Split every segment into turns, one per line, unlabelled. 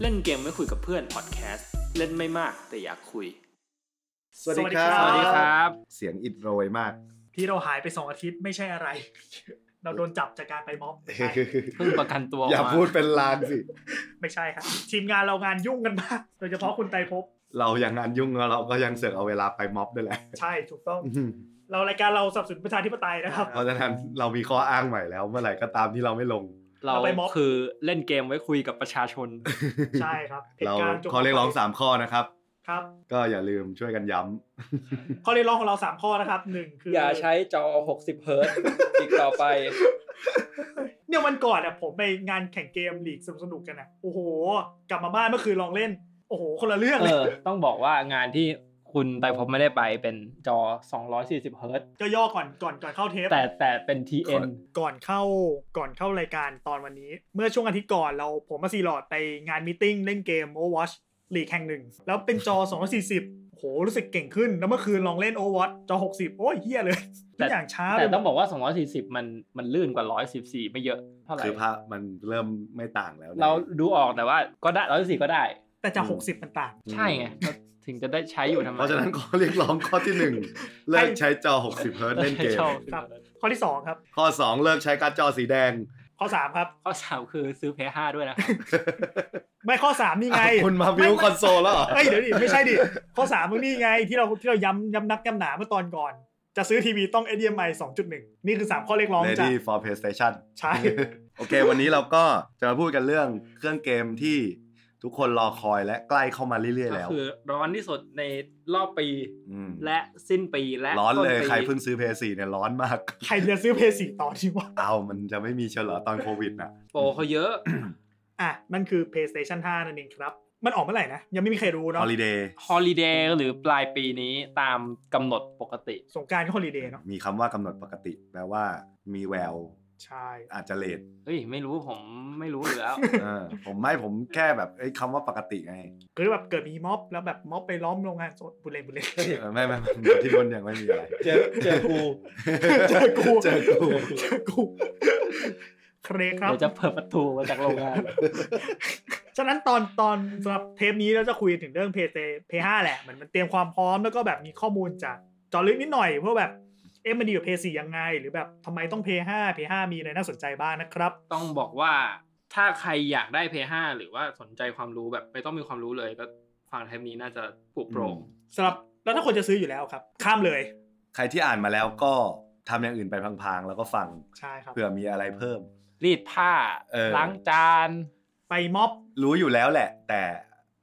เล่นเกมไม่คุยกับเพื่อนพอดแคสต์เล่นไม่มากแต่อยากคุย
สวัสดีครับ
สวัสดีครับ
เสียงอิดโรยมาก
ที่เราหายไปสองอาทิตย์ไม่ใช่อะไร เราโดนจับจากการไป ม็อบ ไม่ใช่
เพิ่งประกันตัว
อย่า
มา
พูดเป็นลางสิ
ไม่ใช่ครับ ทีมงานเรางานยุ่งกันมาก โดยเฉพาะคุณไตรภพ
เราอย่างงานยุ่งแล้วเราก็ยังเสือกเอาเวลาไปม็อบด้วยแหละ
ใช่ถูกต้อง
อื้อหือ
เรารายการเราสนับสนุนประชาธิปไตยนะครับ
เพราะฉะนั้นเรามีข้ออ้างใหม่แล้ว เมื่อไหร่ก็ตามที่เราไม่ลง
เรา
เราไปม็อบ
คือเล่นเกมไว้คุยกับประชาชน
ใช่ครับ
เรา
หตุณ์จบ
ข้อเรียกร้องสามข้อนะครับ
ครับ
ก็อย่าลืมช่วยกันย้
ข้อเรียกร้องของเราสามข้อนะครับหนึ่งคือ
อ
อ
ย่าใช้จอ 60 เฮิร์ตอีกต่อไป
เนี่ยวันก่อนอ่ะผมไปงานแข่งเกมลีกสนุกๆกันอ่ะโอ้โห กลับมาบ้านเมื่อคืนลองเล่น โอ้โห คนละเรื่อง
เอ
เลย
อ ต้องบอกว่างานที่คุณไตรภพไม่ได้ไปเป็นจอ 240 เฮิร์ต
ก็ย่อก่อนก่อนก่อนเข้าเทป
แต่แต่เป็น TN
ก่อนเข้าก่อนเข้ารายการตอนวันนี้ เมื่อช่วงอาทิตย์ก่อนเราผมมาซีหลอดไปงานมตติ팅เล่นเกม Overwatch ลีกแห่งหนึ่ง แล้วเป็นจอ 240โหรู้สึกเก่งขึ้น แล้วเมื่อคืนลองเล่น Overwatch จอ 60 โอ้ยเฮียเลย
แต่
ทุกอย่างช้า
แต่
ไปหมด
ต้องบอกว่า 240 มันมันลื่นกว่า 114 ไม่เยอะเท่าไห
ำ
ร่
คือพระมันเริ่มไม่ต่างแล้วนะ
เราดูออกแต่ว่าก็ได้ 114 ก็ได้
แต่จะ 60 มันต่าง
ใช่ไงก็ถึงจะได้ใช้อยู่ทำไม
เพราะฉะนั้นข้อเรียกร้องข้อที่หนึ่งเลิกใช้จอ 60เฮิร์ตซ์เล่นเกม
ชอบ
ครับ ข้อที่ 2 ครับ
ข้อสองเลิกใช้การ์ดจอสีแดง
ข้อ 3 ครับ
ข้อสามคือซื้อเพย์ห้าด้วยนะครับ
ไม่ข้อ 3 นี่ไง
อ้าวคุณมาวิวคอนโซลแล้วเหรอ
เอ้ยเดี๋ยวดิไม่ใช่ดิ ข้อสามมึงนี่ไงที่เราที่เราย้ำย้ำนักย้ำหนาเมื่อตอนก่อน จะซื้อทีวีต้อง HDMI 2.1 นี่คือ 3 ข้อเรียกร้อง
เล
จาก
ดี้ for PlayStation
ใช่
โอเค วันนี้เราก็จะมาพูดกันเรื่องเครื่องเกมที่ทุกคนรอคอยและใกล้เข้ามาเรื่อย ๆ
ก็
แล้ว
คือร้อนที่สุดในรอบปี
ม
และสิ้นปีและ
ร้อน
ต้
เลย
ปี
ใครเพิ่งซื้อเพย์สี่เนี่ยร้อนมาก
ใครจะซื้อเพย์สีต่อที่ว่า
เอามันจะไม่มีเฉลอตอนโควิดน่ะ
โปร เขาเยอะ
อ่ะ มันคือ PlayStation 5 นั่นเองครับ มันออกเมื่อไหร่นะ ยังไม่มีใครรู้
h
เนาะ
o ลิเดย์
ฮอลิเดย์หรือปลายปีนี้ตามกำหนดปกติ
สงกรารก็ h o ลิเดย์เนาะ
มีคำว่ากำหนดปกติ แปลว่ามีแวว
ใช่
อาจจะเลท
เฮ้ย ไม่รู้ผมไม่รู้อยู่แล้ว
เออผมไม่ผมแค่แบบเอ้ยคำว่าปก ติไง
คือแบบเกิดมีม็อบแล้วแบบม็อบไปล้อมโรงงานโซนบุเรนบุเรน
เออไม่ไม่ไม่ที่บนยังไม่มี อะไร
เจอเจอกู
เจอกู
เจอกู
เจอกูเครครับ
เดี๋ยวจะเปิดประตูมาจากโรง งาน
ฉะนั้นตอนตอนสำหรับเทปนี้เราจะคุยถึงเรื่อง PS PS5 แหละเหมือนมันเตรียมความพร้อมแล้วก็แบบมีข้อมูลจากเจอลึกนิดหน่อยเพื่อแบบเอ๊ะมันดีกว่า PS4 ยังไง หรือแบบทำไมต้อง PS5 PS5 มีอะไรน่าสนใจบ้างนะครับ
ต้องบอกว่าถ้าใครอยากได้ p พ5หรือว่าสนใจความรู้แบบไม่ต้องมีความรู้เลยก็ฟังเทปนี้น่าจะปลุกโปร่ง
อืม
สำหรับแล้วถ้าคนจะซื้ออยู่แล้วครับ ข้ามเลย
ใครที่อ่านมาแล้วก็ทำอย่างอื่นไปพลางๆ แล้วก็ฟัง
ใช่ครับ
เผื่อมีอะไรเพิ่ม
รีดผ้า
เออ
ล้างจาน
ไปม็อบ
รู้อยู่แล้วแหละ แต่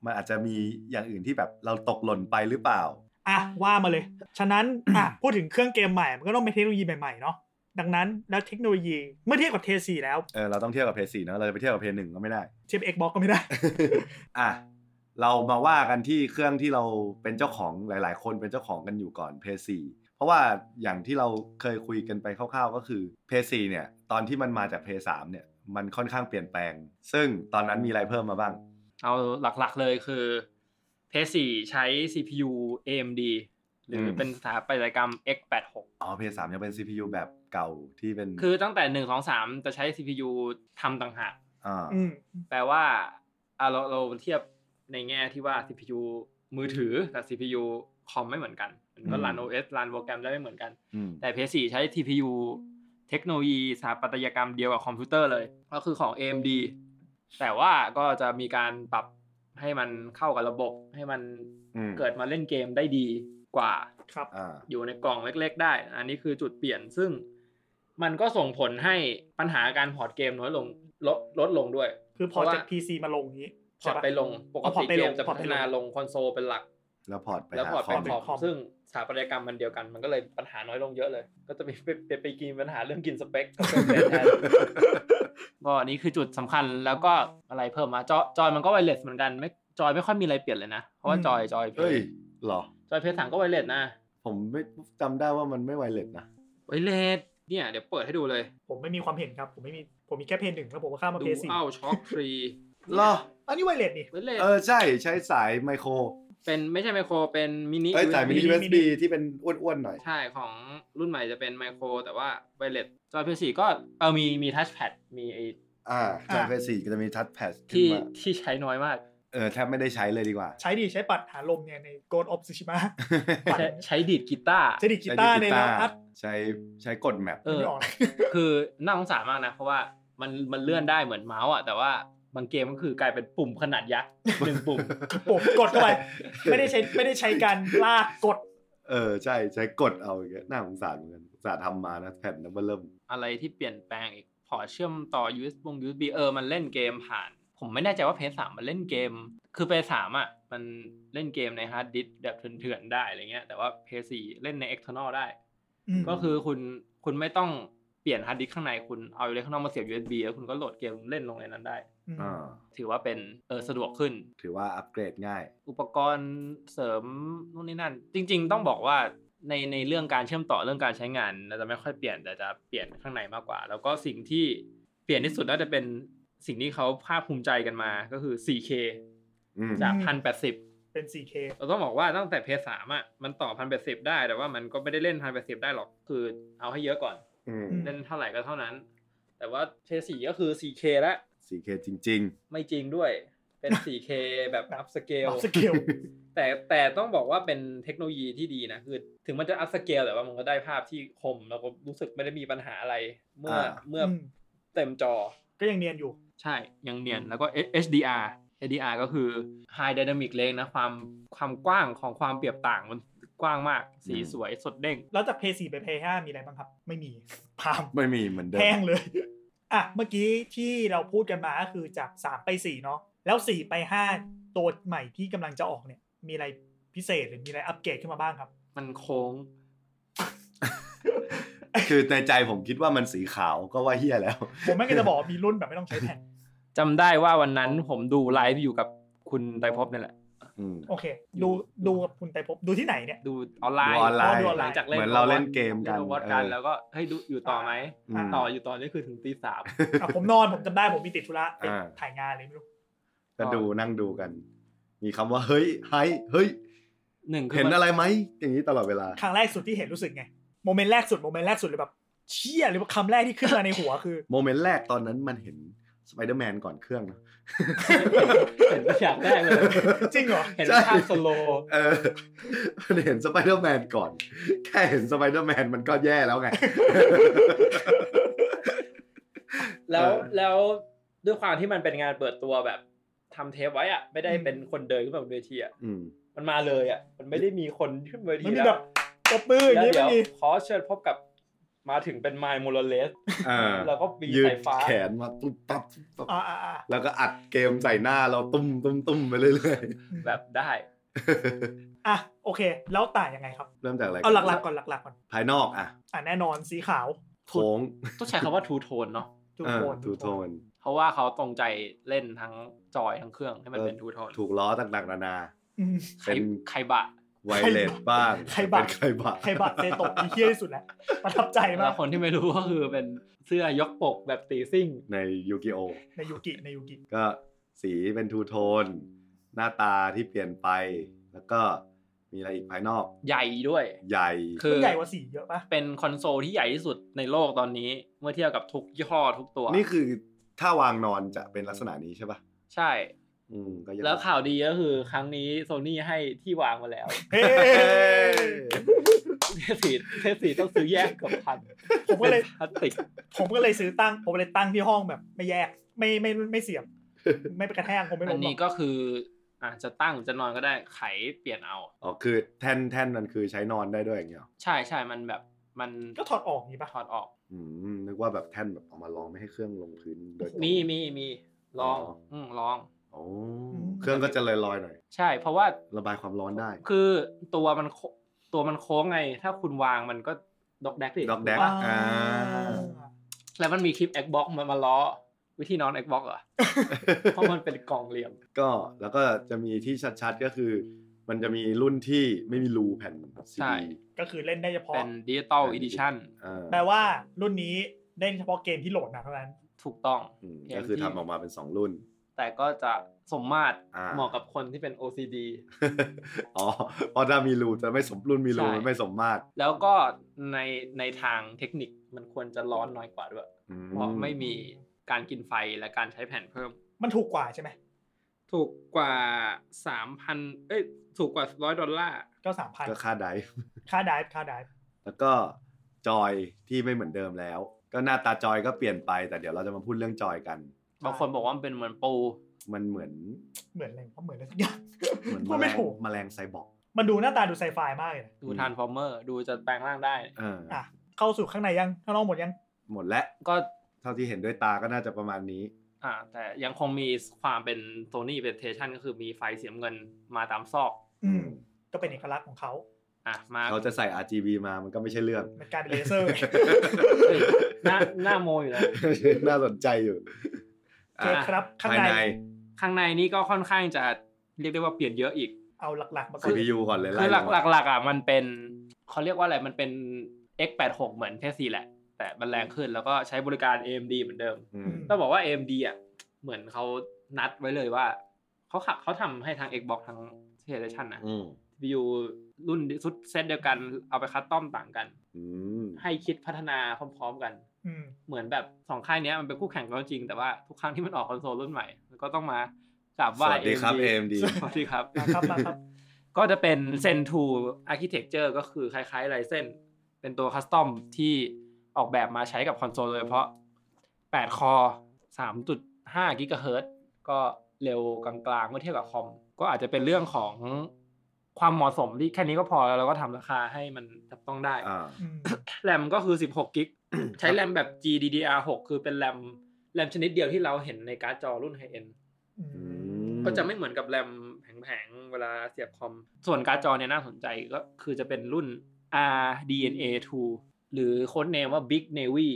มันอาจจะมีอย่างอื่นที่แบบเราตกหล่นไปหรือเปล่า
อ่ะว่ามาเลย ฉะนั้น อ่ะพูดถึงเครื่องเกมใหม่มันก็ต้องเป็นเทคโนโลยีใหม่ๆเนาะดังนั้นแล้วเทคโนโลยีเมื่อเทียบกับ PS4 แล้ว
เออเราต้องเทียบกับเพย์สี่นอะเราจะไปเทียบกับเพย์หนึ่งก็ไม่ได้
เทียบ Xbox ก็ไม่ได้
อ่ะเรามาว่ากันที่เครื่องที่เราเป็นเจ้าของหลาย ๆ คนเป็นเจ้าของกันอยู่ก่อนเพย์สี่เพราะว่าอย่างที่เราเคยคุยกันไปคร่าวๆ ก็คือเพย์สี่เนี่ย ตอนที่มันมาจากเพย์สามเนี่ย มันค่อนข้างเปลี่ยนแปลง ซึ่งตอนนั้นมีอะไรเพิ่มมาบ้าง
เอาหลักๆเลยคือ PS4 ใช้ CPU AMD หรืออ
ม
เป็นสถาปัตยกรรม X86
อ๋อเพย์สามยังเป็น CPU แบบเก่าที่เป็น
คือตั้งแต่ 1 2 3 จะใช้ CPU ทำต่างหาก
อ่า
อืม
แปลว่าอ่ะเราเราเทียบในแง่ที่ว่า CPU มือถือกับ CPU คอมไม่เหมือนกัน มันก็รัน OS รันโปรแกรมได้ไม่เหมือนกัน
อืม
แต่ PS4 ใช้ TPU เทคโนโลยีสถาปัตยกรรมเดียวกับคอมพิวเตอร์เลย ก็คือของ AMD แต่ว่าก็จะมีการปรับให้มันเข้ากับระบบ ให้มัน
อืม
เกิดมาเล่นเกมได้ดีกว่า
ครับ
อ่า
อยู่ในกล่องเล็กๆ ได้ อันนี้คือจุดเปลี่ยนซึ่งมันก็ส่งผลให้ปัญหาการพอร์ตเกมน้อยลงลดลดลงด้วย
คือพอ
เพราะ
จาก
ว่า
PC มาลงอย่างนี้
พอร์ต
ใช่ะ
ไปลง ปก
เอาพอร์
ติ
ตไป
เก
ลง
มจะ
พอร์
พั
ต
ฒ
ไปลง
นาลงคอนโซลเป็นหลัก
แล้วพอร์ตไป
แล้ว
หา
พอร์ต
ค
ไป
อ
คอ
ม
ม
คอม
ซึ่งสถาปัตยกรรมมันเดียวกัน มันก็เลยปัญหาน้อยลงเยอะเลย ก็จะไปไปไปไปกินปัญหาเรื่องกินสเปคก็เป็นแทน ก็อันนี้คือจุดสำคัญแล้วก็อะไรเพิ่มมาจอจอยมันก็ไวเลสเหมือนกันไม่จอยไม่ค่อยมีอะไรเปลี่ยนเลยนะ เพราะว่าจอยจอยเพ
เฮ้ย
ย์
เหรอ
จอยเพย์ถังก็ไวเลสนะ
ผมไม่จำได้ว่ามันไม่ไวเลสนะ
ไวเลสเนี่ยเดี๋ยวเปิดให้ดูเลย
ผมไม่มีความเห็นครับ ผมไม่มีผมมีแค่เพนหนึ่งแล้วผมก็ข้ามมา
ดู
เพนสี่
เอาช็อคทรี
เหรอ
อันนี้ไวเลสนี่
เว้ยเลส
เออ ใช่ใช้สายไมโคร
เป็นไม่ใช่ไมโครเป็นมินิ
เอ้ยสายมินิ
mini
USB ที่เป็นอ้วนๆหน่อย
ใช่ของรุ่นใหม่จะเป็นไมโครแต่ว่าไวเลสจอยเพสีก็เออมีมีทัชแพดมีไอ
อ่าจาก
อ่า
PS4 ก็จะมีทัชแพดขึ้น
ที่
มา
ที่ใช้น้อยมาก
เออแทบไม่ได้ใช้เลยดีกว่า
ใช้ดีใช้ปัดหาลมเนี่ยใน Ghost of Tsushima
ใช้ ใช้ดีดกีตาร์
ใช้ดีดกีตาร์ใน
ใช้
นะ
ดีด
พัด
ใช้ใช้กดแมป
เออ
ไม่ออกเลย
คือน่าสงสารมากนะ เพราะว่ามันมันเลื่อนได้เหมือนเมาส์อ่ะแต่ว่าบางเกมก็คือกลายเป็นปุ่มขนาดยักษ์หนึ่งปุ่ม
ปุ่มกดเข้าไป ไม่ได้ใช้ไม่ได้ใช้การลากกด
เออใช่ใช้กดเอาอย่างเงี้ยน่าสงสารเหมือนกันอุตสาห์ทำมานะแผ่นนั้นเริ่ม
อะไรที่เปลี่ยนแปลงอีกพอร์ตเชื่อมต่อ USB ง USB เออมันเล่นเกมผ่าน ผมไม่แน่ใจว่าเพย์สามมันเล่นเกม คือเพย์สามอ่ะ มันเล่นเกมในฮาร์ดดิสก์แบบเถื่อนๆได้อะไรเงี้ยแต่ว่าเพย์สี่เล่นใน external ได้
อืม
ก็คือคุณคุณไม่ต้องเปลี่ยนฮาร์ดดิสก์ข้างในคุณเอาอยู่ในข้างนอกมาเสียบ USB แล้วคุณก็โหลดเกมเล่นลงในนั้นได้
อ่า
ถือว่าเป็นเออสะดวกขึ้น
ถือว่าอัปเกรดง่าย
อุปกรณ์เสริมนู่นนี่นั่น จริง ๆ ต้องบอกว่าในในเรื่องการเชื่อมต่อเรื่องการใช้งานเราจะไม่ค่อยเปลี่ยนแต่จะเปลี่ยนข้างในมากกว่า แล้วก็สิ่งที่เปลี่ยนที่สุดน่าจะเป็นสิ่งที่เขาภาคภูมิใจกันมาก็คือ 4K
อืม
จาก
อืม
1080
เป็น 4K
เราต้องบอกว่าตั้งแต่เพย์สามอ่ะมันต่อ 1080 ได้แต่ว่ามันก็ไม่ได้เล่น 1080 ได้หรอกคือเอาให้เยอะก่อน
อืม
เล่นเท่าไหร่ก็เท่านั้น แต่ว่าเพย์สี่ก็คือ 4K แล้ว
4K จริง
ไม่จริงด้วยเป็น 4K แบบ up scale
ปรับสเกล
แต่แต่ต้องบอกว่าเป็นเทคโนโลยีที่ดีนะคือถึงมันจะอัพสเกลแต่ว่ามันก็ได้ภาพที่คม แล้วก็รู้สึกไม่ได้มีปัญหาอะไร เมื่อ
อ่า
เมื่ออ
ม
เต็มจอ
ก็ยังเนียนอยู่
ใช่ ยังเนียน แล้วก็ HDR HDR ก็คือ High Dynamic Range นะความความกว้างของความเปรียบต่างมันกว้างมาก สีสวยสดเด้ง
แล้วจากเพย์สี่ไปเพย์ห้ามีอะไรบ้างครับ ไม่มี พาม
ๆ ไม่มีเหมือนเดิม
แห้งเลย อ่ะ เมื่อกี้ที่เราพูดกันมาก็คือจากสามไปสี่เนาะ แล้วสี่ไปห้าตัวใหม่ที่กำลังจะออกเนี่ย มีอะไรพิเศษหรือมีอะไรอัปเกรดขึ้นมาบ้างครับ
มันโค้ง
คือในใจผมคิดว่ามันสีขาวก็ว่าเฮี้ยแล้ว
ผมไม่งก็จะบอกว่ามีรุ่นแบบไม่ต้องใช้ แผ่น
จำได้ว่าวันนั้นผมดูไลฟ์อยู่กับคุณไตรภพบนี่แหละ
อืม
โอเค ดูดูกับคุณไตรภพบดูที่ไหนเนี่ย
ดูออนไล
ดู
น์
ออนไลน์
ดูออนไลน์จากเล่น
เหมือนเราเล่นเกมกัน
เล่นวอตกัน
เออ
แล้วก็เฮ้ยดูอยู่ต่อไหม
อืม
ต่ออยู่ตอนนี้คือถึงตีสาม
อ่ะผมนอนผมจำได้ผมมีติดธุระไป
อ่า
ถ่ายงานเลยไม่รู้
ก็ดูนั่งดูกัน มีคำว่าเฮ้ยไฮเฮ้ย
หนึ่งคื
เห็น
มั
อะไรไหม อย่างนี้ตลอดเวลา
ครั้งแรกสุดที่เห็นรู้สึกไง โมเมนต์แรกสุด โมเมนต์แรกสุดเลยแบบ เชี่ยหรือว่าคำแรกที่ขึ้นมาในหัวคือ
โมเมนต์แรกตอนนั้นมันเห็นสไปเดอร์แมนก่อนเครื่องนะ
เห็น ฉากแรกเลย
จริงเหรอ
เห็น
ใช่
ภาพสโลว์
เออ มันเห็นสไปเดอร์แมนก่อน แค่เห็นสไปเดอร์แมนมันก็แย่แล้วไง
แล้ว
เออ
แล้วด้วยความที่มันเป็นงานเปิดตัวแบบทำเทปไว้อะไม่ได้เป็นคนเดินขึ้นมาบนเวทีอะ
อืม
มันมาเลยอะมันไม่ได้มีคนขึ้นเวที
มันมี
แล้ว
แบบตบมืออย่าง
แล้ว
นี้
เดี๋
ไม่
ยว
มี
ขอเชิญพบกับมาถึงเป็นไมล์มูลเลส
เออ
แล้วก็ปี
ยืด
สายฟ้า
แขนมาตุ๊บตับตุ๊บตับ
อ่าอ่าอ่า
แล้วก็อัดเกมใส่หน้าเราตุ้มตุ้มตุ้มไปเรื่อย
แบบได้
ๆ
อ่ะโอเค แล้วต่างยังไงครับ
เริ่มจากอะไร
เอาหลักๆก่อนหลักๆก่อน
ภายนอกอ่ะ
อ่ะแน่นอนสีขาว
โค้ง
ต้องใช้คำว่าทูโทนเนาะ
ทู
เออ
โทน
ถูกโทน
เพราะว่าเขาตรงใจเล่นทั้งจอยทั้งเครื่องให้มันเป็น
เออ
ทูโทน
ถูกล้อต่างๆ นานา
อืม
ใคร
เป็น
ใครบะ
ไวเลสบ้าง
ใครบ้าง
เป็นใครบ้าง
ใครบัตรเซโตะที่เที่ยที่สุดแหละประทับใจมา
แล้
ก
วคนที่ไม่รู้ก็คือเป็นเสื้อยกปกแบบตีซิ่ง
ในยูกิโอ
ในยูกิในยูกิ
ก็สีเป็นทูโทน หน้าตาที่เปลี่ยนไป แล้วก็มีอะไรอีกภายนอก
ใหญ่ด้วย
ใหญ่
คือ
ใหญ่กว่าสีเยอะปะ
เป็นคอนโซลที่ใหญ่ที่สุดในโลกตอนนี้ เมื่อเทียบกับทุกยี่ห้อทุกตัว
นี่คือถ้าวางนอนจะเป็นลักษณะนี้ใช่ป่ะ
ใช่
อืมก็ยัง
แล้วข่าวดีก็คือครั้งนี้โซนี่ให้ที่วางมาแล้ว
เฮ้ย
เอ้ย
เทสสีเทสสีต้องซื้อแยกกับพัน
ผมก็เลย
พลาสติก
ผมก็เลยซื้อตั้ง ผมเลยตั้งที่ห้องแบบไม่แยก ไม่ไม่ไม่เสียบ ไม่ไปกระแทกผมไม่
อั
ล้
น
มหร
นี้
อก
ก็คืออาจจะตั้งจะนอนก็ได้ไขเปลี่ยนเอา
อ๋อคือแท่นแท่นมันคือใช้นอนได้ด้วยอย่างเงี้ยเหรอ
ใช่ใช่มันแบบมัน
ก็ถอดออกอย่างนี้ปะ
ถอดออก
อืมนึกว่าแบบแท่นแบบเอามาลองไม่ให้เครื่องลงพื้นโดยตรง
มีมีมีลอง
อ๋ออื
ืมลอง
โอ้เครื่องก็จะลอยลอยๆหน่อย
ใช่ เพราะว่า
ระบายความร้อนได้
คือตัวมันโคตัวมันโค้งไง ถ้าคุณวางมันก็ดอกแดกดิ
ดอกแดก
ถูปะ
อ่า
แล้วมันมีคลิปแอคบ็อกมันมาล้อวิธีนอนแอคบ็อกเหร อ เพราะมันเป็นกล่องเหลี่ยม
ก็แล้วก็จะมีที่ชัดๆก็คือ มันจะมีรุ่นที่ไม่มีรูแผ่นซี
ใช่
ดี
ก็คือเล่นได้เฉพาะ
เป็นดิจิตอลอีดิชั่น
อ่า
แปลว่ารุ่นนี้เล่นเฉพาะเกมที่โหลดนะเท่านั้น
ถูกต้อง
อืม
เกม
ก็คือ
ที่
ทำออกมาเป็น 2 รุ่น
แต่ก็จะสมมาตร
อ่า
เหมาะกับคนที่เป็น OCD
อ๋อเพราะถ้ามีรูจะไม่สมรุ่นมีรู
ใช่
มันไม่สมมาตร
แล้วก็ในในทางเทคนิคมันควรจะร้อนน้อยกว่าด้วย
อื
เพราะไม่มี การกินไฟและการใช้แผ่นเพิ่ม
มันถูกกว่าใช่ไหม
ถูกกว่าสามพันเอ้ยถูกกว่าร้อยดอลลาร์
ก็สามพัน
ก็ค่าไดฟ์
ค่าไดฟ์ค่าไดฟ์
แล้วก็จอยที่ไม่เหมือนเดิมแล้ว ก็หน้าตาจอยก็เปลี่ยนไป แต่เดี๋ยวเราจะมาพูดเรื่องจอยกัน
บางคนบอกว่ามันเป็นเหมือนปู
มันเหมือน
เหมือนอะไรก็เหมือนอะไรสักอย่าง
เหมือน
พูด
แมล
ไม่
ง
ถูก
แมลงไซบอร์ก
มันดูหน้าตาดูไซไฟมากเลยนะ
ดูทานฟอร์เมอร์ดูจะแปลงร่างได้
เออ
อ่ะเข้าสู่ข้างในยังข้างนอกหมดยัง
หมดแล้ว
ก็
เท่าที่เห็นด้วยตาก็น่าจะประมาณนี้
อ่าแต่ยังคงมีความเป็นโ o นี่เ t เทชันก็คือมีไฟเสียมเงินมาตามซอก
อืม ก็เป็นเอกลักษณ์ของเขา
อ่ะมา
เขาจะใส่ RGB มามันก็ไม่ใช่เรื่อง
มันกลายเป็นเลเซอร์
เฮ้ยหน้าหน้าโมอยู่นะ
น่าสนใจอยู่
เจอครับ
อ่ะ
ข้าง
ภาย
ใน
ใน
ข้างในนี่ก็ค่อนข้างจะเรียกได้ว่าเปลี่ยนเยอะอีก
เอาหลักๆมาก่อน
CPU ก่อนเลย
คือหลัก
ไมา
หลักๆอ่ะมันเป็นเขาเรียกว่าอะไรมันเป็น X86 เหมือน P4 แหละ แต่มันแรงขึ้นแล้วก็ใช้บริการ AMD เหมือนเดิม
อืม
ต้องบอกว่า AMD อ่ะเหมือนเขานัดไว้เลยว่าเขาขับเขาทำให้ทาง Xbox ทาง PlayStation นะ
อืม
CPU รุ่นสุดเซตเดียวกันเอาไปคัดต้อมต่างกัน
อืม
ให้คิดพัฒนาพร้อมๆกัน
อืม
เหมือนแบบสองค่ายเนี้ยมันเป็นคู่แข่งกันจริง แต่ว่าทุกครั้งที่มันออกคอนโซลรุ่นใหม่มันก็ต้องมากราบ
ส
ไหว้
วัสดีครับ
AMD
AMD
สวัสดีครับ
มาครับมาครับ
ก็จะเป็น Zen 2 Architecture ก็คือคล้ายๆ Ryzen เป็นตัวคัสตอมที่ออกแบบมาใช้กับคอนโซลโดยเฉพาะ 8 คอ 3.5 กิกะเฮิรตซ์ก็เร็วกลางๆเมื่อเทียบกับคอม ก็อาจจะเป็นเรื่องของความเหมาะสมที่แค่นี้ก็พอแล้วเราก็ทำราคาให้มันจับต้องได้
อ่า
อืม
แรมก็คือ 16 กิก ใช้แรมแบบ GDDR6 คือเป็นแรมแรมชนิดเดียวที่เราเห็นในการ์ดจอรุ่นไฮเอ็น
อืม
อืม
ก็จะไม่เหมือนกับแรมแผงๆ เวลาเสียบคอม ส่วนการ์ดจอเนี่ยน่าสนใจก็คือจะเป็นรุ่น RDNA 2 หรือโค้ดเนมว่า Big Navy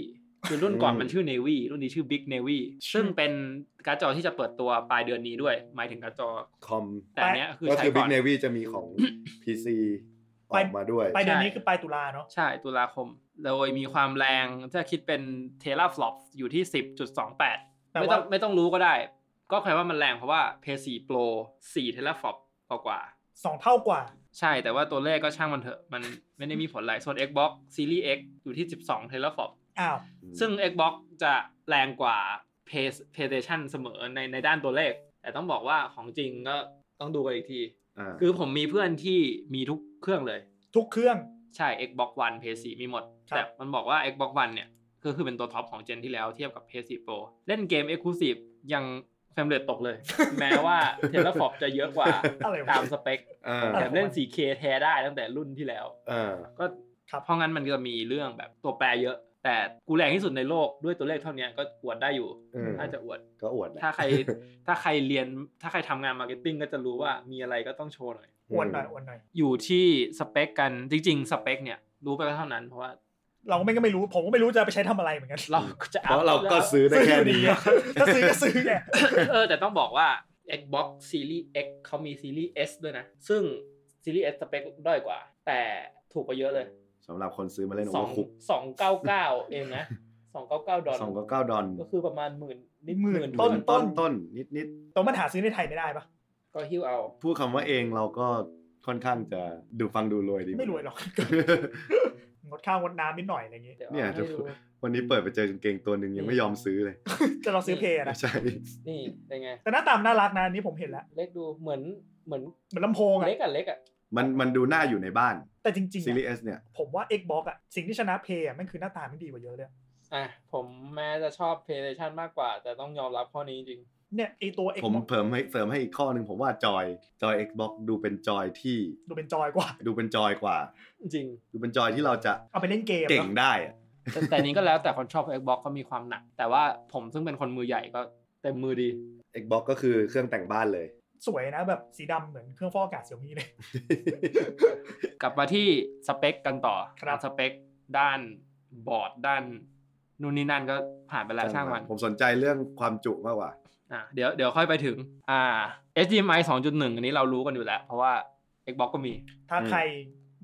คือรุ่นก่อน
อืม
มันชื่อ Navy รุ่นนี้ชื่อ Big Navy ซึ่งเป็นการ์ดจอที่จะเปิดตัวปลายเดือนนี้ด้วย หมายถึงการ์ดจอ
คอม
แต่อันเนี้ยคือ
ก็
ใช้
คือ
ก่
Big
อน
Navy จะมีของ PC ออกมาด้วย
ไปเดือนนี้คือปลายตุลาเนาะ
ใช่ตุลาคม โดยมีความแรงถ้าคิดเป็น t e r a f l o p อยู่ที่ 10.28
แต่
ไม่ต้
ว่า
องไม่ต้องรู้ก็ได้ ก็แปลว่ามันแรงเพราะว่า p 4 Pro 4 t e r a f l o p กว่าๆ
สองเท่ากว่า
ใช่แต่ว่าตัวเลขก็ช่างมันเถอะ มันไม่ได้มีผลอะไรส่วน Xbox Series X อยู่ที่ 12 t e r a f l o p
อ้าว
ซึ่ง Xbox จะแรงกว่า PS- PlayStation เสมอในในด้านตัวเลข แต่ต้องบอกว่าของจริงก็ต้องดูกันอีกที
คื
คือ อผมมีเพื่อนที่มีทุกเครื่องเลย
ทุกเครื่อง
ใช่ Xbox One PS4 มีหมด
ครับ
แต่มันบอกว่า Xbox One เนี่ยก็คือเป็นตัวท็อปของเจนที่แล้วเทียบกับ PS4 Pro เล่นเกม Exclusive ยังแฟมเรตตก เลย แม้ว่า t e r a f l o p จะเยอะกว่า
อะไรวะ
ตามสเปค
อ่า
แถมเล่น 4K แท้ได้ตั้งแต่รุ่นที่แล้ว
อ่า
ก็
ครับ
เพราะงั้นมันก็มีเรื่องแบบตัวแปรเยอะ แต่กูแรงที่สุดในโลกด้วยตัวเลขเท่านี้ก็อวดได้อยู่
เออ
น่าจะอวด
ก็อวดแหละ
ถ้าใคร ถ้าใครเรียนถ้าใครทำงานมาร์เก็ตติ้งก็จะรู้ว่ามีอะไรก็ต้องโชว์หน่อย
อวนหน่อยอวนหน่อย
อยู่ที่สเปคกันจริง ๆ สเปคเนี่ยรู้ไปก็เท่านั้นเพราะว่า
เราก็ไม่ก็ไม่รู้ ผมก็ไม่รู้จะไปใช้ทำอะไรเหมือนกัน
เรา จะ
เพราะเราก็ซื้อได้แค่นี้
ถ้าซื้อก็ซื้อแก
เออแต่ต้องบอกว่า Xbox Series X เขามี Series S ด้วยนะ ซึ่ง Series S สเปคด้อยกว่า แต่ถูกกว่าเยอะเลย
สำหรับคนซื้อมาเล่นโอ
สอ
เวอง ร์คุก
สองเก้าเก้าเองนะสองเก้าเก้าดอล
สองก็เก้าดอล
ก็คือประมาณหมื่นนิด
หมื่น
ห
ต้น
มื่
ต้
ต้
น
น
ต้นนิดนิด
แตัวามันหาซื้อในไทยไม่ได้ปะ
ก็หิ้วเอา
ๆพูดคำว่าเองเราก็ค่อนข้างจะดูฟังดูรวยดี
ไม่รวยหรอก งดข้าวงดน้ำนิดหน่อยอะไรอย่างงี้
เดี๋ยว
เนี่ย
อาให้
จะ
ดู
วันนี้เปิดไปเจอกางเกงตัวหนึ่งยังไม่ยอมซื้อเลย
จะเราซื้อเพย์นะ
ใช่
นี่เป็นไง
แต่หน้าตามนน่ารักนะอันนี้ผมเห็นแล้ว
เล็กดูเหมือนเหมือน
เหมือนลำโพงอะ
เล็กอ่ะเล็กอ่ะ
มันมันดูหน้าอยู่ในบ้าน
แต่จริงๆ
ซีรี
อะ
ส์ S เนี่ย
ผมว่า Xbox อะสิ่งที่ชนะเพย์อะมันคือหน้าตามันดีกว่าเยอะเลย
อ่ะผมแม้จะชอบ PlayStation มากกว่า แต่ต้องยอมรับข้อนี้จริง
เนี่ยไอตัว
ผม
Xbox
เพิ่มให้เสริมให้อีกข้อหนึ่งผมว่าจอยจอย Xbox ดูเป็นจอยที่
ดูเป็นจอยกว่า
ดูเป็นจอยกว่า
จริง
ดูเป็นจอยที่เราจะ
เอาไปเล่นเกม
เก่ง
นอะ
ได้อะ
แต่แต่นี้ก็แล้วแต่คนชอบ Xbox ก็มีความหนัก แต่ว่าผมซึ่งเป็นคนมือใหญ่ก็เต็มมือดี
Xbox ก็คือเครื่องแต่งบ้านเลย
สวยนะแบบสีดำเหมือนเครื่องฟอกอากาศเสี่ยมีเลย
กลับมาที่สเปคกันต่อ
ครับ
สเปคด้านบอร์ดด้านนู่นนี่นั่นก็ผ่านไปแล้วช่างมัน
ผมสนใจเรื่องความจุมากกว่า
อ่ะเดี๋ยวเดี๋ยวค่อยไปถึงอ่า HDMI 2.1 อันนี้เรารู้กันอยู่แล้ว เพราะว่า Xbox ก็มี
ถ้า
อืม
ใคร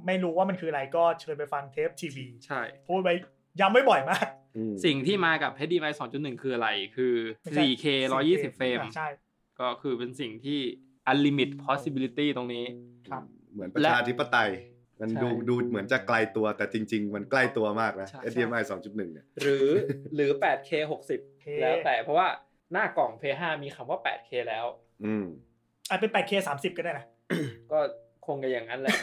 ไม่รู้ว่ามันคืออะไรก็เชิญไปฟังเทปทีวี
ใช่
พูดไว้ย้ำไว้บ่อยมาก
อืม
สิ่งที่มากับ HDMI 2.1 คืออะไร คือ
ไม่ใช่
4K 120 เฟรม
อ่ะใช่
ก็คือเป็นสิ่งที่ unlimited possibility ตรงนี้
ครับ
เหมือนประชาธิปไตย มัน
ใช่
ดูดูเหมือนจะไกลตัวแต่จริง ๆ มันใกล้ตัวมากนะ
ใช่
HDMI 2.1เนี่ย
หรือหรือ 8K 60 แล้วแต่เพราะว่าหน้ากล่อง Play 5มีคำว่า 8K แล้ว
อืม
อาจเป็น 8K 30 ก็ได้นะ
ก็คงจะอย่างนั้นแหละ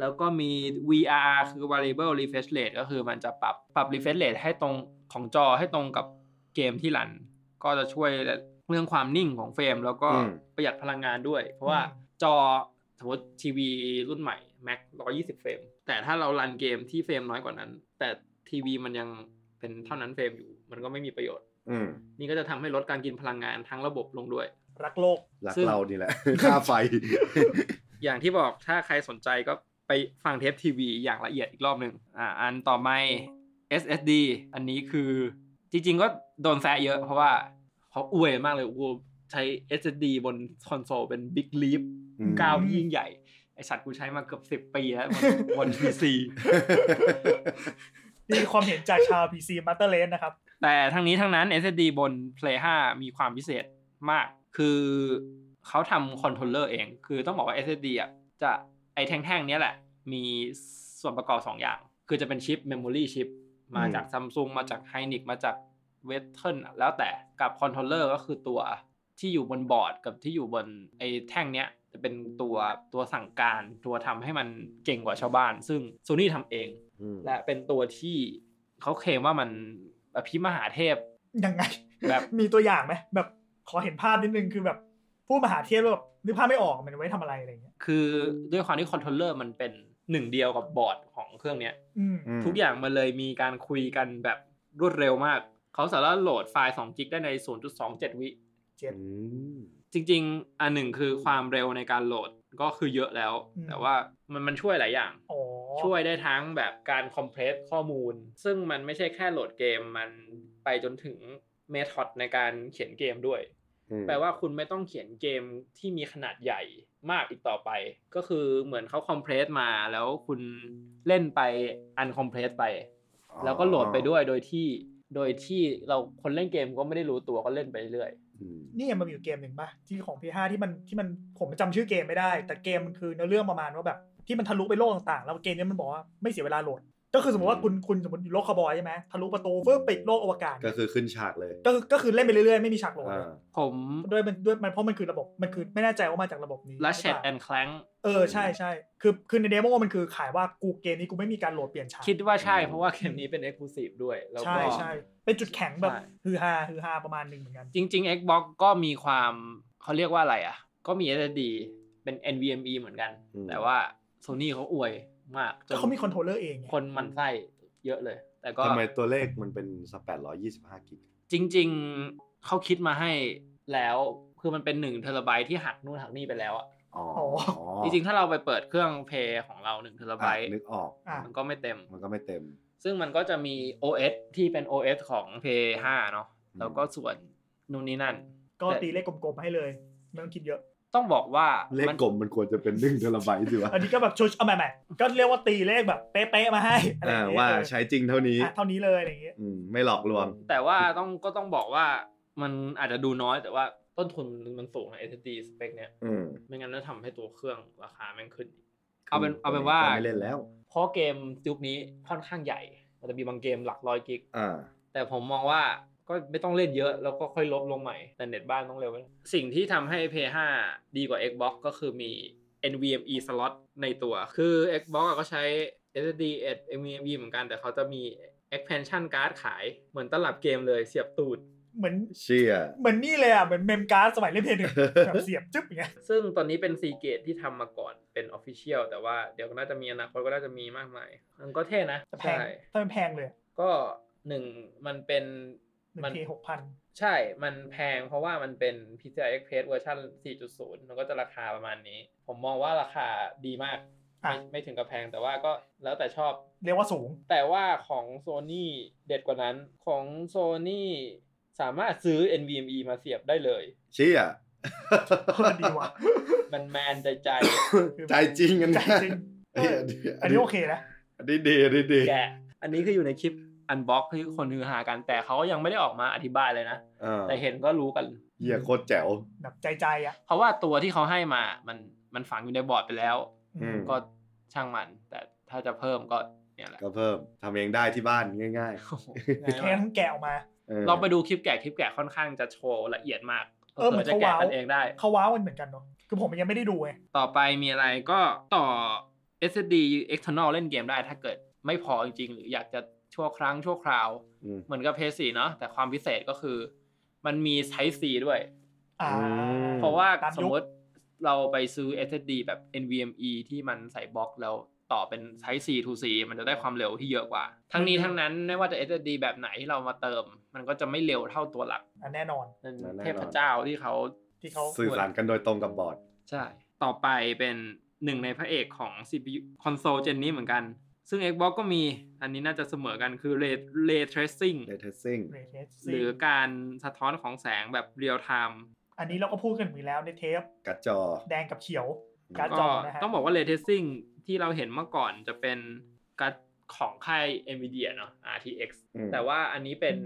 แล้วก็มี VRR คือ variable refresh rate ก็คือมันจะปรับปรับ refresh rate ให้ตรงของจอให้ตรงกับเกมที่รัน ก็จะช่วยเรื่องความนิ่งของเฟรม แล้วก็
อืม
ประหยัดพลังงานด้วย เพราะว่า
อืม
จอสมมติทีวีรุ่นใหม่ Mac 120 เฟรม แต่ถ้าเรารันเกมที่เฟรมน้อยกว่านั้น แต่ทีวีมันยังเป็นเท่านั้นเฟรมอยู่ มันก็ไม่มีประโยชน์
อืม
นี่ก็จะทำให้ลดการกินพลังงานทั้งระบบลงด้วย
รักโลก
รัก
ซึ่ง
เรา นี่แหละ ค่าไฟ
อย่างที่บอกถ้าใครสนใจก็ไปฟังเทปทีวีอย่างละเอียดอีกรอบหนึ่งอ่าอันต่อไป SSD อันนี้คือจริงๆก็โดนแซะเยอะเพราะว่าเขาอวยมากเลยกูใช้ SSD บนคอนโซลเป็น Big Leap
อืม
ก้าวที่ยิ่งใหญ่ ไอสัตว์กูใช้มาเกือบ 10 ปีแล้วบนบน PC
นี่ความเห็นจากชาว PC Master Race นะครับ
แต่ทั้งนี้ทั้งนั้น SSD บน Play 5 มีความพิเศษมาก คือเขาทำคอนโทรลเลอร์เอง คือต้องบอกว่า SSD อ่ะ จะไอแท่งๆ เนี้ยแหละ มีส่วนประกอบ 2 อย่าง คือจะเป็นชิป เมมโมรีชิป มาจากซัมซุงมาจากไฮนิกมาจากเวสเทิลแล้วแต่กับคอนโทรลเลอร์ก็คือตัวที่อยู่บนบอร์ดกับที่อยู่บนไอแท่งเนี้ยจะเป็นตัวตัวสั่งการตัวทำให้มันเก่งกว่าชาวบ้าน ซึ่งโซนี่ทำเอง
อืม
และเป็นตัวที่เขาเคลมว่ามันอภิมหาเทพ
ยังไง
แบบ
มีตัวอย่างไหม แบบขอเห็นภาพนิดนึง คือแบบผู้มหาเทพแล้วแบบนึกภาพไม่ออกมันไว้ทำอะไรอะไรอย่างเงี้ย
คือด้วยความที่คอนโทรลเลอร์มันเป็นหนึ่งเดียวกับบอร์ดของเครื่องเนี้ย
อืม
ม
ทุกอย่างมันเลยมีการคุยกันแบบรวดเร็วมาก เขาสามารถโหลดไฟล์2กิกได้ใน 0.27 วิ
อืม
จริงๆ อันหนึ่งคือความเร็วในการโหลดก็คือเยอะแล้ว
อืม
แต่ว่ามันมันช่วยหลายอย่าง
อ๋อ
ช่วยได้ทั้งแบบการคอมเพรสข้อมูล ซึ่งมันไม่ใช่แค่โหลดเกมมันไปจนถึงเมธอดในการเขียนเกมด้วย
อืม
แปลว่าคุณไม่ต้องเขียนเกมที่มีขนาดใหญ่มากอีกต่อไป ก็คือเหมือนเขาคอมเพลสมาแล้วคุณเล่นไปอันคอมเพลสไป แล้วก็โหลดไปด้วยโดยที่โดยที่เราคนเล่นเกมก็ไม่ได้รู้ตัวก็เล่นไปเรื่อย
อืม
นี่ยังมันมีอยู่เกมหนึ่งป่ะ ที่ของ P5 ที่มันที่มันผมจำชื่อเกมไม่ได้ แต่เกมมันคือเนื้อเรื่องประมาณว่าแบบที่มันทะลุไปโลกต่างๆ แล้วเกมเนี้ยมันบอกว่าไม่เสียเวลาโหลด ก็คือสมมติว่าคุณคุณสมมติอยู่โลกคาร์บอยใช่ไหมทะลุประตูเพื่อปิดโลกอวกาศ
ก็คือขึ้นฉากเลย
ก็คือก็คือเล่นไปเรื่อยๆไม่มีฉากโหลดเล
อ่าย
ๆ ผม
ด้วยมันด้วยมันเพราะมันคือระบบมันคือไม่แน่ใจว่ามาจากระบบนี้
ลัชเช
หรือ
ต
เป
แอ
ล่าน
คลัง
เออใช่ใช่คือคือในเดโมมันคือขายว่ากูเกมนี้กูไม่มีการโหลดเปลี่ยนฉาก
คิดว่าใช่เพราะว่าเกมนี้เป็น Exclusive ด้วยแล้ว
ใช่
ก็
ใช่เป็นจุดแข็งแบบ
ใช่
ฮือฮาฮือฮาประมาณหนึงเหมือนกัน
จริง ๆ Xbox ก็มีความเขาเรียกว่าอะไรอ่ะ ก็มี SSD เป็น NVMe เหมือนกัน แต่ว่า Sony เขาอวยมากจน
เขามีคอนโทรลเลอร์เองไง
คนหมันไส้เยอะเลย แต่ก็
ทำไมตัวเลขมันเป็นสักแปดร้อยยี่สิบห้ากิก
จริง ๆเขาคิดมาให้แล้วคือมันเป็นหนึ่งเทราไบต์ที่หักนู่นหักนี่ไปแล้วอะ
อ๋อ
จริงๆ ถ้าเราไปเปิดเครื่องเพย์ของเราหนึ่งเทราไบ
อ่ะ
ต์
นึกออก
อ่ะ
มันก็ไม่เต็ม
มันก็ไม่เต็ม
ซึ่งมันก็จะมี OS ที่เป็น OS ของเพย์5เนาะแล้วก็ส่วนนู่นนี่นั่น
ก็
แต่
ตีเลขกลมๆให้เลยไม่ต้องคิดเยอะ
ต้องบอกว่า
เลข
มัน
กลมมันควรจะเป็นหนึ่งเทราไบต์สิวะ
อันนี้ก็แบบชุดเอาใหม่ๆก็เรียกว่าตีเลขแบบเป๊ะๆมาให้อะไรอ
อ่า
ย่างเงี้ย
ว่า
เออ
ใช้จริงเท่านี้
อ่ะเท่านี้เลยอะไรอย่างเงี้ย
อืมไม่หลอกลวง
แต่ว่าต้องก็ต้องบอกว่ามันอาจจะดูน้อยแต่ว่าต้นทุนมันสูงนะ SSD สเปคเนี้ย
อืม
ไม่งั้นจะทำให้ตัวเครื่องราคาแม่งขึ้นอีกเอาเป็นเอาเป็นว่า
ก็ไม่เล่นแล้ว
เพราะเกมยุคนี้ค่อนข้างใหญ่ มันจะมีบางเกมหลักร้อยกิก
อ่า
แต่ผมมองว่าก็ไม่ต้องเล่นเยอะแล้วก็ค่อยลบลงใหม่ แต่เน็ตบ้านต้องเร็วไว้นะสิ่งที่ทำให้ Play 5 ดีกว่า Xbox ก็คือมี NVMe slot ในตัว คือ Xbox อะก็ใช้ SSD 8 NVMe เหมือนกัน แต่เขาจะมี expansion card ขายเหมือนตลับเกมเลยเสียบตูด
เหมือน
เชี่ย
เหมือนนี่เลยอ่ะเหมือนเมมการ์ดสมัยเล่นเพลย์ห นึ่งแบบเสียบจึ๊บอย่างเงี้ย
ซึ่งตอนนี้เป็นซีเกตที่ทำมาก่อนเป็น official แต่ว่าเดี๋ยวก็น่าจะมีอนาคตก็น่าจะมีมากมายมันก็เท่นะ
แต่แพง
ใช่
ถ้ามันแพงเลยอะ
ก็หนึ่งมันเป็น
หนึ่ง
มัน
เคหกพั น
ใช่ มันแพงเพราะว่ามันเป็น PCI Express เวอร์ชัน4.0 มันก็จะราคาประมาณนี้ ผมมองว่าราคาดีมาก
อ่ะ
ไม่ไม่ถึงกับแพงแต่ว่าก็แล้วแต่ชอบ
เรียกว่าสูง
แต่ว่าของ Sony เด็ดกว่านั้นของ Sony สามารถซื้อ NVMe มาเสียบได้เลย
เชี่ย
เออดีว่ะ
มันแมนใจ ใจ
ใจจริงกัน
ใจ
นะ
จริง
เอ้ย
อันนี้โอเคนะ
อันนี้ดีอันนี้ดี
แกะอันนี้คืออยู่ในคลิปอันบ็อกที่คนฮือหากันแต่เขาก็ยังไม่ได้ออกมาอธิบายเลยนะ
อ่า
แต่เห็นก็รู้กัน
เหี้ยโคตรแจ๋ว
แบบใจใจๆอ่ะ
เพราะว่าตัวที่เขาให้มา มัน มันฝังอยู่ในบอร์ดไปแล้ว
อืม
ก็ ช่างมัน แต่ถ้าจะเพิ่มก็เนี่ยแหละ
ก็เพิ่มทำเองได้ที่บ้านง่าย
โอ้โห
แค่ต้องแกะออกมา
ๆออ
เราไปดูคลิปแกะคลิปแกะค่อนข้างจะโชว์ละเอียดมาก
เออเหมือน
จะ
เขา
แกะ
ว้าว
กันเองได้
เขาว้าวมันเหมือนกันเนาะคือผมยังไม่ได้ดูไง
ต่อไปมีอะไรก็ต่อ SSD external เล่นเกมได้ถ้าเกิดไม่พอจริงๆ หรืออยากจะชั่วครั้งชั่วคราว
อืม
เหมือนกับ PS4 เนาะแต่ความพิเศษก็คือ มันมี Type C ด้วย
อ่า
อืม
เพราะว่า
ตามยุค
สมมติเราไปซื้อ SSD แบบ NVMe ที่มันใส่บล็อกแล้วต่อเป็น Type C to C มันจะได้ความเร็วที่เยอะกว่า ทั้งนี้ทั้งนั้นไม่ว่าจะ SSD แบบไหนที่เรามาเติม มันก็จะไม่เร็วเท่าตัวหลัก
อันแน่นอน
เป็น
แน่นอน
เทพเจ้าที่เขา
ที่เขา
สื่อสารกันโดยตรงกับบอร์ด
ใช่ ต่อไปเป็นหนึ่งในพระเอกของ CPU คอนโซลเจนนี้เหมือนกัน ซึ่ง Xbox ก็มี อันนี้น่าจะเสมอกันคือ Ray Ray Tracing
ray tracing
เรทเทส
หรือการสะท้อนของแสงแบบเรียลไทม์
อันนี้เราก็พูดกันไปแล้วในเทป
กัดจอ
แดงกับเขียว การ์ดจ
ก็
อนะฮะ
ต้องบอกว่า Ray Tracing ที่เราเห็นเมื่อก่อนจะเป็นการ์ดของค่าย Nvidia เนอะ RTX
อืม
แต่ว่าอันนี้เป็น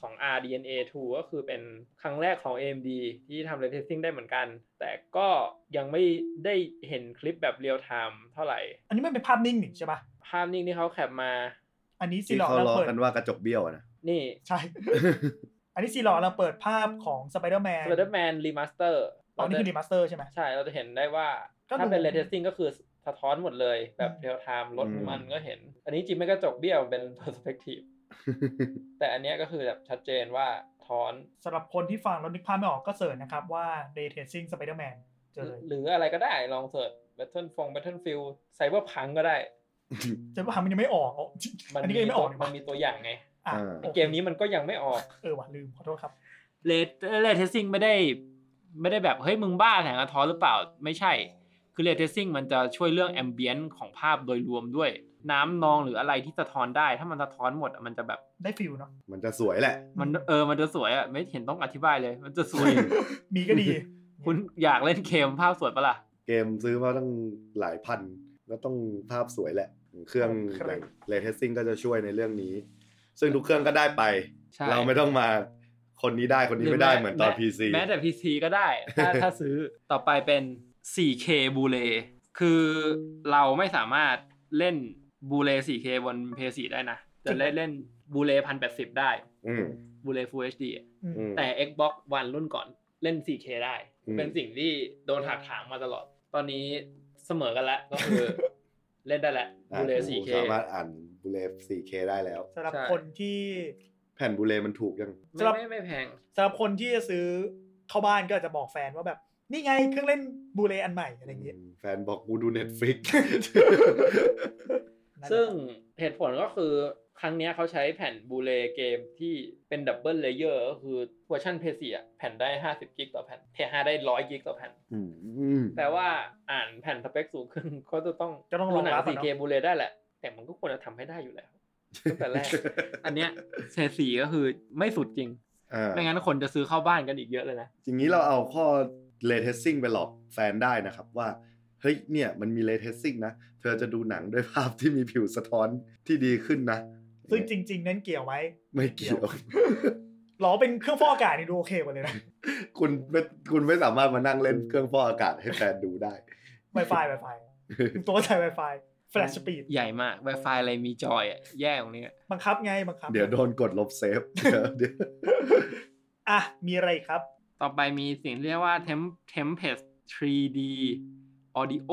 ของ RDNA 2 ก็คือเป็นครั้งแรกของ AMD ที่ทำ Ray Tracing ได้เหมือนกัน แต่ก็ยังไม่ได้เห็นคลิปแบบเรียลไทม์เท่าไหร่
อันนี้มันเป็นภาพนิ่งหนิใช่ปะ
ภาพนิ่งที่เขาแคปมา
อันนี้ซี
ที่
หลอก
เขา
เรา
ล้อ
เปิด
กันว่ากระจกเบี้ยวอะนะ
นี่
ใช่ อันนี้ซีหลอกเราเปิดภาพของสไปเดอร์แมน
ส p i เดอร์แมนรีมาสเตอร์
ตอนนี้คือดีมาสเตอร์ใช่ไหม
ใช่ เราจะเห็นได้ว่า
ก็ดู
ถ้าเป็นเร y เทสซิ่งก็คือสะท้อนหมดเลยแบบ
อืม
เรียลไทม์รถ
อืม
มันก็เห็น อันนี้จริงไม่กระจกเบี้ยวมัน เป็นเพอร์สเปกทีฟแต่อันเนี้ยก็คือแบบชัดเจนว่าสะท้อน
สำหรับคนที่ฟังแล้วนึกภาพไม่ออกก็เสิร์ชนะครับว่า Ray Tracing Spider-Man เจอเลย
หรืออะไรก็ได้ลองเสิร์ช Battle ฟง Battlefield ไซเบอร์พังก็ได้
จะว่ามันยังไม่ออกอ๋ออันนี้ก็ยังไม่ออกนี่
มั
วะ
นมีตัวอย่างไง
อ่ะ
อ่า
โอค
เกมนี้มันก็ยังไม่ออก
เออว่ะลืมขอโทษครับ
เลทเลทเทสซิ่งไม่ได้ไม่ได้แบบเฮ้ยมึงบ้าแสงอาท้อนหรือเปล่าไม่ใช่ คือเลทเทสซิ่งมันจะช่วยเรื่องแอมเบียนต์ของภาพโดยรวมด้วย น้ำนองหรืออะไรที่สะท้อนได้ ถ้ามันสะท้อนหมดอะมันจะแบบ
ได้ฟิลเนาะ
มันจะสวยแหละ
มันเออมันจะสวยอ่ะไม่เห็นต้องอธิบายเลย มันจะส วย
มีก็ดี
คุณอยากเล่นเกมภาพสวยปะล่ะ
เกมซื้อมาตั้งหลายพัน ก็ต้องภาพสวยแหละ เครื่องอย่าง ray tracing ก็จะช่วยในเรื่องนี้ ซึ่งทุกเครื่องก็ได้ไป
ใช่
เราไม่ต้องมาคนนี้ได้คนนี้ไม่ได้
รื
เหมือนตอน
แม้
PC
แม้แต่ PC ก็ ได้ ถ้าถ้าซื้อต่อไปเป็น 4K บูเลคือเราไม่สามารถเล่นบูเล 4K บน PS4 ได้นะจะเล่นเล่นบูเล1080 ได้
อืม
บูเล Full HD อะ
อืม
อืม
แต่ Xbox One รุ่นก่อนเล่น 4K ได้
อืม
เป็นสิ่งที่โดนถากถางมาตลอด ตอนนี้เสมอกันแล้วก็ คือ เล่นได้แล้ว
อ่ะ
บูเล
ผม
4K
สามารถอ่านบูเล 4K ได้แล้ว
สำหรับ
ใช่
คนที่
แผ่นบูเลมันถูกยัง
ไม่ไม่ไม่แพง
สำหรับคนที่จะซื้อเข้าบ้านก็อาจจะบอกแฟนว่าแบบ นี่ไงเครื่องเล่นบูเลอันใหม่อะไรอย่างเงี้ย
แฟนบอกกูดูเน็ตฟลิก
นั่นแหละ
ซึ่งเหตุผลก็คือครั้งเนี้ยเขาใช้แผ่นบูเลเกมที่เป็นดับเบิลเลเยอร์ก็คือเวอร์ชันเพย์สี่อะแผ่นได้ 50 กิกต่อแผ่นเพย์ห้าได้ 100 กิกต่อแผ่น แต่ว่าอ่านแผ่นสเปคสูงขึ้นก็จะต้อง
ก็ต้องรอง
หนั
รับอะ
สี่
เนาะ
เกมบูเลได้แหละ แต่มันก็ควรจะทำให้ได้อยู่แล้ว ตั้งแต่แรก อันเนี้ยเซสีก็คือไม่สุดจริง
อ่า
ไม่งั้นคนจะซื้อเข้าบ้านกันอีกเยอะเลยนะ
อย่างนี้เราเอาข้อ ray tracing ไปหลอกแฟนได้นะครับว่า เฮ้ยเนี่ยมันมี ray tracing นะ เธอจะดูหนังด้วยภาพที่มีผิวสะท้อนที่ดีขึ้นนะ
ซึ่งจริง ๆ นั้นเกี่ยวไหม
ไม่เกี่ยว
หรอเป็นเครื่องฟอกอากาศนี่ดูโอเคกว่าเลยนะ
คุณไม่คุณไม่สามารถมานั่งเล่นเครื่องฟอกอากาศให้แฟนดูได้
Wi-Fi Wi-Fi ตัวใช้ Wi-Fi แฟลชสปีด
ใหญ่มาก Wi-Fi อะไรมีจอยอะแย่ตรงนี้อะ
บังคับไงบังคับ
เดี๋ยวโดนกดลบเซฟ เดี๋ยวเดี๋ยว
อ่ะมีอะไรอีกครับ
ต่อไปมีสิ่งที่เรียกว่า Temp Tempest 3D Audio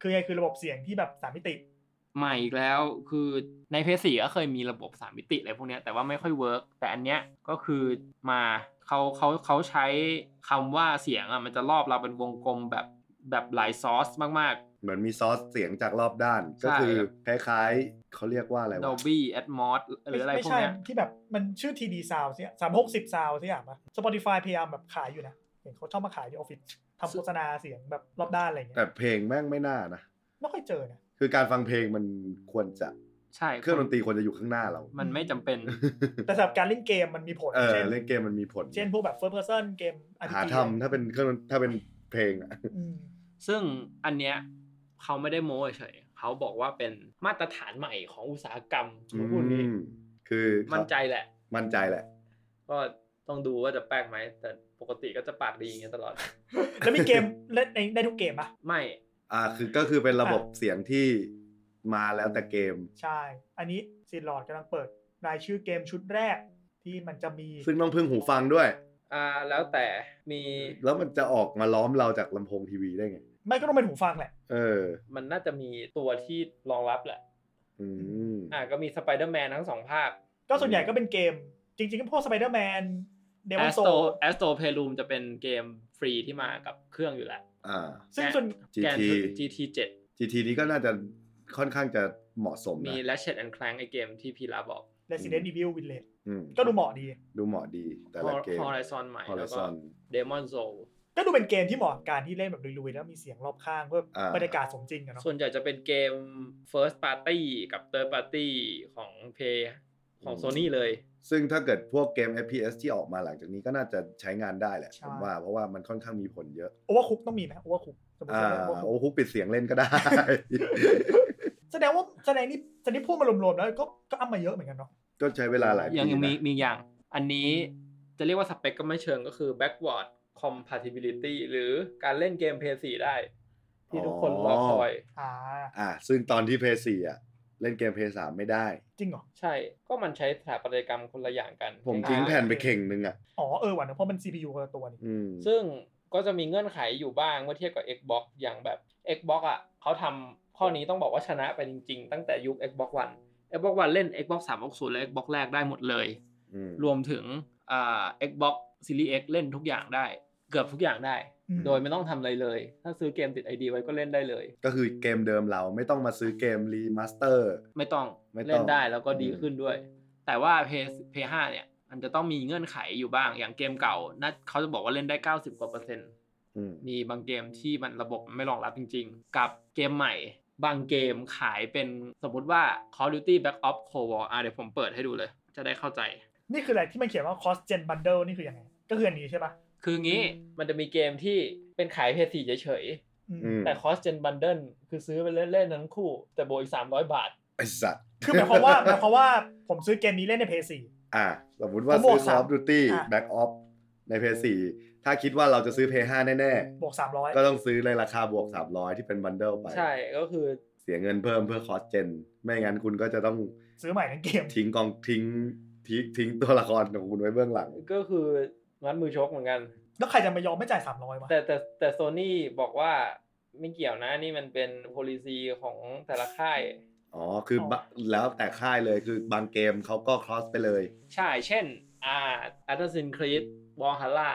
คือไงคือระบบเสียงที่แบบสามมิติ
ใหม่อีกแล้วคือในเพจสีก็เคยมีระบบ 3 มิติอะไรพวกเนี้ยแต่ว่าไม่ค่อยเวิร์กแต่อันเนี้ยก็คือมาเขาเขาเขาใช้คำว่าเสียงอ่ะมันจะรอบเราเป็นวงกลมแบบแบบหลายซอสมาก
เหมือนมีซอสเสียงจากรอบด้าน
ใช่
ก็คือคล้ายๆ เขาเรียกว่าอะไร
ๆ
วะ
Dolby Atmos หรืออะไร
ไม่
พวก
ใช่
เนี้ย
ที่แบบมันชื่อ TD Sound เนี่ยสามหกสิบซาวที่อย่างปะ Spotify พยายามแบบขายอยู่นะ เห็นเขาชอบมาขายที่ออฟฟิศทำโฆษณาเสียงแบบรอบด้านอะไรเงี้ย
แต่เพลงแม่งไม่น่านะ
ไม่ค่อยเจอนะ
คือการฟังเพลงมันควรจะ
ใช่
เครื่องดนตรีควรจะอยู่ข้างหน้าเรา
มันไม่จำเป็น
แต่สำหรับการเล่นเกมมันมีผล
เออ
เช่น
เล่นเกมมันมีผล
เช่นพวกแบบ first person เกม RPG
หาทำถ้าเป็นเครื่องถ้าเป็นเพลงอะ
อืม
ซึ่งอันเนี้ยเขาไม่ได้โม้เฉยๆเขาบอกว่าเป็นมาตรฐานใหม่ของอุตสาหกรรมของพวกนี้
อืมคือ
มั่นใจแหละ
มั่นใจแหละ
ก็ต้องดูว่าจะแปลกไหมแต่ปกติก็จะปากดีอย่างเงี้ยตลอด
แล้วมีเกมเล่นในได้ทุกเกมปะ
ไม่
อ่าคือก็คือเป็นระบบเสียงที่มาแล้วแต่เกม
ใช่ อันนี้ซีลอร์ดกำลังเปิดรายชื่อเกมชุดแรกที่มันจะมี
ซึ่งต้องพึ่งหูฟังด้วย
อ่าแล้วแต่มี
แล้วมันจะออกมาล้อมเราจากลำโพงทีวีได้ไง
ไม่ก็ต้องเป็นหูฟังแหละ
เออ
มันน่าจะมีตัวที่รองรับแหละ
อืม
อ่าก็มีสไปเดอร์แมนทั้งสองภาค
ก็ส่วนใหญ่ก็เป็นเกม จริงๆก็พวกสไปเดอร์แมนเด
แอ
วัน
ส
โซ
โตแอสโตเพลูมจะเป็นเกมฟรีที่มากับเครื่องอยู่แล้ว
อ่า
ซึ่งส่วน
GT
แกน GT 7
GT นี้ก็น่าจะค่อนข้างจะเหมาะสม
มี
นะ
และเชดแอนคลังไอเกมที่พี่ลาบอก
Resident Evil Village
อืม
ก็ดูเหมาะดี
ดูเหมาะดีแต่ละเกม
Horizon ใหม่แล้วก็
Horizon
Demon Soul
ก็ดูเป็นเกมที่เหมาะกับการที่เล่นแบบลุยๆแล้วมีเสียงรอบข้างเพื่ออา บรรยากาศสมจริงอะเนาะ
ส่วนใหญ่จะเป็นเกม First Party กับ Third Party ของ p a y ของ Sony เลย
ซึ่งถ้าเกิดพวกเกม FPS ที่ออกมาหลังจากนี้ก็น่าจะใช้งานได้แหละผมว่าเพราะว่ามันค่อนข้างมีผลเยอะ
โอเวอร์คุกต้องมีไหมโอเวอร์คุกสมมติ
อ่า
ว่าโอเวอร์คุก
โอ้โหปิดเสียงเล่นก็ได้
แสดงว่าแสดงนี่แสดงนี่พูดมารวมๆแล้วก็ก็อัมมาเยอะเหมือนกันเนาะ
ก็ใช้เวลาหลายปี
ยังยังมี
นะ
มีอย่าง อันนี้จะเรียกว่าสเปคก็ไม่เชิงก็คือ backward compatibility หรือการเล่นเกม p 4ได้ ที่ทุกคนรอคอย
อ่า
อ่า ซึ่งตอนที่เพย์สี่อ่ะ เล่นเกมเพย์สามไม่ได้
จริงเหรอ
ใช่ก็มันใช้สถาปัตยกรรมคนละอย่างกัน
ผมทิ้งแผ่นไปเข่งนึงอ่ะ
อ๋อเออว่ะเนอะเพราะมัน CPU คนละตัวนี่
อืม
ซึ่งก็จะมีเงื่อนไขอยู่บ้างเมื่อเทียบกับ Xbox อย่างแบบ Xbox อ่ะเขาทำข้อนี้ต้องบอกว่าชนะไปจริงๆ ตั้งแต่ยุค Xbox One Xbox One เล่น Xbox 360 และ Xbox แรกได้หมดเลย
อืม
รวมถึงอ่า Xbox Series X เล่นทุกอย่างได้ เกือบทุกอย่างได้
อืม
โดยไม่ต้องทำอะไรเลย ถ้าซื้อเกมติด ID ไว้ก็เล่นได้เลย
ก็คือเกมเดิมเราไม่ต้องมาซื้อเกมรีมาสเตอร์
ไม่ต้อง
ไม่ต้อง
เล่นได้แล้วก็ดี
อืม
ขึ้นด้วย แต่ว่า PS PS5 เนี่ย มันจะต้องมีเงื่อนไขอยู่บ้าง อย่างเกมเก่านาเขาจะบอกว่าเล่นได้ 90 กว่าเปอร์เซ็นต์
อืม
มีบางเกมที่มันระบบไม่รองรับจริง ๆ กับเกมใหม่ บางเกมขายเป็นสมมติว่า Call of Duty Black Ops Cold War อ่ะเดี๋ยวผมเปิดให้ดูเลย จะได้เข้าใจ
นี่คืออะไรที่มันเขียนว่า cross gen bundle นี่คือยังไงก็คืออันนี้ใช่ปะ
คืองี้มันจะมีเกมที่เป็นขาย PS4 เฉย
อืม
อืม
ๆแต่ Cross Gen Bundle คือซื้อไปเล่นๆทั้งคู่ แต่โบวกอีก300 บาท
ไอสัตว์
คือหมายความว่าหมายความว่าผมซื้อเกมนี้เล่นในเพย์สี่
อ่า สมมติว่า
ผมบ
ซื้
ว
อก คอ
สาม
ฟดูตี้
อ่ะ
แบ็กออฟในเพย์สี่ถ้าคิดว่าเราจะซื้อเพย์ห้าแน่
บวกสามร้อย
ๆ ก็ต้องซื้อในราคาบวก 300 ที่เป็นบันเดิลไป
ใช่ก็คือ
เสียเงินเพิ่มเพื่อคอสเจน ไม่งั้นคุณก็จะต้อง
ซื้อใหม่ทั้งเกม
ทิ้งกองทิ้งทิ้งทิ้งตัวละครของคุณไว้เบื้องหลัง
ก็คือมัดมือชกเหมือนกัน
แล้วใครจะมายอมไม่จ่ายสามร้อยวะ
แต่แต่แต่โซนี่บอกว่าไม่เกี่ยวนะนี่มันเป็น policy ของแต่ละค่าย
อ๋อ คืออบะแล้วแต่ค่ายเลยคือบางเกมเขาก็ครอสไปเลย
ใช่ เช่น อ่า Assassin's Creed Valhalla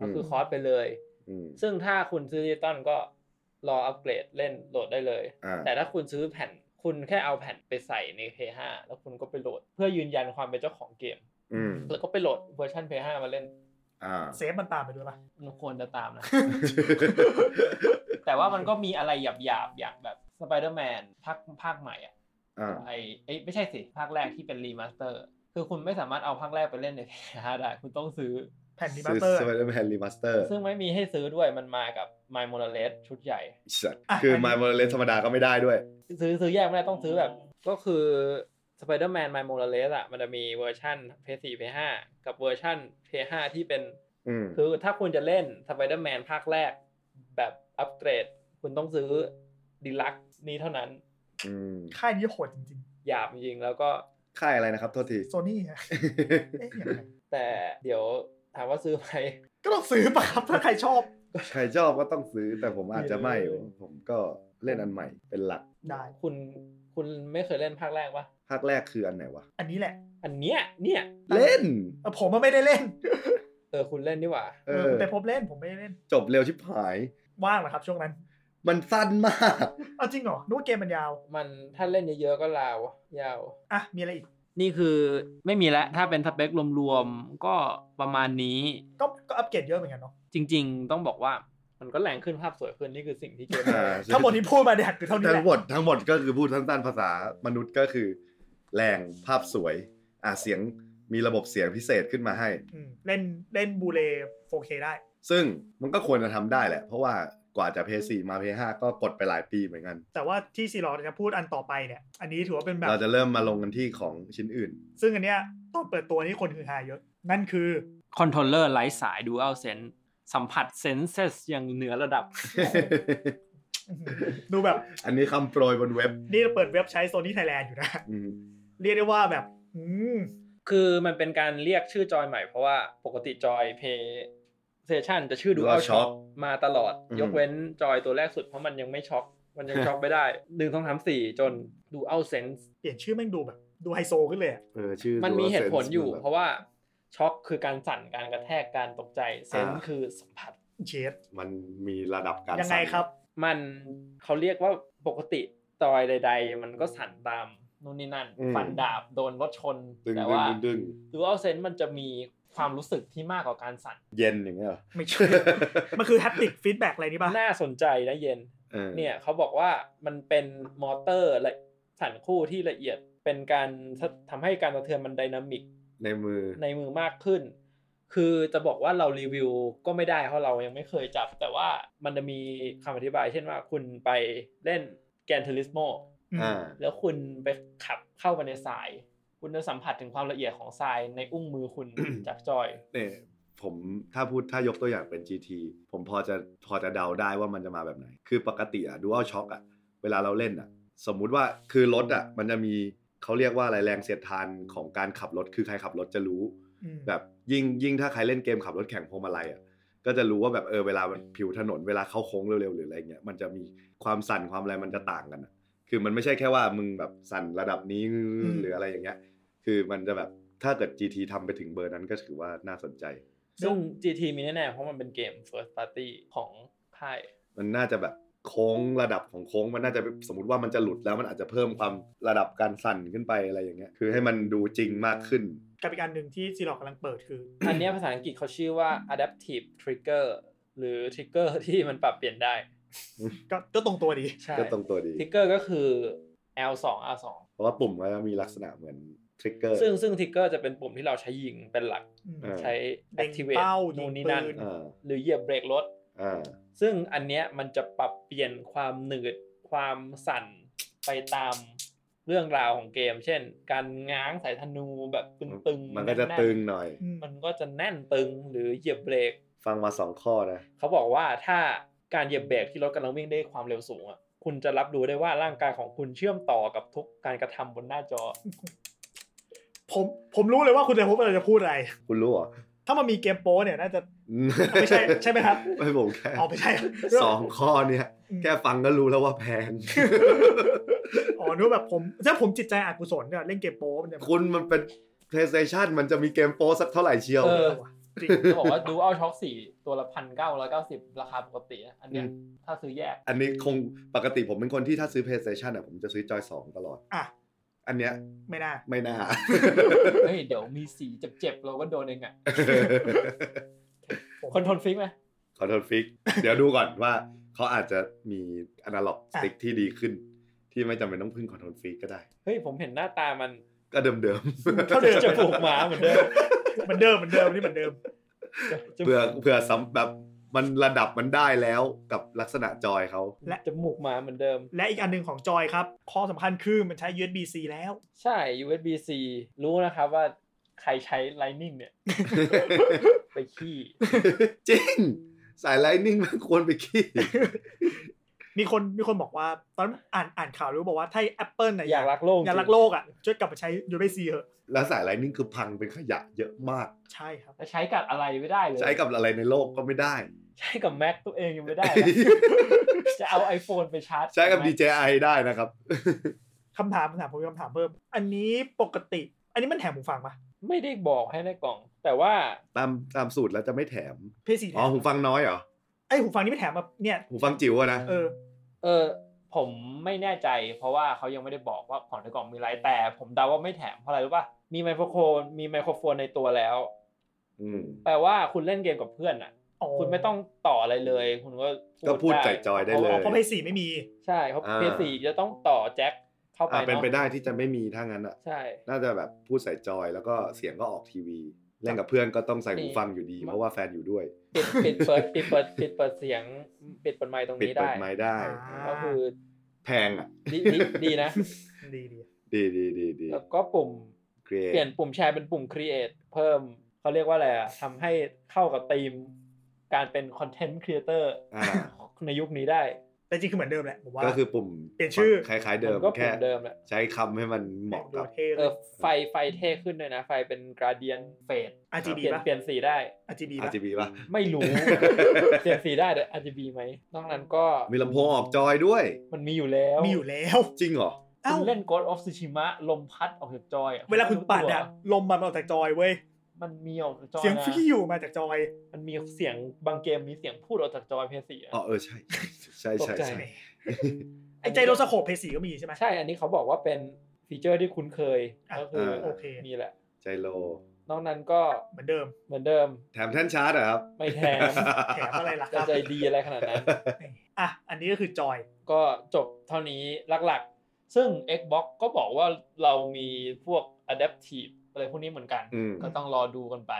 ก็คือคอร์สไปเลย
อืม
ซึ่งถ้าคุณซื้อดิจิตอลก็รออัปเกรดเล่นโหลดได้เลย
อ่า
แต่ถ้าคุณซื้อแผ่น คุณแค่เอาแผ่นไปใส่ใน P5 แล้วคุณก็ไปโหลด เพื่อยืนยันความเป็นเจ้าของเกม
อืม
แล้วก็ไปโหลดเวอร์ชัน P5 มาเล่น
อ่า
เซฟมันตามไปด้วยปะ
มันควรจะตามนะ แต่ว่ามันก็มีอะไรหยาบๆ อย่างแบบ Spider-Man ภาคภาคใหม่อ่ะ
อ่า
ไอเอ้ยไม่ใช่สิ ภาคแรกที่เป็นรีมาสเตอร์ คือคุณไม่สามารถเอาภาคแรกไปเล่นใน P5 ได้ คุณต้องซื้อ
แผ่นดีมาส
ซื้อ
เตอร์
สไปเดอร์แมนรีมาสเตอร์
ซึ่งไม่มีให้ซื้อด้วยมันมากับ My m o n o l i t h ชุดใหญ่
อ่ะ
คือ
อันนี้
มาโมเลสธรรมดาก็ไม่ได้ด้วย
ซื้อซื้อแยกไม่ได้ต้องซื้อแบบ ก็คือ Spider-Man My m o n o l i t h อ่ะมันจะมีเวอร์ชัน PS4 PS5 กับเวอร์ชัน PS5 ที่เป็น
อืม
คือถ้าคุณจะเล่น Spider-Man ภาคแรก แบบอัปเกรด คุณต้องซื้อดีลักนี้เท่านั้น
อืม
ค่ายนี้โหดจริง
หยาบจริงๆแล้วก็
ค่ายอะไรนะครับ โทษที
ๆ โซนี่ฮะ เอ๊ะยังไง
แต่เดี๋ยวถามว่าซื้อไหม
ก็ต้องซื้อปะครับ ถ้าใครชอบ
ใครชอบก็ต้องซื้อแต่ผมอาจจะไม่ผมก็เล่นอันใหม่เป็นหลัก
ได้
คุณคุณไม่เคยเล่นภาคแรกปะ
ภาคแรกคืออันไหนวะ
อันนี้แหละ
อันเนี้ยเนี่ย
เล่น
เออผมมันไม่ได้เล่น
เออคุณเล่นนี่หว่า
เอ
เอ
อ
อแต่ผมเล่นผมไม่ได้เล่น
จบเร็วชิบหาย
ว่างเหรอครับช่วงนั้น
มันสั้นมาก
เอาจริงเหรอนึกว่าเกมมันยาว
มันถ้าเล่นเยอะๆก็ลาว ยาว
อ่ะ มีอะไรอีก
นี่คือไม่มีแล้วถ้าเป็นสเปครวมๆ ก็ประมาณนี้
ก็ก็อัปเกรดเยอะเหมือนกันเนาะ
จริงๆ ต้องบอกว่ามันก็แรงขึ้นภาพสวยขึ้น นี่คือสิ่งที่เกม
อ่า
ทั้งหมดที่พูดมาเนี่ยคือเท่านี้แห
ทั้
ละ
งหมดทั้งหมดก็คือพูดสั้นๆภาษามนุษย์ก็คือ แรงภาพสวย อ่าเสียงมีระบบเสียงพิเศษขึ้นมาให้
อืมเล่นเล่นบูเล 4K ได้
ซึ่งมันก็ควรจะทำได้แหละ เพราะว่ากว่าจะเพย์สมาเพย์ห้าก็กดไปหลายปีเหมือนกัน
แต่ว่าที่ซีรอจะพูดอันต่อไปเนี่ย อันนี้ถือว่าเป็นแบบ
เราจะเริ่มมาลงกันที่ของชิ้นอื่น
ซึ่งอันเนี้ยตอนเปิดตัวนี่คนฮือฮาเยอะ นั่นคือ
คอนโทรลเลอร์ไร้สาย Dual Sense สัมผัสเซนเซสอย่างเหนือระดับ
ดูแบบ
อันนี้คำโปรยบนเว็บ
นี่เราเปิดเว็บใช้โซนี่ไทยแลนด์อยู่นะ
อืม
เรียกได้ว่าแบบ อืม
คือมันเป็นการเรียกชื่อจอยใหม่เพราะว่าปกติจอยเพย์เซชันจะชื่อดูเอาช็อคมาตลอด ยกเว้นจอยตัวแรกสุดเพราะมันยังไม่ช็อคมันยังช็อคไม่ได้หนึ่งสองสามสี่จนดูเอาเซนส์
เปลี่ยนชื่อแม่งดูแบบ ดูไฮโซขึ้นเลยอะ
เออชื่อ
มันมีเหตุผลอยู่
แบบ
เพราะว่าช็อคคือการสั่นการกระแทกการตกใจเซนส์
อ่า
คือสัมผัส
เชด
มันมีระดับการ
ยังไง
สั่น
ครับ
มันเขาเรียกว่าปกติจอยใด ๆ มันก็สั่นตามนู่นนี่นั่น ฟันดาบโดนรถชน
ดึง
แต่
ดึง
ว่า
ดึงดึง
ดูเอาเซนส์มันจะมีความรู้สึกที่มากกว่าการสั่น
เย็นอย่างเงี้ยเหรอ
ไม่ใช่ มันคือแฮปติกฟีดแบ็กอะไรนี่ปะ
น่าสนใจนะเย็น
ออ
เนี่ยเขาบอกว่ามันเป็นมอเตอร์ละสั่นคู่ที่ละเอียดเป็นการทำให้การสะเทือนมันไดนามิก
ในมือ
ในมือมากขึ้น คือจะบอกว่าเรารีวิวก็ไม่ได้เพราะเรายังไม่เคยจับ แต่ว่ามันจะมีคำอธิบาย เช่นว่าคุณไปเล่นแกนเทลิสโม
อืม
อ่า
แล้วคุณไปขับเข้าไปในทราย คุณจะสัมผัสถึงความละเอียดของทรายในอุ้งมือคุณ จากจอย
เนี่ยผมถ้าพูดถ้ายกตัวอย่างเป็น GT ผมพอจะพอจะเดาได้ว่ามันจะมาแบบไหน คือปกติอะดูอัลช็อคอะเวลาเราเล่นอะสมมุติว่าคือรถอะมันจะมีเขาเรียกว่าอะไรแรงเสียดทานของการขับรถ คือใครขับรถจะรู้
อืม
แบบยิ่งยิ่งถ้าใครเล่นเกมขับรถแข่งพวงมาลัยอ่ะก็จะรู้ว่าแบบเออเวลามันผิวถนนเวลาเข้าโค้งเร็วๆหรืออะไรเงี้ยมันจะมีความสั่นความอะไรมันจะต่างกันอะคือมันไม่ใช่แค่ว่ามึงแบบสั่นระดับนี้หรืออะไรอย่างเงี้ย คือมันจะแบบถ้าเกิด GT ทำไปถึงเบอร์นั้นก็ถือว่าน่าสนใจ
ซึ่ง GT มีแน่ๆ เพราะมันเป็นเกม first party ของค่าย
มันน่าจะแบบโค้งระดับของโค้งมันน่าจะสมมติว่ามันจะหลุดแล้วมันอาจจะเพิ่มความระดับการสั่นขึ้นไปอะไรอย่างเงี้ยคือให้มันดูจริงมากขึ้น
กับอีกอันหนึ่งที่ซีหลอกกำลังเปิดคือ
อันเนี้ยภาษาอังกฤษเขาชื่อว่า adaptive trigger หรือ trigger ที่มันปรับเปลี่ยนได้
ก็ก็ตรงตัวดี
ใช่
ก็ตรงตัวดี
trigger ก็คือ L2 R2
เพราะว่าปุ่มมันมีลักษณะเหมือนทริกเกอร์
ซึ่งซึ่ง trigger จะเป็นปุ่มที่เราใช้ยิงเป็นหลัก
อืม
เออ
ใช้
เล็ง
activate
เป้ายิง
นู่นนี่นั่น
ปืน
อ่า
หรือเหยียบเบรกรถ
อ่า
ซึ่งอันเนี้ยมันจะปรับเปลี่ยนความหนืดความสั่นไปตามเรื่องราวของเกม เช่น การง้างสายธนูแบบตึงๆ
มันก็จะ
แ
ตึงหน่อย
อืม
มันก็จะแน่นตึงหรือเหยียบเบรก
ฟังมาสองข้อนะ
เขาบอกว่าถ้าการเหยียบเบรกที่รถกำลังวิ่งได้ความเร็วสูงอ่ะคุณจะรับรู้ได้ว่าร่างกายของคุณเชื่อมต่อกับทุกการกระทำบนหน้าจอ
ผมผมรู้เลยว่าคุณจะพบอะไรจะพูดอะไร
คุณรู้เหรอ
ถ้ามันมีเกมโป้เนี่ยน่าจะ ไม่ใช่ใช่ไหมครับ
ไม่ผมแค่
อ๋อไม่ใช่
สองข้อเนี่ย
อืม
แค่ฟังก็รู้แล้วว่าแพ ง
อ๋อนึกว่าแบบผมถ้าผมจิตใจอากุศลเนี่ยเล่นเกมโป้มันจะ
คุณมันเป็น PlayStation มันจะมีเกมโปรสักเท่าไหร่เชียว
เออ
จริง
เขาบอกว่าดูเอาช็อคสี่ตัวละพันเก้าร้อยเก้าสิบราคาปกตินะอันเนี้ย
อืม
ถ้าซื้อแยก
อันนี้คงปกติผมเป็นคนที่ถ้าซื้อ PlayStation อ่ะผมจะซื้อจอย 2 ตลอด
อ่ะ
อันเนี้ย
ไม่น่า
ไม่ น่า
เฮ้ยเดี๋ยวมีสีเจ็บๆเราก็โดนเองอ่ะคนทนฟิกไหม
ขอโทษฟิก เดี๋ยวดูก่อนว่าเขาอาจจะมีอนาล็อกสติ๊กที่ดีขึ้น ที่ไม่จำเป็นต้องพึ่งคอนโทรลฟิกก็ได้
เฮ้ยผมเห็นหน้าตามัน
ก็เดิมเดิมๆ
เท่าเดิม
จะปลูกหมาเหมือนเดิม
เหมือนเดิมเหมือนเดิมนี่เหมือนเดิม
จะจะ
เพื่อเพื่อสำแบบมันระดับมันได้แล้วกับลักษณะจอย เขา
จมูกหมาเหมือนเดิม
และอีกอันหนึ่งของจอยครับ ข้อสำคัญคือมันใช้ USB C แล้ว
ใช่ USB C รู้นะครับว่าใครใช้ Lightning เนี่ย ไปขี้
จริง สายไลนิ่งมันควรไปขี้
มีคนมีคนบอกว่าตอนอ่านอ่านข่าวรู้บอกว่าถ้า Apple น่ะ
อยากรักโลก
อยากรักโลกอ่ะช่วยกลับมาใช้ USB C เถอะ
แล้วสายไลนิ่งคือพังเป็นขยะเยอะมาก
ใช่ครับ
จะใช้กับอะไรไม่ได้เลย
ใช้กับอะไรในโลกก็ไม่ได้
ใช้กับ Mac ตัวเองยังไม่ ได้นะ จะเอา iPhone ไปชาร์จ
ใช้ กับ
ไหม
DJI ได้นะครับ
คำถามคำถามผมมีคำถามเพิ่ม อันนี้ปกติ อันนี้มันแถมหูฟังปะ
ไม่ได้บอกให้ในกล่อง แต่ว่า
ตามตามสูตรแล้วจะไม่แถม
เพสีแถ
อ๋อ
ม
หูฟังน้อยเหรอ
ไอยหูฟังนี่ไม่แถมแบบเนี่ย
หูฟังจิ๋วอะนะ
เออ
เออผมไม่แน่ใจ เพราะว่าเขายังไม่ได้บอกว่าของในกล่องมีอะไรแต่ ผมเดาว่าไม่แถมเพราะอะไรรู้ป่ะมีไมโครโฟนมีไมโครโฟนในตัวแล้ว
อืม
แปลว่าคุณเล่นเกมกับเพื่อนอ่ะ
อ๋อ
คุณไม่ต้องต่ออะไรเลย คุณก็
ก็พูดใจจอยได้เลย
เพราะเพสีไม่มี
ใช่เขา
อ่า
เพสีจะต้องต่อแจ็คเข้าไป
อ่าเป็น
เนาะ
ไปได้ที่จะไม่มีถ้างั้นอ่ะ
ใช่
น่าจะแบบพูดใส่จอยแล้วก็เสียงก็ออกทีวี เล่นกับเพื่อนก็ต้องใส่หูฟังอยู่ดี เพราะว่าแฟนอยู่ด้วย
ปิดปิดเปิดปิดเปิดปิดเปิดเสียงปิดเปิดไมค์ตรง
ปิด
นี้
เปิ
ได้
ดไม้ได้
อ่า
ก็คือ
แพงอ่ะ
ดีดีดีนะ
ดีดี
ดีดีดีดี
แล้วก็ปุ่ม
เครีย
เปลี่ยนปุ่มแชร์เป็นปุ่ม create เพิ่มเขาเรียกว่าอะไรอะทำให้เข้ากับธีมการเป็น content creator
อ่า
ในยุคนี้ได้
แต่ แต่จริงคือเหมือนเดิมแหละผมว่า
ก็คือปุ่ม
เปลี่ยนชื่อ
คล้าย ๆ เดิม
นก็เห
แค่
มือนเดิมแหละ
ใช้คำให้มันเหมาะ
ดู
กับ
เท่เล
เอย อไฟไฟเท่ขึ้นด้วยนะ ไฟเป็นกราเดียนเฟด
RGB
เปลี่ยน
ปะ
เปลี่ยนสีได้
RGB ปะ
RGB ป่ะ
ไม่ รู้ เปลี่ยนสีได้แต่ RGB ไหมนอกนั้นก็
มีลำโพงออกจอยด้วย
มันมีอยู่แล้ว
มีอยู่แล้ว
จริงเหรอ
เอ้า
คุณเล่น Ghost of Tsushima ลมพัดออกจากจอยอะ
เวลาคุณปัดอะลมมันออกจากจอยเว้ย
มันมีออกจากจอย
เสียง
นะ
ฟิอยู่มาจากจอย
มันมีเสียงบางเกมมีเสียงพูดออกจากจอยเพย์สี่อะ
อ๋อเออใช่ ใช่ใช่
ตกใจ
ใช่
ไอ้ใจโรสโคปเพสีก็มีใช่ไหม
ใช่ อันนี้เขาบอกว่าเป็นฟีเจอร์ที่คุ้นเคย
อ่ะ
ก็คือ
โอเค
นี่แหละ
ใจโล
นอกนั้นก็
เหมือนเดิม
เหมือนเดิม
แถมแท่นชาร์จเหรอครับ
ไม่แถ ม
แถมอะไรล่ะค
จะ
รับ
ใจดีอะไรขนาดนั้น
อ่ะอันนี้ก็คือจอย
ก็จบเท่านี้หลักๆ ซึ่ง Xbox ก็บอกว่าเรามีพวก Adaptive อะไรพวกนี้เหมือนกัน
อืม
ก็ต้องรอดูกันไป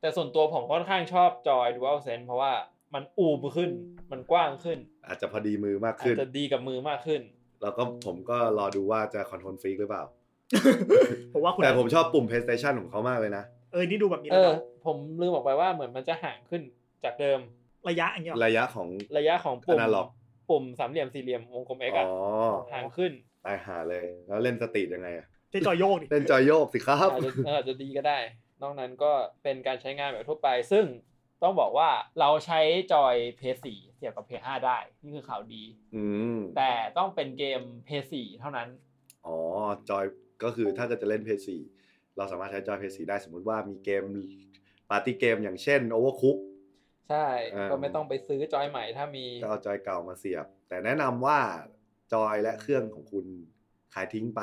แต่ส่วนตัวผมค่อนข้างชอบจอย Dual Sense เพราะว่ามันอูมขึ้น มันกว้างขึ้น
อาจจะพอดีมือมาก
อาจ
ขึ้น
จะดีกับมือมากขึ้น
แล้วก็ผมก็รอดูว่าจะคอนโทรลฟรีกหรือเปล่า
ผมว่าคุณ
แต่ผมชอบปุ่ม PlayStation ของเขามากเลยนะ
เออนี่ดูแบบมี
เอ
ระ
อ
ดับ
ผมลืมบอกไปว่าเหมือนมันจะห่างขึ้นจากเดิม
ระยะอย่างเงี้ยหรอ
ระยะของ
ระยะของปุ่ม
Analog
ปุ่มสามเหลี่ยมสี่เหลี่ยมวงกลม X
อ๋
อะ
อ
ห่างขึ้น
ตายหาเลย แล้วเล่นสตรีทยังไงอะ
ใช้จอยโยกดิ
เล่นจอยโยกสิครับ
อาจจะเอออาจจะดีก็ได้ นอกนั้นก็เป็นการใช้งานแบบทั่วไป ซึ่งต้องบอกว่าเราใช้จอย p พ4เสียบกับ p 5ได้ นี่คือข่าวดี
อืม
แต่ต้องเป็นเกม p พ4เท่านั้น
อ๋อ จอยก็คือถ้าเกิดจะเล่นเพย์ซีเราสามารถใช้จอยเพย์ซีได้สมมุติว่ามีเกมปาร์ตี้เกมอย่างเช่น Overcook
ใช่
อ่า
ก็ไม่ต้องไปซื้อจอยใหม่ถ้ามี
ก็เอาจอยเก่ามาเสียบ แต่แนะนำว่าจอยและเครื่องของคุณขายทิ้งไป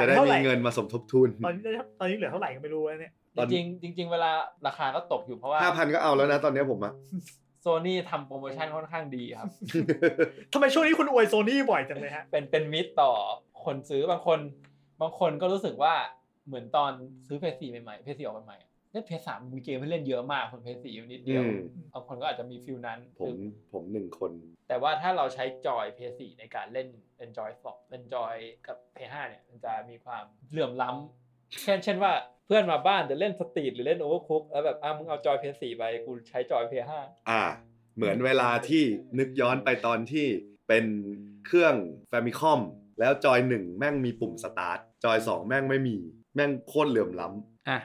จะได้มีเงินมาสมทบทุน
ตอนนี้ตอนนี้เหลือเท่าไหร่ก็ไม่รู้แล้วเนี่ย
ตอน
จริงๆจริง ๆ เวลาราคาก็ตกอยู่เพราะว่า
5,000 ก็เอาแล้วนะตอนเนี้ยผมอะ
โซนี่ทำโปรโมชั่นค่อนข้างดีครับ
ทำไมช่วงนี้คุณอวยโซนี่บ่อยจังเลยฮะ
เป็นเป็นมิตรต่อคนซื้อบางคน บางคนก็รู้สึกว่าเหมือนตอนซื้อเพย์สี่ใหม่ๆเพย์สี่ออกใหม่ๆเนี่ยเพย์สามมีเกมให้เล่นเยอะมากคนเพย์สี่อยู่นิดเดียว
อืม
บางคนก็อาจจะมีฟิลนั้น
ผมผมหนึ่งคน
แต่ว่าถ้าเราใช้จอยเพย์สี่ในการเล่นเป็นจอยสอบเป็นจอยกับเพย์ห้าเนี่ยมันจะมีความเหลื่อมล้ำเช่นเช่นว่าเพื่อนมาบ้านจะเล่นสตรีทหรือเล่นโอเวอร์คุกแล้วแบบอ่ะมึงเอาจอยเพย์สี่ไปกูใช้จอยเพย์ห้า
อ่า เหมือนเวลาที่นึกย้อนไปตอนที่เป็นเครื่องแฟมิคอมแล้วจอยหนึ่งแม่งมีปุ่มสตาร์ท จอยสองแม่งไม่มี แม่งโคตรเหลื่อมล้ำ
อ่ะ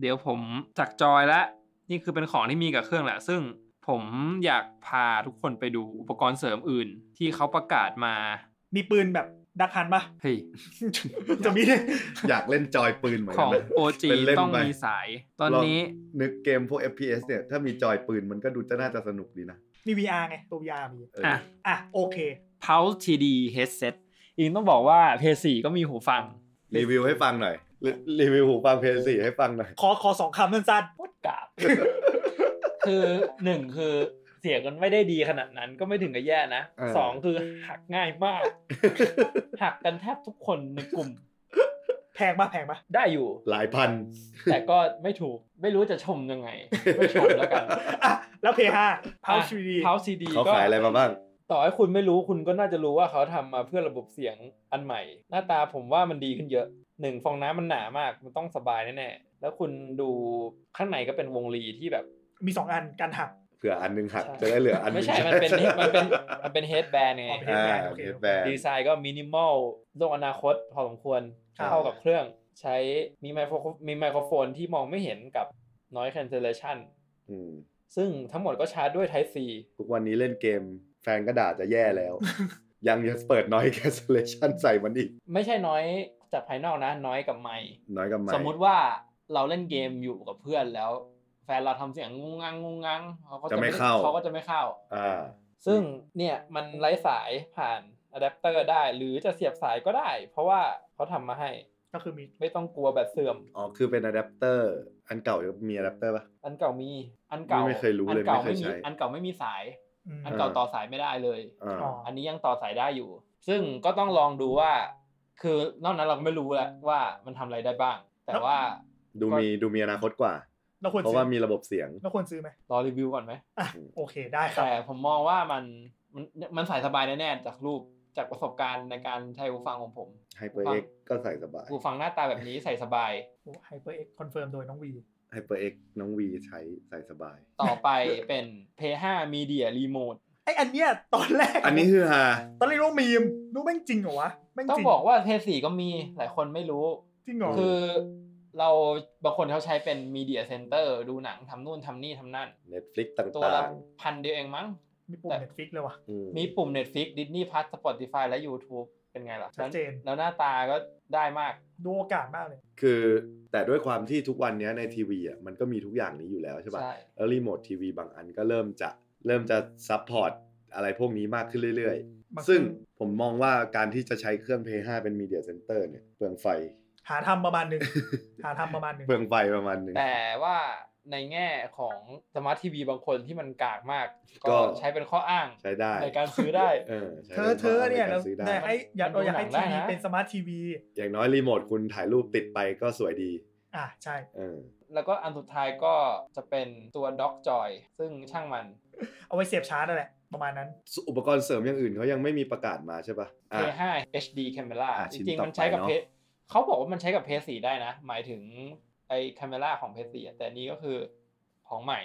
เดี๋ยวผมจากจอยละนี่คือเป็นของที่มีกับเครื่องแหละ ซึ่งผมอยากพาทุกคนไปดูอุปกรณ์เสริมอื่น ที่เขาประกาศมา
มีปืนแบบดักฮัน ปะ
เฮ้ย
จะมีดิ
อยากเล่นจอยปืนเหมือน
ข
กั
อน ง
นะ
OG
เป็นเล่นไป
ต้องมีสาย ตอนนี้
ลองนึกเกมพวก FPS เนี่ย ถ้ามีจอยปืนมันก็ดูจะน่าจะสนุกดีนะ
มี VR ไง ตัว VR มี
เอออ
อ่ะ
อ่ะ โอเค
Pulse TD headset อีกต้องบอกว่า p พ4ก็มีหูฟัง
รีวิวให้ฟังหน่อยรีรีวิวหูฟังเพย์สี่ให้ฟังหน่อย
ขอขอสองคำสั้น
โคตรกราบ คือหนึ่งคือเสียงมันไม่ได้ดีขนาดนั้นก็ไม่ถึงกับแย่นะ
เออ
สองคือหักง่ายมาก หักกันแทบทุกคนในกลุ่ม
ๆ แพงปะแพงปะ
ได้อยู่
หลายพัน
แต่ก็ไม่ถูกไม่รู้จะชมยังไง ไม่ชมแล้ว กัน
อ่ะ แล้ว P5 p o u c h d
เท้าซีดี
เขา
ก็
ขายอะไรมาบ้าง
ต่อให้คุณไม่รู้คุณก็น่าจะรู้ว่าเขาทำมาเพื่อระบบเสียงอันใหม่ หน้าตาผมว่ามันดีขึ้นเยอะหนึ่งฟองน้ำมันหนามากมันต้องสบายแน่ๆแล้วคุณดูข้างในก็เป็นวงลีที่แบบ
มีสองอันการหัก
เผื่ออันหนึงหัก
ใช่
จะได้เหลืออันหนึ
ไม่
ง
ใช่มัน เป็นมันเป็นมันเป็นเฮดแบนไง
อ๋อเป็น
อ่า
headband โอเค
headband
ดีไซน์ก็มินิมอลโลกอนาคตพอสมควร
ครับ
เข้ากับเครื่องใช้มีไมโครมีไมโครโฟนที่มองไม่เห็นกับ noise cancellation
อืม
ซึ่งทั้งหมดก็ชาร์จด้วย Type C
ทุกวันนี้เล่นเกมแฟนก็ด่าจะแย่แล้ว ยังจะเปิดน้อย cancellation ใส่มันอีก
ไม่ใช่น้อยจากภายนอกนะ น้อยกับไมค์
น้อยกับไม่
สมมุติว่าเราเล่นเกมอยู่กับเพื่อนแล้ว แฟนเราทำเสียงงุ้งงังงุ้งงังเขาก็ด้เขาก็จะไม่เข้า
อ่า
ซึ่งเนี่ยมันไร้สายผ่านอะแดปเตอร์ได้ หรือจะเสียบสายก็ได้ เพราะว่าเขาทำมาให้
ก็คือมี
ไม่ต้องกลัวแบตเสื่อม
อ๋อ คือเป็นอะแดปเตอร์ อันเก่ามีอะแดปเตอร์ป่ะ
อันเก่ามีอันเก่า
ไม่เคยรู้เลย
อัเก่า
ไม่
ไม่
เคย
มี
ใช้
อันเก่าไม่มีสาย
อืม
อันเก่าต่อสายไม่ได้เลย
อ่า
อ๋อ
อันนี้ยังต่อสายได้อยู่ ซึ่งก็ต้องลองดูว่า คือนอกนั้นเราไม่รู้แหละว่ามันทำอะไรได้บ้าง แต่ว่า
ดูมีดูมีอนาคตกว่า
เราควร
เพราะ
ซื้
ว่ามีระบบเสียง
เราควรซื้อไหม
รอรีวิวก่อนไหม
อ่ะ โอเค ได้ครับ
แต่ผมมองว่ามันมันมันสายสบายแน่ๆจากรูปจากประสบการณ์ในการใช้หูฟังของผม
ไฮเปอร์เอ็กก็ใส่สบาย
หูฟังหน้าตาแบบนี้ใส่ส บาย
h y p e r X confirm โดยน้องวี
ไฮเปอร์เอ็กน้องวีใช้ใส่สบาย
ต่อไปเป็น p 5 Media Remote
ไออันเนี้ยตอนแรก
อันนี้คือฮา
ตอนแรกรู้ว่ามีมรู้แม่งจริงเหรอวะแม่ง
ต้อง
จริง
บอกว่าเพย์สี่ก็มีหลายคนไม่รู้
จริงเหรอ
คือเราบางคนเขาใช้เป็นมีเดียเซ็นเตอร์ดูหนังทำนู่นทำนี่ทำนั่น
เน็ตฟลิก
ตัว
ต่า
ละ
ง
พันเดียวเองมั้ง
มีปุ่ม
แต่
เน็ตฟิกเลยว่ะ
ๆอื
มีปุ่ม Netflix Disney Plus Spotify และ YouTube เป็นไงล่ะ
ชัดเจน
แล้วแล้วหน้าตาก็ได้มาก
ดูโอกาสมากเลย
คือแต่ด้วยความที่ทุกวันเนี้ยในทีวีอ่ะมันก็มีทุกอย่างนี้อยู่แล้วใช่ป่ะ
ใช่
แล้วรีโมททีวีบางอันก็เริ่มจะเริ่มจะซัพพอร์ตอะไรพวกนี้มากขึ้นเรื่อย
มากขึ้น
ๆ ซึ่งผมมองว่าการที่จะใช้เครื่อง p 5เป็น Media Center เนี่ยเปลืองไฟ
หาทำประมาณหนึ่ง หาทำประมาณหนึ่ง
เปลืองไฟประมาณหนึง
แต่ว่าในแง่ของสมาร์ททีวีบางคนที่มันกากมาก
ก็
ก็ใช้เป็นข้ออ้าง
ใช้ได้
ในการซื้อได้
เออใช้
เธอเธอเนี่ย
ใกา
เรา
รซื้อได้
อยากให้อยากเราอยากให้
มันดูหนังได้
ทีวี
นะ
เป็นสมาร์ททีวี
อย่างน้อยรีโมทคุณถ่ายรูปติดไปก็สวยดี
อ่ะใช่
เออ
แล้วก็อันสุดท้ายก็จะเป็นตัวด็อกจอยซึ่งช่างมัน
เอาไว้เสียบชาร์จนั่นแหละประมาณนั้น
อุปกรณ์เสริมอย่างอื่นเขายังไม่มีประกาศมาใช่ป่ะอ่ะ
P5 HD camera
อ่ะ
จ
ชิ้น
ริง
ต่
ๆ
อ
มันใช้กับ
ไปเนอะ
เพเขาบอกว่ามันใช้กับเพสีได้นะ หมายถึงไอ้คาเมราของเพสีแต่อันนี้ก็คือของใหม่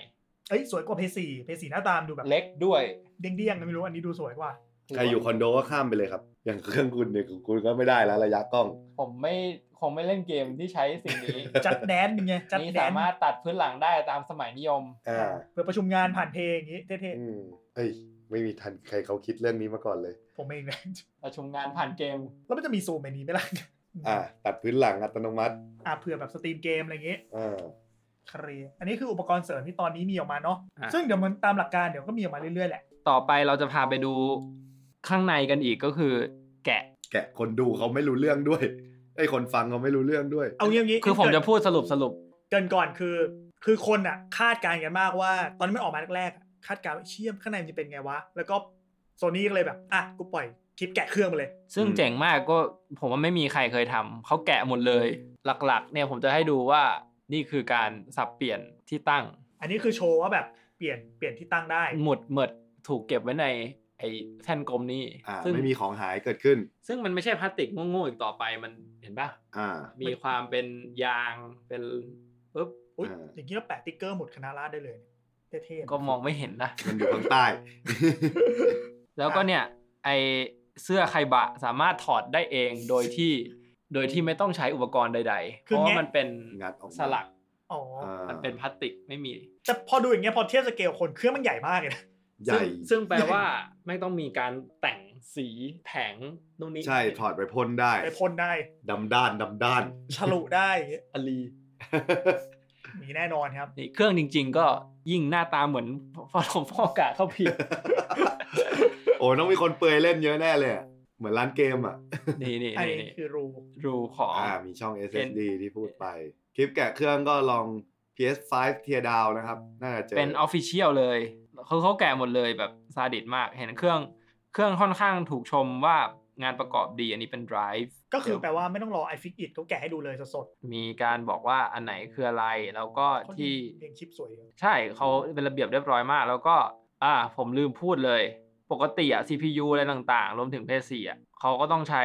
เอ้ยสวยกว่าเพสี่เพสี่หน้าตามนดูแบบ
เล็กด้วย
เด้งๆไม่รู้อันนี้ดูสวยกว่า
ใครอยู่คอนโดก็ข้ามไปเลยครับ อย่างเครื่องคุณเนี่ยคุณก็ไม่ได้แล้วระยะกล้อง
ผมไม่คงไม่เล่นเกมที่ใช้สิ่งนี้
จัดแดนเป็นไงจัด
นี่
แด
สาน มารถตัดพื้นหลังได้ตามสมัยนิยม
อ่า
เพื่อประชุมงานผ่านเพลงอย่างนี้เท่
อืมเฮ้ยไม่มีทันใครเขาคิดเรื่องนี้มาก่อนเลย
ๆผมเองนะ
ประชุมงานผ่านเกม
แล้วมันจะมีซูมแบบนี้ไหมล่ะ
อ่าตัดพื้นหลังอัตโนมัติ
อ่ะเผื่อแบบสตรีมเกมอะไรอย่างเงี้ย
อ่า
เครียร์อันนี้คืออุปกรณ์เสริมที่ตอนนี้มีออกมาเนาะ
อ่ะ
ซึ่งเดี๋ยวมันตามหลักการเดี๋ยวก็มีออกมาเรื่อยๆแหละ
ต่อไปเราจะพาไปดูข้างในกันอีกก็คือ แกะ
แกะคนดูเขาไม่รู้เรื่องด้วยไอ้คนฟังเขาไม่รู้เรื่องด้วย
เอางี้เอางี้
คือผม
เกิน
จะพูดสรุปสรุป
เกินก่อนคือ คือคนอ่ะคาดการณ์กันมากว่า ตอนนี้มันออกมาแรกๆอ่ะคาดการณ์ว่าเชี่ยมข้างในมันจะเป็นไงวะแล้วก็โซนี่ก็เลยแบบอ่ะกูปล่อยคลิปแกะเครื่องมาเลย
ซึ่ง
อืม
เจ๋งมากก็ผมว่าไม่มีใครเคยทำเขาแกะหมดเลยหลักๆ เนี่ยผมจะให้ดูว่านี่คือการสับเปลี่ยนที่ตั้ง
อันนี้คือโชว์ว่าแบบเปลี่ยนเปลี่ยนที่ตั้งได้
หมุดหมดถูกเก็บไว้ในไอ้แท่นกลมนี้
อ่า
ซึ่ง
ไม่มีของหายเกิดขึ้น
ซึ่งมันไม่ใช่พลาสติกโง่ๆอีกต่อไปมันเห็นปะ
อ่า
มีความเป็นยางเป็นปุ๊บ
อุ๊ย
อ่า
อย่างนี้เราแปะติ๊กเกอร์หมดคณะราษฎรได้เลยเนี่ยเท่ๆ
ก็มองไม่เห็นนะ
มันอยู่ข้าง ใต้
แล้วก็เนี่ยไอเสื้อไคบะสามารถถอดได้เองโดยที่โดยที่ไม่ต้องใช้อุปกรณ์ใดๆ เพ
คือ
ราะว่า
แงะ
มันเป็น
งัดออกมา
สลัก
อ๋ออ
อ่า
มันเป็นพลาสติกไม่มี
แต่พอดูอย่างเงี้ยพอเทียบสเกลคนเครื่องมันใหญ่มากเลยนะ
ใหญ่
ซึ่งซึ่งแปลว่าไม่ต้องมีการแต่งสีแผงนู่นนี่
ใช่ถอดไปพ่นได้
ไปพ่นได้
ดำด้านดำด้าน
ฉลุได้อย่างเงี้ย
อลี
มีแน่นอนครับ
นี่เครื่องจริง ๆ ก็ยิ่งหน้าตาเหมือน ฟอลงฟอกอากาศเข้า ผิด
โอ้ยต้องมีคนเปลือยเล่นเยอะแน่เลยอะเหมือนร้านเกมอ่ะ
นี่นี่
อัน
นี่
นี้
นี่
คือรู
รูของ
อ่ามีช่อง SSD
เป็น
ที่พูดไป คลิปแกะเครื่องก็ลอง PS5 เทียดาวนะครับ น่าจะเจอ
เป็นออฟฟิเชียลเลยเขาเขาแกะหมดเลยแบบซาดิสมาก เห็นเครื่องเครื่องค่อนข้างถูกชมว่างานประกอบดีอันนี้เป็น drive
ก็คือแปล
เดี๋ยว
ว่าไม่ต้องรอไอฟิกอิดเขาแกะให้ดูเลยสด
มีการบอกว่าอันไหนคืออะไร แล้วก็
ๆเขา
ที่
เรียงคลิปสวยเลย
ใช่เขาเป็นระเบียบเรียบร้อยมาก แล้วก็อ่าผมลืมพูดเลย ปกติอะ CPU อะไรต่างๆ รวมถึง PS4 อะเขาก็ต้องใช้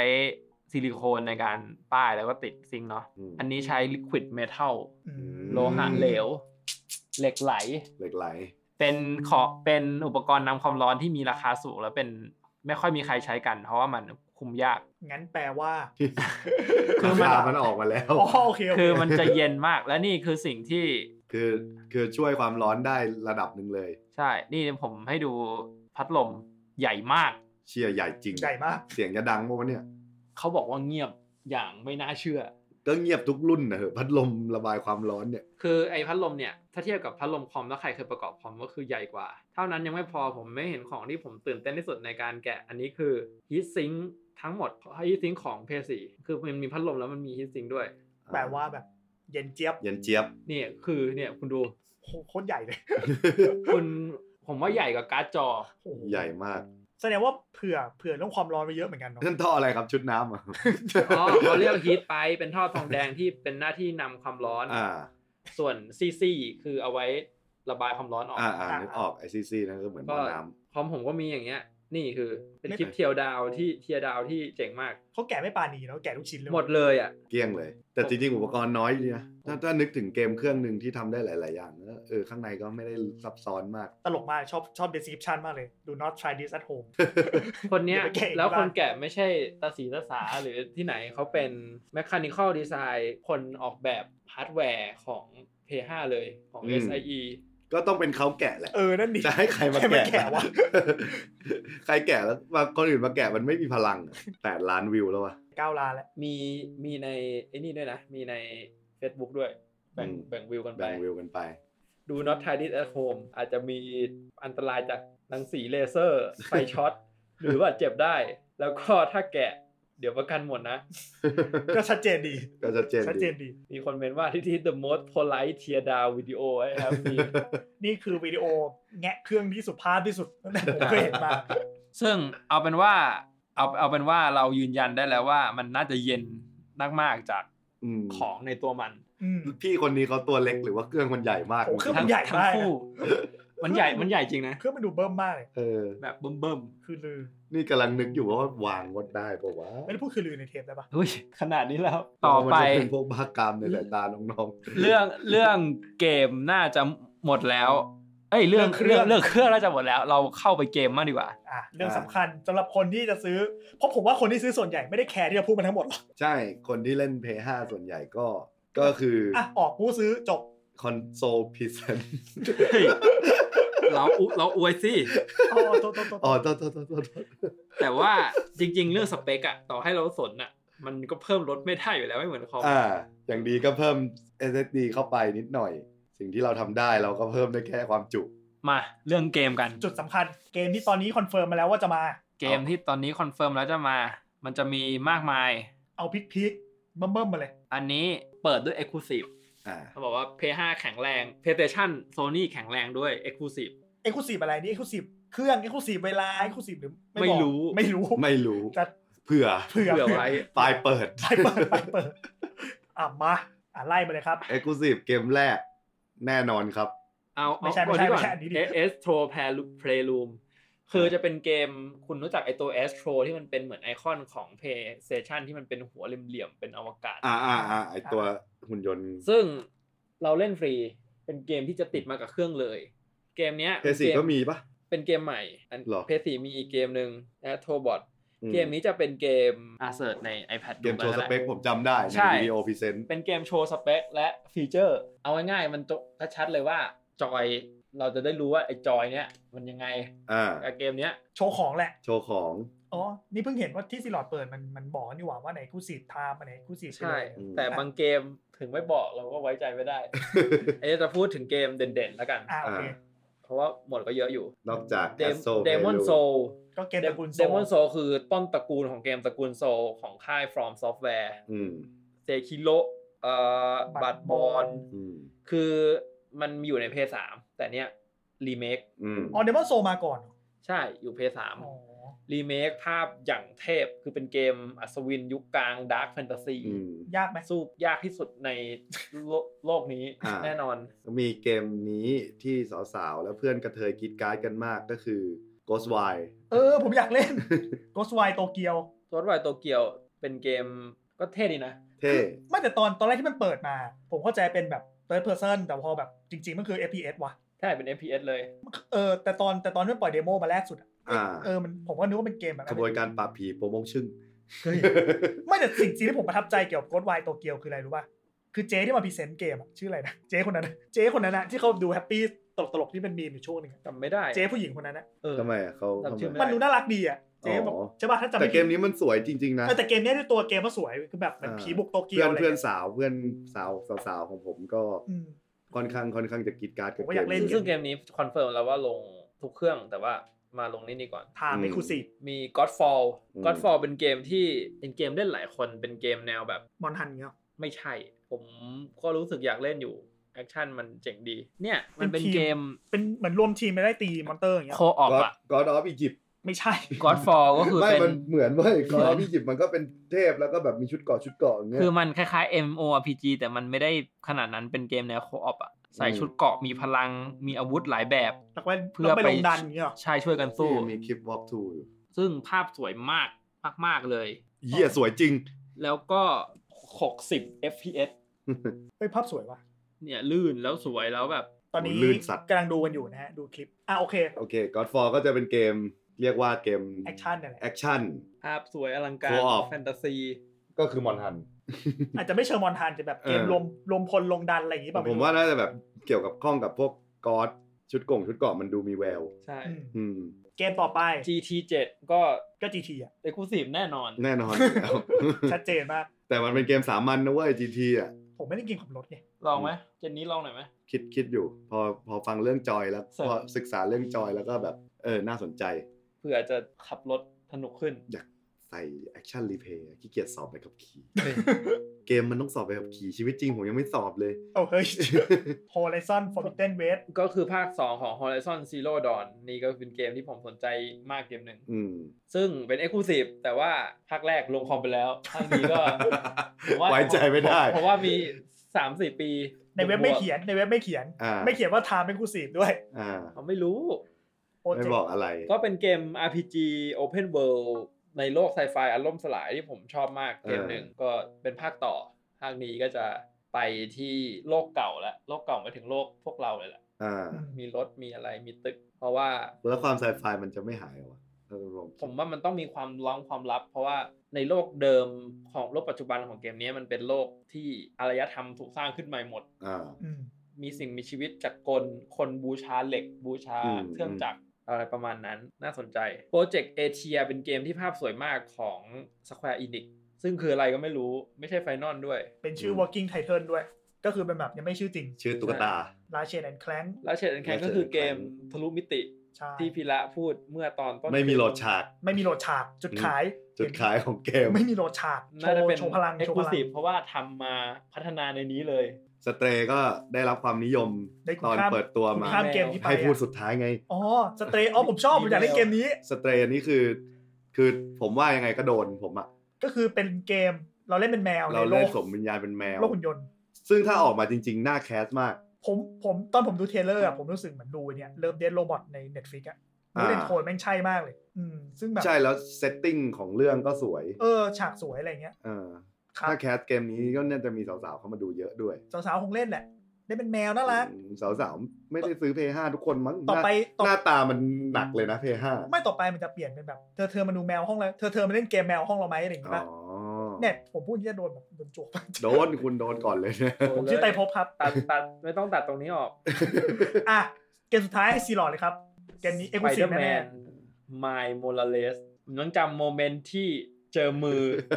ซิลิโคนในการป้ายแล้วก็ติดซิงค์เนาะ
ม
อันนี้ใช้ liquid metal
อืม
อืม
โลหะเหลว เหล็กไหล
เหล็กไหล
เป็นขอเป็นอุปกรณ์นำความร้อนที่มีราคาสูง แล้วเป็นไม่ค่อยมีใครใช้กัน เพราะว่ามันคุมยาก
งั้นแปลว่า
คือมัน
ราามันออกมาแล้ว
อ๋อโอเคโอเค
คือมันจะเย็นมากและนี่คือสิ่งที่
คือคือช่วยความร้อนได้ระดับหนึ่งเลย
ใช่ นี่ผมให้ดูพัดลมใหญ่มาก
เชียร์ใหญ่จริง
ใหญ่มาก
เสียงจะดังปะวะเนี่ย
เขาบอกว่าเงียบอย่างไม่น่าเชื่อ
ก็เงียบทุกรุ่นนะเหอะพัดลมระบายความร้อนเนี่ย
คือไอ้พัดลมเนี่ย ถ้าเทียบกับพัดลมคอมแล้วใครเคยประกอบคอมก็คือใหญ่กว่า เท่านั้นยังไม่พอผมไม่เห็นของที่ผมตื่นเต้นที่สุดในการแกะ อันนี้คือฮีทซิงทั้งหมดฮีทซิงของเพสีคือมันมีพัดลมแล้วมันมีฮีทซิงด้วย
แปลว่าแบบ เย็นเจี๊ยบ
เย็นเจี๊ยบ
นี่คือเนี่ยคุณดู
โหโคตรใหญ่เลย
คุณผมว่าใหญ่กว่าการ์ดจอ
โอ้โห
ใหญ่มาก
แสดงว่าเผื่อเผื่อเรื่องความร้อนไปเยอะเหมือนกันเนาะ
นั่นท่ออะไรครับชุดน้ำอ่ะ
อ๋อเขาเรียกฮีทไปเป็นท่อทองแดงที่เป็นหน้าที่นำความร้อน
อ่า
ส่วนซีซีคือเอาไว้ระบายความร้อนออก
อ่าอ่านึกออกไอซีซีนั่นก็เหมือนหม้
ก็
อน้
คอมผมก็มีอย่างเงี้ย นี่คือ เป็นคลิปเทียวดาวที่เทียดาวที่เจ๋งมาก
เขาแก่ไม่ปานีเนาะแก่ทุกชิ้นเลย
หมดเลยอ่ะ
เกลี้ยงเลย แต่จริงๆ อุปกรณ์น้อยดีนะถ้าถ้านึกถึงเกมเครื่องหนึ่งที่ทำได้หลาย ๆ อย่างนะเออข้างในก็ไม่ได้ซับซ้อนมาก
ตลกมากชอบชอบ description มากเลย do not try this at home
คนเนี้ย
อย่าไปแกะอีก
แล้ว
บ้าง
คนแกะไม่ใช่ตาสีตาสาหรือที่ไหนเขาเป็น mechanical design คนออกแบบฮาร์ดแวร์ของ P5 เลยของ
อืม
SIE
ก็ต้องเป็นเขาแกะแหละ
เออ นั่นดิ
จะให้ใครมา
ใครมา
แกะ
แกะวะ
ใครแกะแล้วมาคนอื่นมาแกะมันไม่มีพลังแปดล้านวิวแล้ววะ
เก้าล้านแล้ว
มีมีในไอ้นี่ด้วยนะ มีใน Facebook ด้วย แบ่ง
อืม
แบ่งวิวกันไป
แบ่งวิวกันไป
ดู not try this at home อาจจะมีอันตรายจากรังสีเลเซอร์ ไฟช็อต หรือว่าเจ็บได้ แล้วก็ถ้าแกะ เดี๋ยวประกันหมดนะ
ก็ชัดเจนดี
ก็จะเจน
ชัดเจ
ดี
นดี
มีคนเมนว่าที่ที่ the most polite tear down video I have seen
นี่คือวิดีโอแงะเครื่องที่สุภาพที่สุด ตั้งแต่ผมเคยเห็นมา
ซึ่งเอาเป็นว่าเอาเอาเป็นว่าเรายืนยันได้แล้วว่ามันน่าจะเย็นมากๆจาก
อืม
ของในตัวมัน
อืม
พี่คนนี้เขาตัวเล็กหรือว่าเครื่องมันใหญ่มาก
โอ้เครื่องมั
ทั้ง
นใหญ่
ทั้ง
มาก
คู่
นะ
มันใหญ่มันใหญ่จริงนะ
เครื่องมันดูเบิ่มมากเลย
เออ
แบบเบิ่มเบิ่ม
คือลือ
นี่กำลังนึกอยู่ว่าวางวัดได้ปะวะ
ไม่ได้พูดคือลือในเทปได้ปะ
ๆเฮ้ยขนาดนี้แล้ว ต่อไป
มันจะเป็นพวกบ้ากามในสายตาน้องๆ
เรื่องเรื่องเกมน่าจะหมดแล้ว เอ้ยเรื่องเรื่องเรื่องเครื่องน่าจะหมดแล้ว เราเข้าไปเกมมากดีกว่า
อ่ะเรื่อง
อ่า
สำคัญสำหรับคนที่จะซื้อ เพราะผมว่าคนที่ซื้อส่วนใหญ่ไม่ได้แคร์ที่จะพูดมันทั้งหมดหรอก
ใช่ คนที่เล่น p พ5ส่วนใหญ่ก็ ก็คืออ
อ่ะออกกูซื้อจบ
คอนโซลพิเซน
เฮ้ย เราอุเราอวยสิ
อ๋อโทษโทษโทษ
อ๋อโทษโทษโทษโทษ
แต่ว่าจริง ๆ เรื่องสเปคอะต่อให้เราสนอะมันก็เพิ่มลดไม่ได้อยู่แล้วไม่เหมือนคอม
อ่า อย่างดีก็เพิ่ม SSD เข้าไปนิดหน่อย สิ่งที่เราทำได้เราก็เพิ่มได้แค่ความจุ
มาเรื่องเกมกัน
จุดสำคัญเกมที่ตอนนี้คอนเฟิร์มมาแล้วว่าจะมา
เกมที่ตอนนี้คอนเฟิร์มแล้วจะมา มันจะมีมากมาย
เอาพิกพิกเบิ่มเบิ่มมาเลย
อันนี้เปิดด้วย Exclusive
อ่า
เขาบอกว่า Play 5แข็งแรง PlayStation Sony แข็งแรงด้วย Exclusive
เอ็กซ์คลูซีฟอะไรนี่เอ็กซ์คลูซีฟเครื่องเอ็กซ์คลูซีฟเวลาเอ็กซ์คลูซีฟหรือ
ไม่
บอก
รู้
ไม่รู้
ไม่รู้
จะ
เผื่อ
เผื่อ
เผื่อไว้
ปลายเปิด
ไปเปิดไปเปิดอ่ะมาอ่ะไล่มาเลยครับ
e x c l u s i v e เกมแรก แน่นอนครับ
เอา
ไม่ใช่
เอา
ไม่ใช่
ก่อน
ไม่ใช่อันนี้ดิ
Astro Playroom คือจะเป็นเกมคุณรู้จักไอตัว Astro ที่มันเป็นเหมือนไอคอนของ PlayStation ที่มันเป็นหัวเหลี่ยมๆเป็นอวกาศ
อ่าอ่าอ่าไอตัวหุ่นยนต์
ซึ่งเราเล่นฟรีเป็นเกมที่จะติดมากับเครื่องเลย เกมเนี้ย
p พ4ก็มีปะ
เป็นเกมใหม่อัน
หรอ
เพสีมีอีกเกมหนึ่งนะโทบอท
อื
เกมนี้จะเป็นเกมอาเซิร์ใน iPad
เกมโชว์สเปค
ดู
ผ
กัน
ม
แหละ
จำได้ใน
ใช่
วิดีโอพรีเซนต์
เป็นเกมโชว์สเปคและฟีเจอร์ เอาง่ายๆมันจะชัดเลยว่าจอยเราจะได้รู้ว่าไอ้จอยเนี้ยมันยังไง
อ่า
กับเกมเนี้ย
โชว์ของแหละ
โชว์ของ
อ๋อ นี่เพิ่งเห็นว่าที่ซีลอดเปิดมันมันบอกนี่หว่าว่าไหนกูสีทามอันไหนกูสี
ใช่
อืม
แต่บางเกมถึงไม่บอกเราก็ไว้ใจไม่ได้ไอ้จะพูดถึงเกมเด่นๆแล้วกัน
อ่าโอเค
อ่า
เพราะว่าหมดก็เยอะอยู่
นอกจาก
เดมเดมอนโซ
ก็เกมตระกูลโซ
เดมอนโซคือต้นตระกูลของเกมตระกูลโซของค่าย From Software
อืม
เซคิโลเอ่อบัตบอล
อืม
คือมันมีอยู่ในเพย์สามแต่เนี้ยรีเมค
อืม
อ๋อเดมอนโซมาก่อนเหรอ
ใช่อยู่เพย์สาม
อ๋อ
รีเมคภาพอย่างเทพคือเป็นเกมอัศวินยุคกลางดาร์คแฟนตาซี
อืม
ยากไหม
สู้ยากที่สุดในโลกโลกนี้
อ่า
แน่นอน
มีเกมนี้ที่สาวๆ แล้วเพื่อนกระเทยกรีดกราร์ดกันมากก็คือ Ghostwire
เออ ผมอยากเล่น g h o s t w i โตเกียว
ตัวไวโตเกียวเป็นเกมก็เท่ดีนะ
เท่
ไม่แต่ตอนตอนแรกที่มันเปิดมา ผมเข้าใจเป็นแบบ third person แต่พอแบบจริง ๆ มันคือ FPS ว่ะ
ใช่เป็น FPS เลย
เออ แต่ตอนแต่ตอนที่มันปล่อยเดโมมาแรกสุดอะ
อ่า
เออมันผมก็นึกว่าเป็นเกมแบบ
ขบวนการปราบผีโปรโมงชึ่ง
ไม่แต่สิ่งจริงที่ผมประทับใจเกี่ยวกับ Ghostwire โตเกียวคืออะไรรู้ป่ะ คือเจ๊ที่มาพรีเซนต์เกมอะชื่ออะไรนะ เจ๊คนนั้นนะเจ๊คนนั้นนะที่เขาดูแฮปปี้ตลกๆที่เป็นมีมอยู่ช่วงหนึ่งอะ
จำไม่ได้
เจ๊ผู้หญิงคนนั้นนะ
เออ
ทำไมอ่ะเขา
จำชื่อ
ทำ
ไม่ได้
ไม
มันดูน่ารักดีอ่ะเจ๊บอก
อ๋อ
ใช่ป่ะถ้าจำ
แต่
ไผิด
เกมนี้มันสวยจริง ๆ นะ
เออแต่เกมเนี้ยด้วยตัวเกมมันสวยคือแบบเหมือน
อ่า
ผีบุกโตเกียว
เพื่อน
อะไร
เพื่อน
เงี้ย
สาวเพื่อนสาวสาวๆของผมก็
อืม
ค่อนข้างค่อนข้างจะกรีดกราร์ดกับ
ผมก็
เก
อยาม กเล่น
ซึ่งซึ่งเกมนี้คอนเฟิร์มแล้วว่าลงทุกเครื่องแต่ว่ามาลงนี่นี่ก่อน
ทางไม่คูซี
มี Godfall Godfall เป็นเกมที่เป็นเกมเล่นหลายคนเป็นเกมแนวแบบ
มอนฮันเงี้ย
ไม่ใช่ ผมก็รู้สึกอยากเล่นอยู่ แอคชั่นมันเจ๋งดี เนี่ยมันเป็นเกม
เป็นเหมือนรวมทีมไปได้ตีมอนเตอร์อย่างเงี้ย
โคออฟอะ
ก็อดออฟอียิปต์
ไม่ใช่
Godfall ก็คือ
ไม่
เป็น
มันเหมือนเว้ยก็อดออฟอียิปต์มันก็เป็นเทพแล้วก็แบบมีชุดเกาะชุดเกาะอย่างเงี้ย
คือมันคล้ายๆ MMORPG แต่มันไม่ได้ขนาดนั้นเป็นเกมแนวโคออฟอะ ใส่ชุดเกราะมีพลังมีอาวุธหลายแบบ
นักแว่น
เพื่
ต้
อ
องไป
ไป
ลงดันอย่างเงี้ยเหรอ
ใช่ช่วยกันสู้
มีคลิป walk through อยู่
ซึ่งภาพสวยมากมาก ๆ เลย
เหี้ยสวยจริง
แล้วก็ 60 fps
เฮ้ยภาพสวยว่ะ
เนี่ยลื่นแล้วสวยแล้วแบบ
ตอนนี้
โอ้ลื่นสัตว์
กำลังดูกันอยู่นะฮะ ดูคลิป อ่ะโอเค
โอเค Godfall ก็จะเป็นเกมเรียกว่าเกม
แอคชั่นนั่นแหละ
แอคชั่น
ภาพสวยอลังการ
Co-op
แฟนตาซี
ก็คือมอนทัน
อาจจะไม่เชิงมอนทานจะแบบเกม
เออ
รวมรวมพลลงดันอะไรอย่างงี้ป่ะ
ผมว่าน่าจะแบบเกี่ยวกับข้องกับพวกกอดชุดกงชุดเกาะมันดูมีแวว
ใช่
อืม
อืม
เกมต่อไป
GT 7 ก็
ก็ GT อ่ะ
เอกลูซีฟแน่นอน
แน่นอนอยู่แล้ว
ชัดเจนมาก
แต่มันเป็นเกมสามัญนะเว้ย GT อ่ะ
ผมไม่ได้กินขับรถไง
ลองไหมเจนนี้ลองหน่อยไหม
คิดคิดอยู่ พอพอฟังเรื่องจอยแล้ว
เสริม
พอศึกษาเรื่องจอยแล้วก็แบบ เออ น่าสนใจ
เผื่อจะขับรถสนุกขึ้น
ใส่แอคชั่นรีเพย์ขี้เกียจสอบไปขับขี่ เกมมันต้องสอบไปขับขี่ชีวิตจริงผมยังไม่สอบเลย
โอ้เฮ้ย Horizon Forbidden West
ก็คือภาค 2 ของ Horizon Zero Dawn นี่ก็เป็นเกมที่ผมสนใจมากเกมหนึ่ง
อืม
ซึ่งเป็น e x c l u s i v e แต่ว่าภาคแรกลงคอมไปแล้ว ภาคนี้ ก็ผมว่า
ไว้ใจไม่ได้
เพราะว่ามี 3-4 ปี
ในเว็บไม่เขียนในเว็บไม่เขียน
อ่า
ไม่เขียนว่า Time เป็นกูสีด้วย
อ่า
เขาไม่รู้
โปรเจ
ไม่
ก
บอก
ต์
อะไร
ก็เป็นเกม RPG Open World ในโลกไซไฟอารมณ์สลายที่ผมชอบมากเกมหนึ่งก็เป็นภาคต่อ ภาคนี้ก็จะไปที่โลกเก่าแล้วโลกเก่าไปถึงโลกพวกเราเลยแหละ
อ่า
มีรถมีอะไรมีตึก เพราะว่า
แล้วความไซไฟมันจะไม่หายเหรอวะถ้าลองคิด
ผมว่ามันต้องมีความล้องความลับ เพราะว่าในโลกเดิมของโลกปัจจุบันของเกมนี้มันเป็นโลกที่อารยธรรมถูกสร้างขึ้นใหม่หมด
อ่า
อืม
มีสิ่งมีชีวิตจากกล คนบูชาเหล็ก บูชา
อืม
เครื่องจักรอะไรประมาณนั้นน่าสนใจโปรเจกต์เอเชียเป็นเกมที่ภาพสวยมากของ Square Enix ซึ่งคืออะไรก็ไม่รู้ไม่ใช่ไฟนอลด้วย
เป็นชื่อ
อืม
Working Title ด้วย ก็คือเป็นแบบยังไม่ชื่อจริง
ชื่อตุ๊กตา
ลาเชนแอนด์แคลง
แล้วเชดแอนแคนก็คือเกมทะลุมิติ
ใช่
ที่พีระพูดเมื่อตอนต้น
ไม่มีโหลดฉาก
ไม่มีโหลดฉากจุดขาย
จุดขายของเกม
ไม่มีโหลดฉากโช
น่าจะ
ว์
เป็น
โชว์พลัง
เอ็ก
โชว์
ซ์ค
พ
ลู
ลัง
ซีฟเพราะว่าทำมาพัฒนาในนี้เลย
สเตรก็ได้รับความนิยม
ได้คุณ
ตอน
ค่า
เปิดตัวมา
ข้ามเกมนี้ไป
ให้
อะ
พูดสุดท้ายไง
อ๋อสเตรย์อ๋อผมชอบผมอยากเล่นเกมนี้
สเตรนี่คือ คือผมว่ายังไงก็โดนผมอะ
ก็คือเป็นเกมเราเล่นเป็นแมว
เรา
ในโล
เล่น
ก
สมวิญญาณเป็นแมว
โลกหุ่นยนต์
ซึ่งถ้าออกมาจริงๆ น่าแคสมาก
ผมผมตอนผมดูเทรลเลอร์อะผมรู้สึกเหมือนดูเนี่ยเริ่มเดนโรบอทใน Netflix อะ
อ่า
รู้เดนโทนแม่งใช่มากเลย อืมซึ่งแบบ
ใช่แล้วเซตติ้งของเรื่องก็สวย
เออฉากสวยอะไรเงี้ย
เออ
ครับ
ถ้าแคสเกมนี้ก็น่าจะมีสาวๆ เข้ามาดูเยอะด้วย
สาวๆคงเล่นแหละ ได้เป็นแมวน่ารัก
อืมสาวๆ ไม่ได้ซื้อ p 5ทุกคนมั้ง
ต่อไป
ห
ต่อ
น้าหน้าตามันหนักเลยนะ p 5
ไม่ต่อไปมันจะเปลี่ยนเป็นแบบเธอเธอมาดูแมวห้องเราเธอเธอมาเล่นเกมแมวห้องเราไหมอะไรอย่าง
อ๋
เงี้ย
อ
เนี่ยผมพูดที่จะโดนแบบโดนจ วก
โดนคุณโดนก่อนเลยเนี่ย
ผมชื่อไตรภพครับ
ตัดตัดไม่ต้องตัดตรงนี้ออก
อ่ะเกมสุดท้ายให้ซีหลอดเลยครับ เกมนี้เอ็กซ์คลูซีฟแน่
m y m o r a l e s ผมยังจำโมเมนต์ที่เจอมือ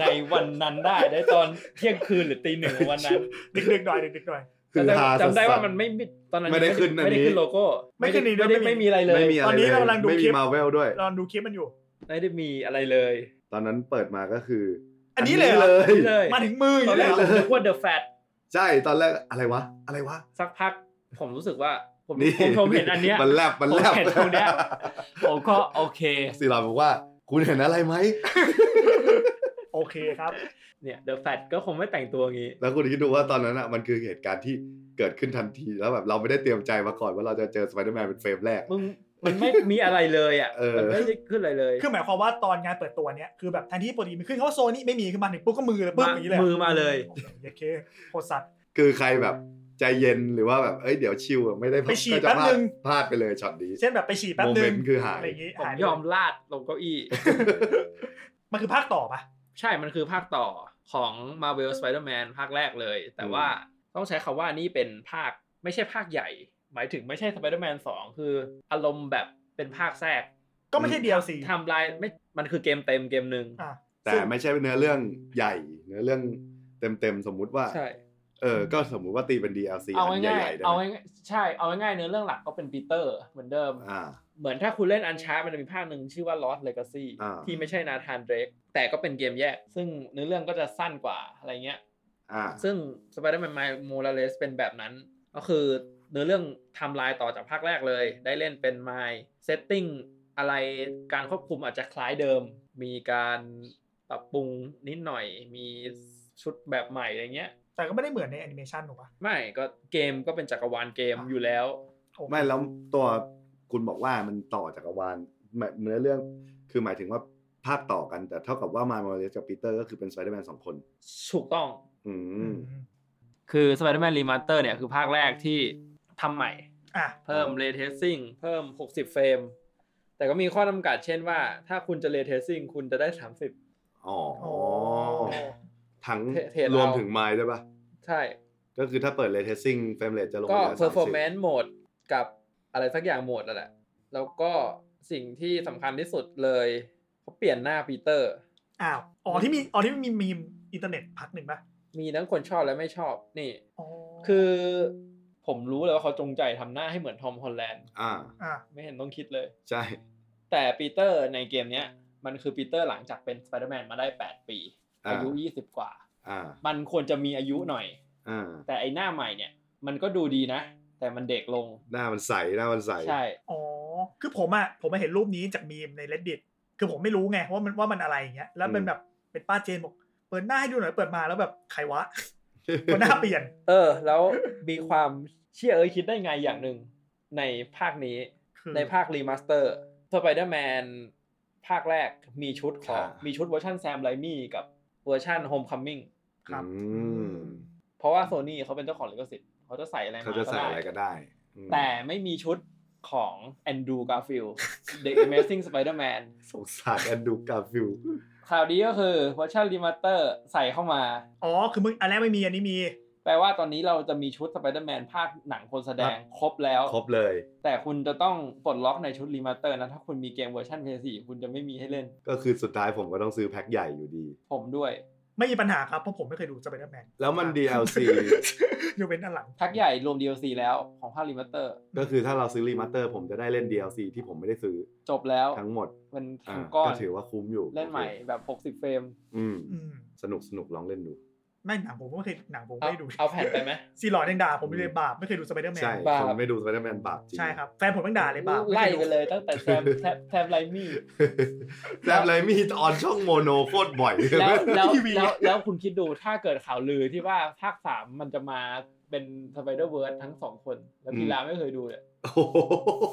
ในวันนั้นได้ได้ตอนเที่ยงคืนหรือตีหนึ่งของวันนั้น
ๆดึกๆหน่อยดึกๆหน่อย
คือฮา
จำได้
สัสๆ
ว่ามันไม่มีตอนนั้น
ไม่ได้ขึ้นอัน
ไม่ได้
นี้
ขึ้นโลโก้
ไม่ขึ้นนี่ด้
ไม่
วย
ได้
ไม่
ไม่
มี
มีอะไรเลย
ไม่มีอะไร
ตอนนี้
เลย
เรากำลังดู
ไม่
คลิ
มี
ป
มาเวลด้วย
ลองดูคลิปมันอยู่
ไม่ได้มีอะไรเลย
ตอนนั้นเปิดมาก็คือ
อันนี้เลยเหรอ
อันนี้
เล
เลย
ย
มาถึงมืออ
ตอนแร
ยู่แล้
ก
ว
ผมนึกว่าเดอะแฟต
ใช่ตอนแรกอะไรวะ อะไรวะ
สักพัก ผมรู้สึกว่าผม
นี่
ผมผมเห็นอันเนี้ย
มันแลบมันแล
ผ
บ
มเห็นตรงเนี้ย ผมก็โอเค
ศิลาบอกว่า คุณเห็นอะไรไหม
โอเคครับ
เนี่ยเดอะแฟตก็คงไม่แต่งตัวงี้
แล้วคุณคิดดูว่าตอนนั้นอ่ะมันคือเหตุการณ์ที่เกิดขึ้นทันทีแล้วแบบเราไม่ได้เตรียมใจมาก่อนว่าเราจะเจอสไปเดอร์แมนเป็นเฟรมแรก
มึงมันไม่มีอะไรเลยอ่ะ
เออ
มันไม่ได้ขึ้นอะไรเลย
คือหมายความว่าตอนงานเปิดตัวเนี่ยคือแบบแทนที่ปกติมันขึ้นเขาว่าโซนี่ไม่มีขึ้นมาถึงปุ๊บก็มือเลยปุ๊บอย่างนี้เลย
มือมาเลย
โอโหเคโคตรสัตว์
คือใครแบบใจเย็นหรือว่าแบบเอ้ยเดี๋ยวชิลอะไม่ได้
ไปฉี่
ก็จะ
แป๊บ
พลา
นึ
ด
ง
พลาดไปเลยช็อตนี้
เช่นแบบไปฉีดแป๊บ
โม
นึ
เมน
ง
ต์คือหาย
อะไรอย่างนี้
ผม
หาย
ยอม
ไป
ลาดลงเก้าอี้
มันคือภาคต่อปะ
ใช่ มันคือภาคต่อของ Marvel Spider-Man ภาคแรกเลย แต่ว่าต้องใช้คำว่านี่เป็นภาคไม่ใช่ภาคใหญ่ หมายถึงไม่ใช่ Spider-Man 2 คืออารมณ์แบบเป็นภาคแทรก
ก็ไม่ใช่ DLC
ไทำลายไม่ มันคือเกมเต็มเกมหนึ่ง
อ่ะ
แต่
ซึ่ง
ไม่ใช่เนื้อเรื่องใหญ่ เนื้อเรื่องเต็มๆสมมุติว่า
ใช่
เออ ก็สมมุติว่าตีเป็น DLC
เอา
อันให
ง่าย
ญ่
ๆ
ๆได้
เอา
ไหม
ง่ายๆใช่ เอาง่ายๆเนื้อเรื่องหลักก็เป็นปีเตอร์เหมือนเดิม
อ่า
เหมือนถ้าคุณเล่นอันชาร์มันจะมีภาคหนึ่งชื่อว่า Lost Legacy
อ่า
ที่ไม่ใช่นาธานเดรกแต่ก็เป็นเกมแยก ซึ่งเนื้อเรื่องก็จะสั้นกว่าอะไรเงี้ย
อ่า
ซึ่ง Spider-Man My m o r a l e s เป็นแบบนั้น ก็คือเนื้อเรื่องไทำลายต่อจากภาคแรกเลย ได้เล่นเป็น My Setting อะไรการควบคุมอาจจะคล้ายเดิม มีการปรับปรุงนิดหน่อย มีชุดแบบใหม่อะไรเงี้ย
แต่ก็ไม่ได้เหมือนในแอนิเมชันถูกปะ
ไม่ก็เกมก็เป็นจักรวาลเกม
อ่ะ
อยู่แล้ว
โอเค
ไม่แล้วตัวคุณบอกว่ามันต่อจักรวาลหมายเนื้อเรื่องคือหมายถึงว่าภาคต่อกันแต่เท่ากับว่ามาโมเลสกับปีเตอร์ก็คือเป็นสไปเดอร์แมนสองคน
ถูกต้อง
อื
อื
ม
ม
คือ Spider-Man Remaster เนี่ยคือภาคแรกที่ทำใหม่
อ่ะ
เพิ่ม Ray Tracing เพิ่ม 60 เฟรม แต่ก็มีข้อจำกัดเช่นว่า ถ้าคุณจะ Ray Tracing คุณจะได้ 30
อ๋อ
โอ้
ทั้ง
เทเทรดเอา
รวมถึงไม้ด้วยปะ
ใช่
ก็คือถ้าเปิดเลเทสซิ่งเฟรมเรทจะลง
ก็
เหลือสามสิบ
performance mode กับอะไรสักอย่างโหมดนั่นแหละ แล้วก็สิ่งที่สำคัญที่สุดเลยเขาเปลี่ยนหน้าปีเตอร์
อ้าวอ๋อที่มีอ๋อที่มีมีมอินเทอร์เน็ตพักหนึ่งปะ
มีทั้งคนชอบและไม่ชอบนี่
อ๋อ
คือผมรู้เลยว่าเขาจงใจทำหน้าให้เหมือนทอมฮอลแลนด์
อ่า
อ่ะ
ไม่เห็นต้องคิดเลย
ใช่
แต่ปีเตอร์ในเกมเนี้ย มันคือปีเตอร์หลังจากเป็นสไปเดอร์แมนมาได้ 8 ปี
อ่า
อายุ 20 กว่า
อ่า
มันควรจะมีอายุหน่อย
อ่า
แต่ไอหน้าใหม่เนี่ย มันก็ดูดีนะ แต่มันเด็กลง
หน้ามันใส หน้ามันใส
ใช่
อ๋อคือผมอ่ะผมมาเห็นรูปนี้จากมีมใน reddit คือผมไม่รู้ไงว่ามันว่ามันอะไรอย่างเงี้ยแล้วเป็น
อืม
แบบเป็นป้าเจนบอกเปิดหน้าให้ดูหน่อยเปิดมาแล้วแบบใครวะ คนหน้าเปลี่ยน
เออ แล้วมีความเชื่อเอ้ยคิดได้ไงอย่างหนึ่งในภาคนี้
คือ
ในภาครีมาสเตอร์สไปเดอร์แมนภาคแรกมีชุดของ
ค่ะ
มีชุดเวอร์ชันแซมไรมี่กับเวอร์ชันโฮมคัมมิ่ง
ครับ
อืม
เพราะว่าโซนี่เขาเป็นเจ้าของลิขสิทธิ์เขาจะใส่อะไรมา
เขาจะ
ก็
ใส่
ได้
อะไรก็ได้อืม
แต่ไม่มีชุดของแอนดูการ์ฟิล The Amazing Spider-Man
สงสารแอนดูกาฟิล
ข่าวดีก็คือเวอร์ชันรีมาสเตอร์ใส่เข้ามา
อ๋อคือมึงอันแรกไม่มีอันนี้มี
แปลว่าตอนนี้เราจะมีชุดสไปเดอร์แมนภาคหนังคนแสดงครบแล้ว
ครบเลย
แต่คุณจะต้องปลดล็อกในชุดรีมาสเตอร์นะ ถ้าคุณมีเกมเวอร์ชัน PS4 คุณจะไม่มีให้เล่น
ก็คือสุดท้ายผมก็ต้องซื้อแพ็คใหญ่อยู่ดี
ผมด้วย
ไม่มีปัญหาครับเพราะผมไม่เคยดูสไปเดอร์แมน
แล้วมัน DLC
อยู่เป็นอันหลัง
ทักใหญ่รวม DLC แล้วของภาครีมาสเตอร์
ก็คือถ้าเราซื้อรีมาสเตอร์ ผมจะได้เล่น DLC ที่ผมไม่ได้ซื้อ
จบแล้ว
ทั้งหมด
มัน
อ่า
ทั้งก้อ
ก็
น
ถือว่าคุ้มอยู่
เล่นใหม่
โอค
แบบ 60 เฟรม
อืม
อืม
สนุกสนุกลองเล่นดู
ไม่หนังผมก็ไม่เคยหนังผม
เอา
ไม่ได้ดู
เอาแผ่นไปไหม
ซีหลอดยังด่าผมอยู่เลยบาปไม่เคยดูสไปเดอร์แมน
ใช่
บาป
คนไม่ดูสไปเดอร์แมนบาปจริง
ใช่ครับแฟนผมยังด่าเลยบาปม่
ไล่
คดู
ไปเลยตั้งแต่แซม แซมแซมไรมี่
แซมไรมี่ออนช่องโมโนโคตรบ่อย
แล้วแล้ว
ทีวี
แล้วแล้วคุณคิดดูถ้าเกิดข่าวลือที่ว่าภาคสามมันจะมาเป็นสไปเดอร์เวิร์ทั้งสองคน แล้วกีฬาไม่เคยดูเลย
โอ้โห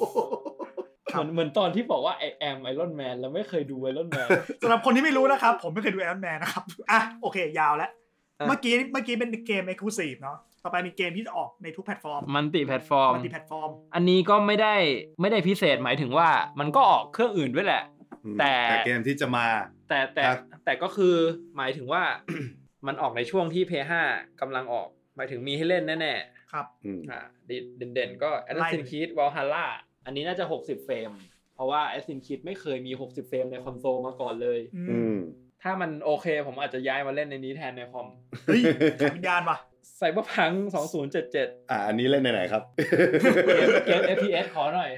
เหมือนเหมือนตอนที่บอกว่าไอแอมไอรอนแมนเราไม่เคยดูไอรอนแม น
สำหรับคนที่ไม่รู้นะครับ ผมไม่เคยดูแอนแมนนะครับอ่ะโอเค ยาวแล้ว
อ่ะ
เมื่อกี้เมื่อกี้เป็นเกมเอ็กซ์คลูซีฟเนาะต่อไปมีเกมที่จะออกในทุกแพลตฟอร์ม
มันติแพลตฟอร์ม
มัลติแพลตฟอร์ม
อันนี้ก็ไม่ได้ไม่ได้พิเศษหมายถึงว่ามันก็ออกเครื่องอื่นด้วยแหละ แต่
แต่เกมที่จะมา
แต่แต่
ครับ
แต่ก็คือหมายถึงว่า มันออกในช่วงที่ PS5 กำลังออก หมายถึงมีให้เล่นแน่
ครับ
อืม
ๆอ่าเด่นๆ ก็
ไล่
Assassin's
ไป
Creed Valhalla อันนี้น่าจะ 60 เฟรม เพราะว่า Assassin's Creed ไม่เคยมี 60 เฟรมในคอนโซลมาก่อนเลย
อื
อื
ม
ม
ถ้ามันโอเคผมอาจจะย้ายมาเล่นในนี้แทนในคอม
เฮ้ยขายวิญญาณว่ะ
Cyberpunk 2077 เ
อ่ะอันนี้เล่นไหนๆครับ
กมเกม FPS ขอหน่อย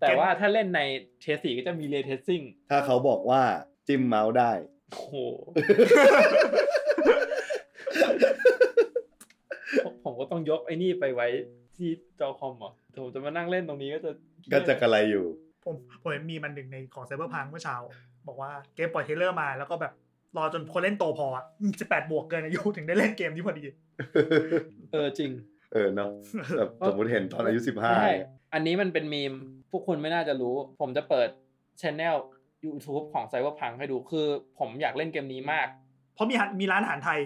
แต่ว่าถ้าเล่นในเทสสีก็จะมี Ray Tracing
ถ้าเขาบอกว่าจิ้มเมาส์ได้
โอ้โห ผมผมก็ต้องยกไอ้นี่ไปไว้ที่จอคอมเหรอแต่ผมจะมานั่งเล่นตรงนี้ก็จะ
ก็จะกระไรอยู่
ผมผมเห็นมีมันหนึ่งในของไซเบอร์พังเมื่อเช้า บอกว่าเกมปล่อยเทรลเลอร์มาแล้วก็แบบรอจนคนเล่นโตพอสิบแปดบวกเกินอายุถึงได้เล่นเกมนี้พอดี
เออจริง
เออเนาะแบบสมมติเห็นตอนอายุสิ บห้า
ใช่อันนี้มันเป็นมีม พวกคุณไม่น่าจะรู้ ผมจะเปิดช anel YouTube ของไซเวอร์พังให้ดูคือผมอยากเล่นเกมนี้มาก
เพราะมีมีร้านอาหารไทย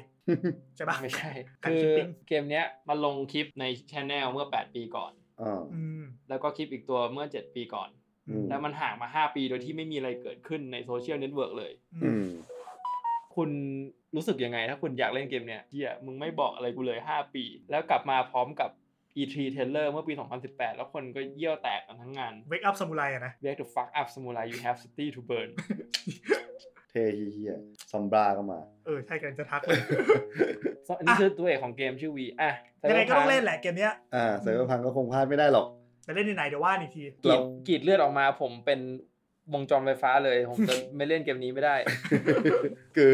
ใช่ปะ
ไม่ใช่
การ
คือ
คิดปิ้ง
เกมเนี้ยมันลงคลิปในช anel เมื่อ 8 ปีก่อน
อ่า
อืม
แล้วก็คลิปอีกตัวเมื่อ 7 ปีก่อน
อืม
แล้วมันห่างมา 5 ปีโดยที่ไม่มีอะไรเกิดขึ้นในโซเชียลเน็ตเวิร์กเลย
อื
อื
ม
ม
คุณรู้สึกยังไงถ้าคุณอยากเล่นเกมเนี่ยเฮียมึงไม่บอกอะไรกูเลย 5 ปี แล้วกลับมาพร้อมกับ E3 Trailer เมื่อปี 2018 แล้วคนก็เยี่ยวแตกกันทั้งงาน
เวกอัพซามูไรอะนะ
Wake the fuck up samurai you have city to burn
เทเฮียๆซอมบราก็มา
เออ ใช่กันจะทักเลย
So อันนี้คือตัวเอกของเกมชื่อ V อ่ะ
ยังไงก็ต้องเล่นแหละเกมเนี้ย
อ่าไซเบอร์พังก็คงพลาดไม่ได้หรอก
แต่เล่นในไหนเดี๋ยวว่าอีกที
กรีดกรีดเลือดออกมาผมเป็นวงจรไฟฟ้าเลย ผมจะไม่เล่นเกมนี้ไม่ได้
คือ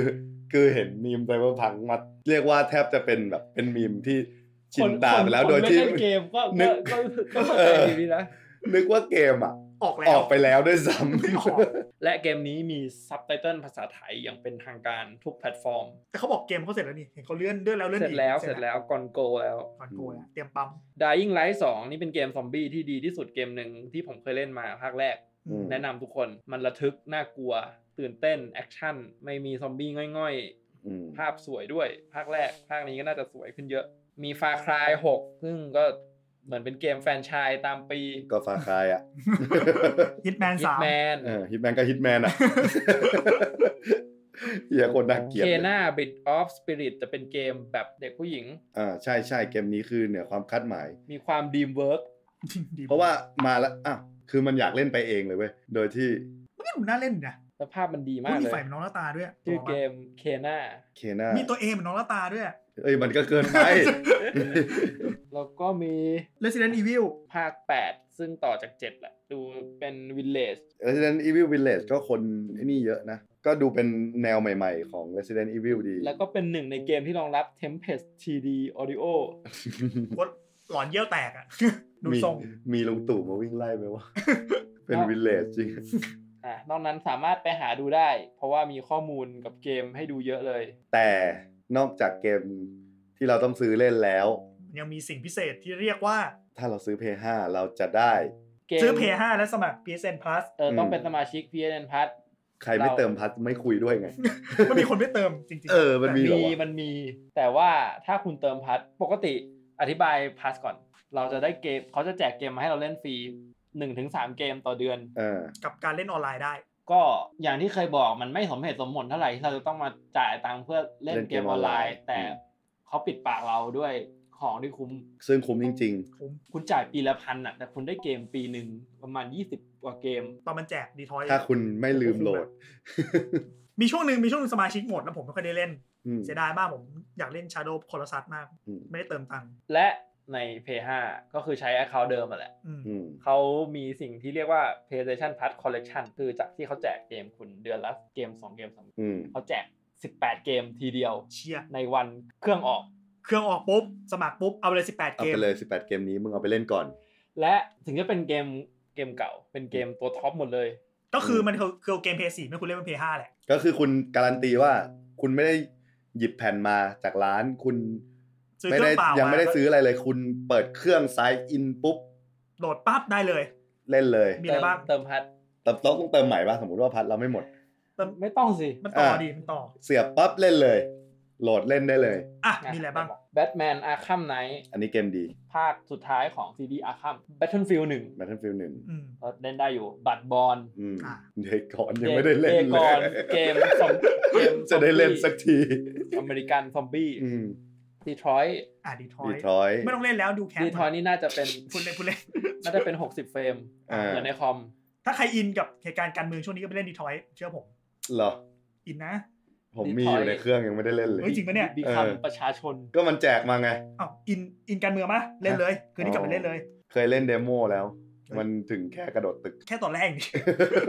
คือเห็นมีมไซเบอร์พังมาเรียกว่าแทบจะเป็นแบบเป็นมีมที่ชินตาไปแล้วโดยที่
คนไม่เล่นเกมก็
นึ
ก็
ก
ก็ก็เข้าใจดีนะ
นึกว่าเกมอ่ะ
ออกแล้ว
ออกไปแล้วด้วยซ้
ไม่ออก
และเกมนี้มีซับไตเติลภาษาไทยอย่างเป็นทางการทุกแพลตฟอร์ม
แต่เขาบอกเกมเขาเสร็จแล้วนี่เห็นเขาเลื่อนเลื่อนแล้วเลื่อน
เสร็จ
อีก
แล้วเสร็จแล้วกอนโกแล้ว
ก่อนโกแล้วเตรียมปั๊ม
Dying Light 2 นี่เป็นเกมซอมบี้ที่ดีที่สุดเกมหนึ่งที่ผมเคยเล่นมาภาคแรก
ำอืม
แนะนำทุกคนมันระทึกน่ากลัว ตื่นเต้น แอคชั่น ไม่มีซอมบี้ง่อย
อืม
ๆ ภาพสวยด้วย ภาคแรก ภาคนี้ก็น่าจะสวยขึ้นเยอะ มีฟาคลาย6ซึ่งก็เหมือนเป็นเกมแฟรนไชายตามปี
ก็ฟาคายอ่ะ
ฮิตแมน
ฮิ
สา
ต
ม
แมน
เออฮิตแมนก็ฮิตแมนอ่ะ เฮียคนน่าเกลียด
เค
เลย
น่าบิดออฟสปิริตจะเป็นเกมแบบเด็กผู้หญิง
อ่าใช่ใช่เกมนี้คือเหนือความคาดหมาย
มีความดีมเวิร์ก
ดี
เพราะว่ามาแล้วอ้าวคือมันอยากเล่นไปเองเลยเว้ย โดยที่
มันก็ดูน่าเล่นนะ
และภาพมันดี
มั
มาน ก
มี
เล
ไฟ
ย
เป็นน้องหน้าตาด้วย
ชื่อเกมเคน่า
เคน่า
มีตัวเอเป็นน้องหน้าตาด้วย
เอ้ยมันก็เกินไป
แล้วก็มี
Resident Evil
ภาค 8 ซึ่งต่อจาก 7 แหละ ดูเป็นวิลเลจ
Resident Evil Village ก็คนไอ้นี่เยอะนะ ก็ดูเป็นแนวใหม่ๆของ Resident Evil ดี
แล้วก็เป็นหนึ่งในเกมที่รองรับ Tempest TD Audio
โคตรหลอนเยี่ยวแตกอ่ะ ดู
มี
ทรง
มีลุงตู่มาวิ่งไล่ไหมวะ เป็น
ก็
Village จริง
อ่ะนอกนั้นสามารถไปหาดูได้ เพราะว่ามีข้อมูลกับเกมให้ดูเยอะเลย
แต่นอกจากเกมที่เราต้องซื้อเล่นแล้ว
ยังมีสิ่งพิเศษที่เรียกว่า
ถ้าเราซื้อ Play 5 เราจะได้
เกม
ซื้อ p 5และสมัคร PSN Plus
เออต้องเป็นสมาชิก PSN Plus
ใครไม่เติมพัดไม่คุยด้วยไง
มันมีคนไม่เติมจริงๆ
เออมันมี เหร
มี
วะ
มันมี แต่ว่าถ้าคุณเติมพัสปกติอธิบายพัสก่อน เราจะได้เกมเขาจะแจกเกมมาให้เราเล่นฟรี1-3 เกมต่อเดือน
เออ
กับการเล่นออนไลน์ได้
ก็อย่างที่เคยบอกมันไม่สมเหตุสมผลเท่าไหร่ที่เราจะต้องมาจ่ายตังค์เพื่อเล่น
เล่นเก
เก
ม
ม
อ
อ
อ
อนน
ไล
ไล
น์
น์ แต่เขาปิดปากเราด้วยของที่คุ้ม
ซึ่งคุ้มจริง
คุ้ม
คุณจ่ายปีละพันอ่ะ แต่คุณได้เกมปีหนึ่งประมาณ 20 กว่าเกม
ตอนมันแจกดีทอย
ๆ ถ้าคุณไม่ลืมโหลด
มีช่วงหนึ่งมีช่วงหนึ่งสมาชิกหมดแล้วผมไม่ค่อยได้เล่น
อืม
เสียดายมากผมอยากเล่น Shadow Colossus มาก
อืม
ไม่ได้เติมตังค์
และใน p 5ก็คือใช้ Account เดิมมาแหละ
อืม
อืม
เขามีสิ่งที่เรียกว่า PlayStation Plus Collection คือจากที่เขาแจกเกมคุณเดือนละเกม 2 เกมสาม
อืม
เขาแจก 18 เกมทีเดียว
เชีย
ในวันเครื่องออก
เครื่องออกปุ๊บ สมัครปุ๊บ เอาเลย 18
เอา
เกม
ไปเลย 18 เกมนี้มึงเอาไปเล่นก่อน
และถึงจะเป็นเกมเกมเก่า เป็นเกมตัวท็อปหมดเลย
ก็คือมันคือคือเกม PS4 ไม่คุณเล่นเป็น PS5 แหละ
ก็คือคุณการันตีว่าคุณไม่ได้หยิบแผ่นมาจากร้านคุณ
ซื้อ
ไม่ได้
เครื่องเปล่ายั
ยังไม่ได้ซื้ออะไรเลย คุณเปิดเครื่องไซน์อินปุ๊บ
โหลดปั๊บได้เลย
เล่นเลย
มีอะไรบ้าง
เติมพัด
แต่ต้องต้องเติมใหม่ป่ะสมมติว่าพัดเราไม่หมด
ไม่ต้องสิ
มันต่ออา ดีมันต่อ
เสียบปั๊บเล่นเลย โหลดเล่นได้เลย
อ่ะ มีอะไรบ้าง
แบทแมนอาร์คัมไนท์
อันนี้เกมดี
ภาคสุดท้ายของซีดีอาร์คัมแบทเทิลฟิลหนึ่ง
Battlefield 1
อืม
ก็เล่นได้อยู่บัตบอล
อืม
อ่ะ
เดย์ก่อนยังไม่ได้เล่นเล
ก่อย นเกมสองเกม
จะได้เล่นสักที
อเมริกันซอมบี้
อืม
ดีทรอย
อ่ะดีทอ
ดี
ย
ทรอย
ไม่ต้องเล่นแล้วดูแคส
ดีทรอยนี่น่าจะเป็น
คุณเล่นคุณเล่น
น่าจะเป็น 60 เฟรม
อ่า
เหมือนในคอม
ถ้าใครอินกับเหตุการณ์การเมืองช่วงนี้ก็ไปเล่นดีทอยเชื่อผม
เหรอ
อินนะ
ผมมีอยู่ใน
Detroit
เครื่องยังไม่ได้เล่นเลย
เฮ้ยจริงปะเนี่ย
บีคัม
เออ
ประชาชน
ก็มันแจกมาไง
อ้าวอินอินการเมืองมะเล่นเลย คืนนี้กลับไปเล่นเลย
เคยเล่นเดโมแล้ว มันถึงแค่กระโดดตึก
แค่ตอนแรกนี่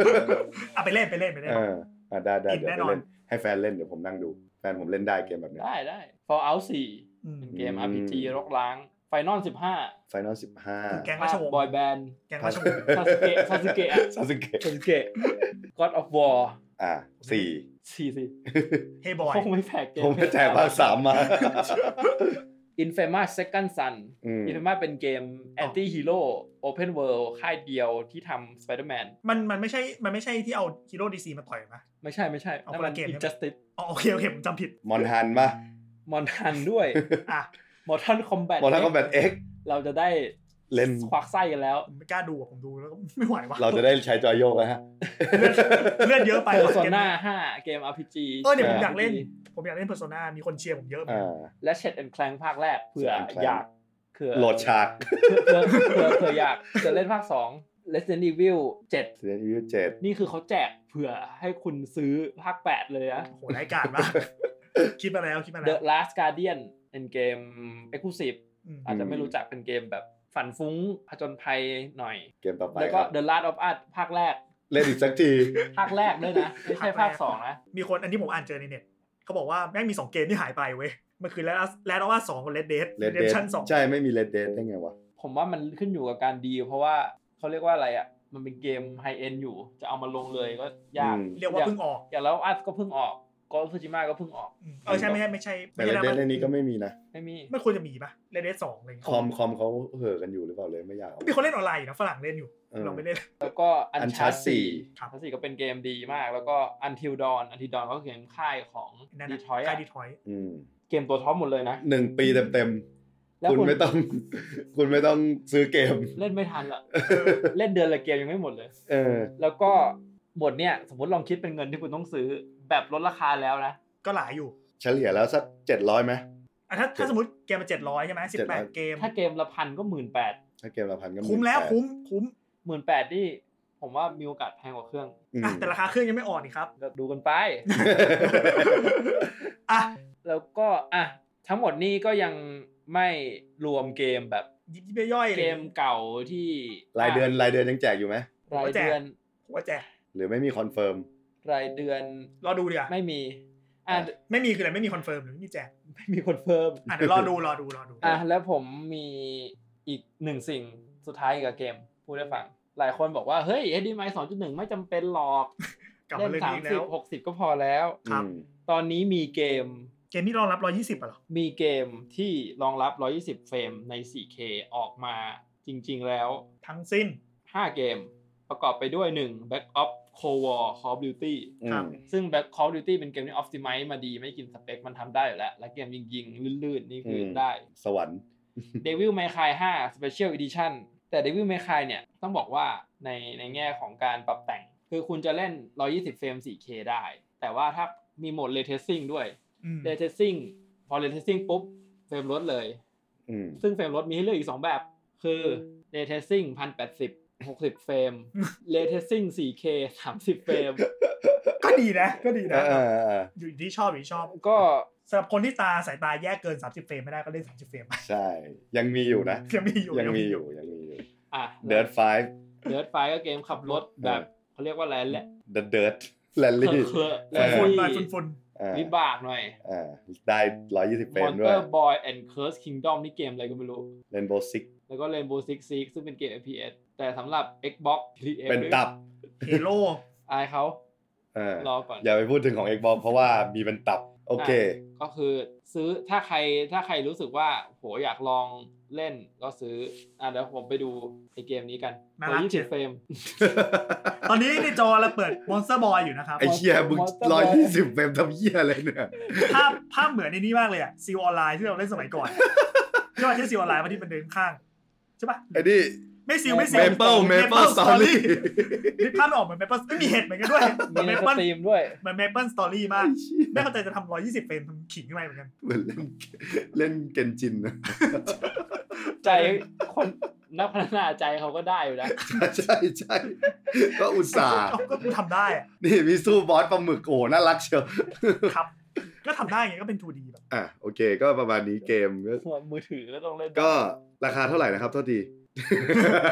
เอาไปเล่นไปเล่นไปเล่น
เอออ่ะได้ได้
ติด
เดี๋ยว
แน่
ไป
นอน
เล่น ให้แฟนเล่นเดี๋ยวผมนั่งดู แฟนผมเล่นได้เกมแบบเนี้
ได้ได้ Fallout 4
อืม
เป็นเกม
อืม
RPG รกล้าง Final 15
ไฟนอลสิบห้า
คือแก๊งราชวงศ์
บอยแบนด์
แก๊งราชวงศ์
ซาสึเกะซาสึเกะอะ
ซาสึเกะ
เซนเกะ God of War
อ่ะสี่
สี่สิ
เฮยบอย
คงไม่แพ้เกม
ผมจะแจกภาคสามมา
Infamous Second Son
อืม
Infamous เป็นเกม Anti Hero Open World ค่ายเดียวที่ทำ Spider-Man
มันมันไม่ใช่มันไม่ใช่ที่เอาฮีโร่ดีซีมาต่อยนะ
ไม่ใช่ไม่ใช่
เอา
นั่น
คน
มั
ละ
น
เกมใช่ไหม
Injustice
อ๋อโอเคโอเคผมจำผิด
มอนฮันปะ
มอนทันด้วย
อ่ะ
Mortal Kombat
มอนฮันคอมแบทเอ็ก
เราจะได้
เล่น
ควักไส้กันแล้ว
ผมไม่กล้าดูอะผมดูแล้วก็ไม่ไหวว่ะ
เราจะได้ใช้จอยโยกแล้วฮะ
เลือดเลือดเยอะไปว่ะ
Persona
เกม
5 เกม RPG
เออเนี่ยผมอยากเล่น
RPG
ผมอยากเล่นเพอร์โซนามีคนเชียร์ผมเยอะเหมือน
อ่
กันา
และ Shed and Clank ภาคแรกเผื่อ
Shed and Clank
อยากเผื่อ
โหลดฉาก
เผื่อเผื่อเผื่ออยากจะเล่นภาค 2 Resident Evil 7
Resident Evil 7
นี่คือเขาแจกเผื่อให้คุณซื้อภาค 8 เลยนะ
โอ้โหรายการมากคิดมาแล้วคิดมาแล้
The
ว
Last Guardian เป็นเกม Exclusive
อืม
อาจจะไม่รู้จักเป็นเกมแบบฝันฟุ้งผจญภัยหน่อย
เกมต่อไป
แล้ว
ค
ก็
รับ
The Last of Us ภาคแรก
เล่นอีกสักที
ภาคแรกด้วยนะ ไม่ใช่ภาคสองนะ
มีคนอันนี้ผมอ่านเจอในเน็ตเขาบอกว่าแม่งมีสองเกมที่หายไปเว้ยมันคือแลดแลดว่าสองกับเลดเดส
Red
ด
Dead
ชั่นสอง
ใช่ไม่มี Red Dead ได้ไงวะ
ผมว่ามันขึ้นอยู่กับการดีลเพราะว่าเขาเรียกว่าอะไรอ่ะ มันเป็นเกมไฮเอนอยู่ จะเอามาลงเลยก็ยาก
อืม
เรียกว่าเพิ่งออก
อย่างแล้วอัสก็เพิ่งออกก็ฟูจิมะก็เพิ่งออก
อืมเออใช่ไม่ใช่ไม่ใช่
แต่
ไม่ใช่
เด
แล้ว
นเรื่องนี้ก็ไม่มีนะ
ไม่มี
มันควรจะมีป่ะเรเดสสองอะไรเงี้ย
คอมคอมเขาเห่อะกันอยู่หรือเปล่าเลยไม่อยากเอา
มีคนเล่นออนไลน์อยู่นะฝรั่งเล่นอยู่
เออ
เราไม่เล่น
แล้วก็อันชา
Uncharted
สี่
ครับ
ชาสี่ก็เป็นเกมดีมาก แล้วก็ Until Dawn Until Dawn ก็เกมค่ายของ
นั่น
ดี
นะ
ทอย
ใช่ดีทอย
อืม
เกมตัวท็อปหมดเลยนะ
หนึ่งปีเต็มเต็มๆ
แล้ว
คุณไม่ต้อง คุณไม่ต้องซื้อเกม
เล่นไม่ทันละ เล่นเดือนละเกมยังไม่หมดเลย
เออ
แล้วก็บทเนี่ยสมมติลองคิดเป็นเงินที่คุณต้องซื้อแบบลดราคาแล้วนะ
ก็หลายอยู่
เฉลี่ยแล้วสักเจ็ดร้อยไหม
อ่ะถ้าถ้าสมมติเกมมาเจ็ดร้อยใช่ไหมสิบแปด
700
เกม
ถ้าเกมละพันก็หมื่นแปด
ถ้าเกมละพันก็
คุ้มแล้ว
18,000
คุ้มคุ้ม
หมื่นแปดนี่ผมว่ามีโอกาสแพงกว่าเครื่อง
อืม
อ่ะแต่ราคาเครื่องยังไม่ออกนี่ครับ
ก็ดูกันไป
อ่ะ
แล้วก็อ่ะทั้งหมดนี่ก็ยังไม่รวมเกมแบบ
ยิบยิบย่อยๆอะไร
เก
อย่าง
ม
งี้
เก่าที่
รายเดือนรายเดือนยังแจกอยู่ไหม
รายเดือน
ผมว่าแจก
หรือไม่มีคอนเฟิร์ม
รายเดือน
รอดูดีกว่า
ไม่มี อ่ะ
อ่ะ
ไม่มีคืออะไรไม่มีคอนเฟิร์มหรือไม่มีแจก
ไม่มีคนเพิ่ม
อ่ะเดี๋ยวรอดูรอดูรอดู
อ่ะแล้วผมมีอีกหนึ่งสิ่งสุดท้ายเกี่ยวกับเกมพูดให้ฟัง หลายคนบอกว่า เฮ้ย HDMI 2.1 ไม่จำเป็นหรอก
กลับ
เล่
มาน เรื่อง
สาม
นี้แล้
สิบ
ว
หกสิบก็พอแล้ว
ครับ
อืม
ตอนนี้มีเกม
เกมที่รองรับ 120อ่ะเหรอ
มีเกมที่รองรับ 120 เฟรมใน 4K ออกมาจริง ๆ แล้ว
ทั้งสิ้น
5 เกม ประกอบไปด้วย 1 Back of Cold War Call of Duty
อื
ครั
ม
บ
ซึ่ง Back Call of Duty เป็นเกมที่ Optimize มาดีไม่กินสเปค มันทำได้อยู่แล้ว และเกมยิงๆ ลื่น ๆ นี่คือได้
สวรรค์
Devil May Cry 5 Special Edition แต่ Devil May Cry เนี่ย ต้องบอกว่าในในแง่ของการปรับแต่ง คือคุณจะเล่น 120 เฟรม 4K ได้ แต่ว่าถ้ามีโหมด Ray Tracing ด้วย
อืม
Ray Tracing พอ Ray Tracing ปุ๊บ เฟรมลดเลย
อืม
ซึ่งเฟรมลดมีให้เลือกอีก 2 แบบ คือ Ray Tracing 1080 60 เฟร ม Ray Tracing 4K 30 เฟรม
ก็ดีนะ ก็ดี
เอ
นะ
อเออเออ
อยู่ที่ชอบอยู่ที่ชอบ
ก็
สำหรับคนที่ตาสายตาแยกเกิน 30 เฟรมไม่ได้ก็เล่น 30 เฟรมไป
ใช่ ยังมีอยู่นะ
ยังมีอยู่
ยังมีอยู่ยังมีอยู่
อ่ะ
Dirt
เดิร์ดไฟก็เกมขับรถแบบเขาเรียกว่าอะไรแหละ
5 The Dirt Rally
เคลอะๆ
เอ
แล้
อ
ว
ฝุ่นๆหน่อย
ที่
ฝุ่น
อ่า
วิบากหน่อย
อ่าได้ 120 เฟรมด้ว
Monster
ย
Boy and Curse Kingdom นี่เกมอะไรก็ไม่รู้
Rainbow Six
แล้วก็ Rainbow Six Siege ซึ่งเป็นเกม FPS แต่สำหรับ Xbox Series X
เป็นตับ
ๆเฮโร่
อายเขา
เออ
รอก่อน
อย่าไปพูดถึงของ Xbox เพราะว่ามีเป็นตับ โอเค
ก็คือซื้อถ้าใครถ้าใครรู้สึกว่าโหอยากลองเล่นก็ซื้อ อ่ะเดี๋ยวผมไปดูไอเกมนี้กัน
า
ตั
รั
ว
ก
ยี่
เจ๋
สิบ
ง
เฟรม
ตอนนี้ในจอเราเปิด Monster Boy อยู่นะครับ
ไอเชียมึง
Monster
ร้อย
Boy
ยี่สิบเฟรมทำเหี้ยอะไรเนี่ย
ภาพภาพเหมือนในนี้มากเลยอะซีออนไลน์ที่เราเล่นสมัยก่อนใช่ป่ะใช่ซีออนไลน์มาที่มันเดินข้างใช่ป่ะ
ไอ้นี่
ไม่ซีไม่ซี
Maple Maple Story
นึกภาพไม่ออกเหมือน Maple เอ้ยมีเห็ดเหมือนกันด้วย
มีในส
Maple
ตรีมด้วย
เหมือน Maple Story มาก ไม่เข้าใจจะทำร้อยยี่สิบเฟรมทำขิงอะไรเหมือนกัน
เหมือนเล่นเล่นเกน จินนะ
ใจคนนักพัฒนาใจเขาก็ได้อยู่นะ
ใช่ใช่ก็อุตส่าห์
ก็กูทำได้อะ
นี่มีสู้บอสปลาหมึกโอ้น่ารักเชียว
ครับ ก็ทำได้ไงก็เป็น 2D แบบ
อ่ะโอเค ก็ประมาณนี้เกม ก็
มือถือก็ต้องเล่น
ก็ราคาเท่าไหร่นะครับโทษที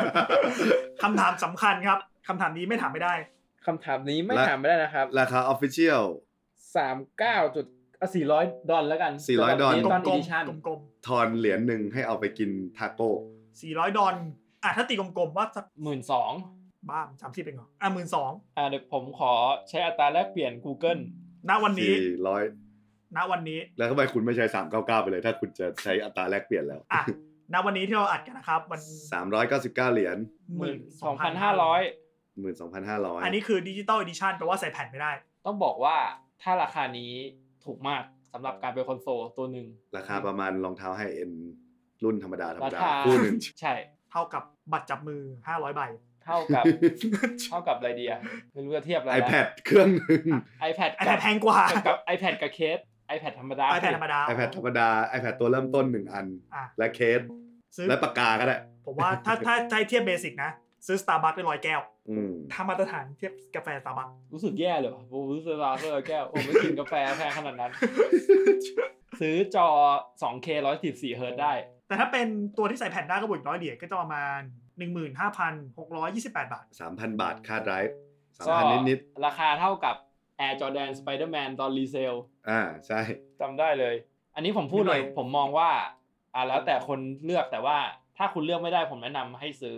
คำถามสำคัญครับคำถามนี้ไม่ถามไม่ได้
คำถามนี้ไม่
และ
ถามไม่ได้นะครับ
ราคาออฟฟิเชียล
สามเก้าจุดสี่ร้อยดอลแล้วกัน
400ดอล
ตอน
ก
อี
ลม
ดิชั่น
ๆกลม
ทอนเหรียญหนึ่งให้เอาไปกินทาโก้
ๆสี่ร้อยดอลอ่ะถ้าตีกลมๆว่าสัก
หมื่นสอง
บ้ามสามสิบเป็นเหรออ่ะหมื่นสอง
อ่ะเดี๋ยวผมขอใช้อัตราแลกเปลี่ยน Google
ณวันนี้
สี่ร้อย
ณวันนี้
แล้วทำไมคุณไม่ใช้สามเก้าเก้าไปเลย ถ้าคุณจะใช้อัตราแลกเปลี่ยนแล้ว
อ่ะ ณ วันนี้ที่เราอัดกันนะครับ วัน
สามร้อยเก้าสิบเก้าเหรียญ
หมื่นสองพันห้าร้อย
หมื่นสองพันห้าร้อย
อันนี้คือดิจิตอลอ d i ชั่นแปลว่าใส่แผ่นไม่ได้
ต้องบอกว่าถ้าราคานี้ถูกมากสำหรับการเป็นคอนโซลตัวหนึ่ง
ราคาประมาณรองเท้าไฮเอ็นรุ่นธรรมดาธรรม
รา
ดา
คา
คู่หนึ่ง
ใช่
เท่ากับบัตรจับมือ 500 ใบ
เท่า กับ เท่ากับอะไรเดียไม่รู้จะเทียบอะไรละ
iPad เครื่องหนึ่ง
iPad กับ
iPad แพงกว่า
กับ iPad กับเคส iPad ธรรมดา
iPad ธรรมดา
iPad ธรรมดา iPad ตัวเริ่มต้นหนึ่งอัน
อ่ะ
และเคส
ซื้อ
และปากกาก็ได้
ผมว่าถ้าถ้าถ้าให้เทียบเบสิกนะ ซื้อ Starbucks ได้ร้อยแก้ว
อืม
ถ้ามาตรฐานเทียบกาแฟ Starbucks
รู้สึกแย่เลยว่ะผมรู้สึกลาเซอร์แก้วผมไม่กินกาแฟแพงขนาด นั้น ซื้อจอ 2K 144 เฮิร์ตซ์ได้
แต่ถ้าเป็นตัวที่ใส่แผ่นได้ก็บวกอีกร้อยเหรียญก็จะประมาณ 15,628 บาท
สามพันบาทค่าไดรฟ์สาม
ก็
พันนิด
ราคาเท่ากับ Air Jordan Spider-Man ตอนรีเซล
ๆอ่า ใช่
จำได้เลย อันนี้ผมพูดเลย
นิดหน่อย
ผมมองว่า อ่าแล้วแต่คนเลือกแต่ว่าถ้าคุณเลือกไม่ได้ผมแนะนำให้ซื้อ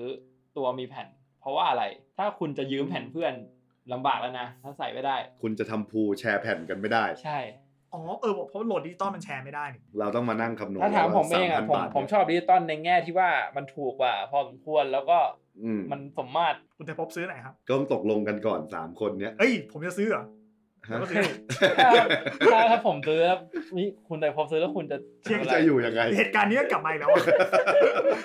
ตัวมีแผ่น เพ ราะว่าอะไร ถ้าคุณจะยืมแผ่นเพื่อนลำบากแล้วนะ ถ้าใส่ไม่ได้
คุณจะทำพูลแชร์แผ่นกันไม่ได้
ใช่
อ๋อเออเพราะว่าโหลดดิจิตอลมันแชร์ไม่ได้นี่
เราต้องมานั่งคำนวณ
ถ้าถามผมเองอ่ะผ
ว่า3,000
ม
บาท
ผมชอบดิจิตอลในแง่ที่ว่ามันถูกกว่าพอสมควรแล้วก็
อืม
มันสมมาต ร
คุณแต่พบซื้อไหนครับ
ก็ต้องตกลงกันก่อนสามคนเนี้ย
เอ้ย ผมจะซื้อเหรอ
ฮะ
ก็คือ
ถ้าถ้าผมซื้อแล้วนี่คุณแต่พอซื้อแล้วคุณจะ
เชี่ย
ทำไร
จะ อยู่ยังไง
เหตุการณ์นี้ก็กลับมาอีกแล้ว อะ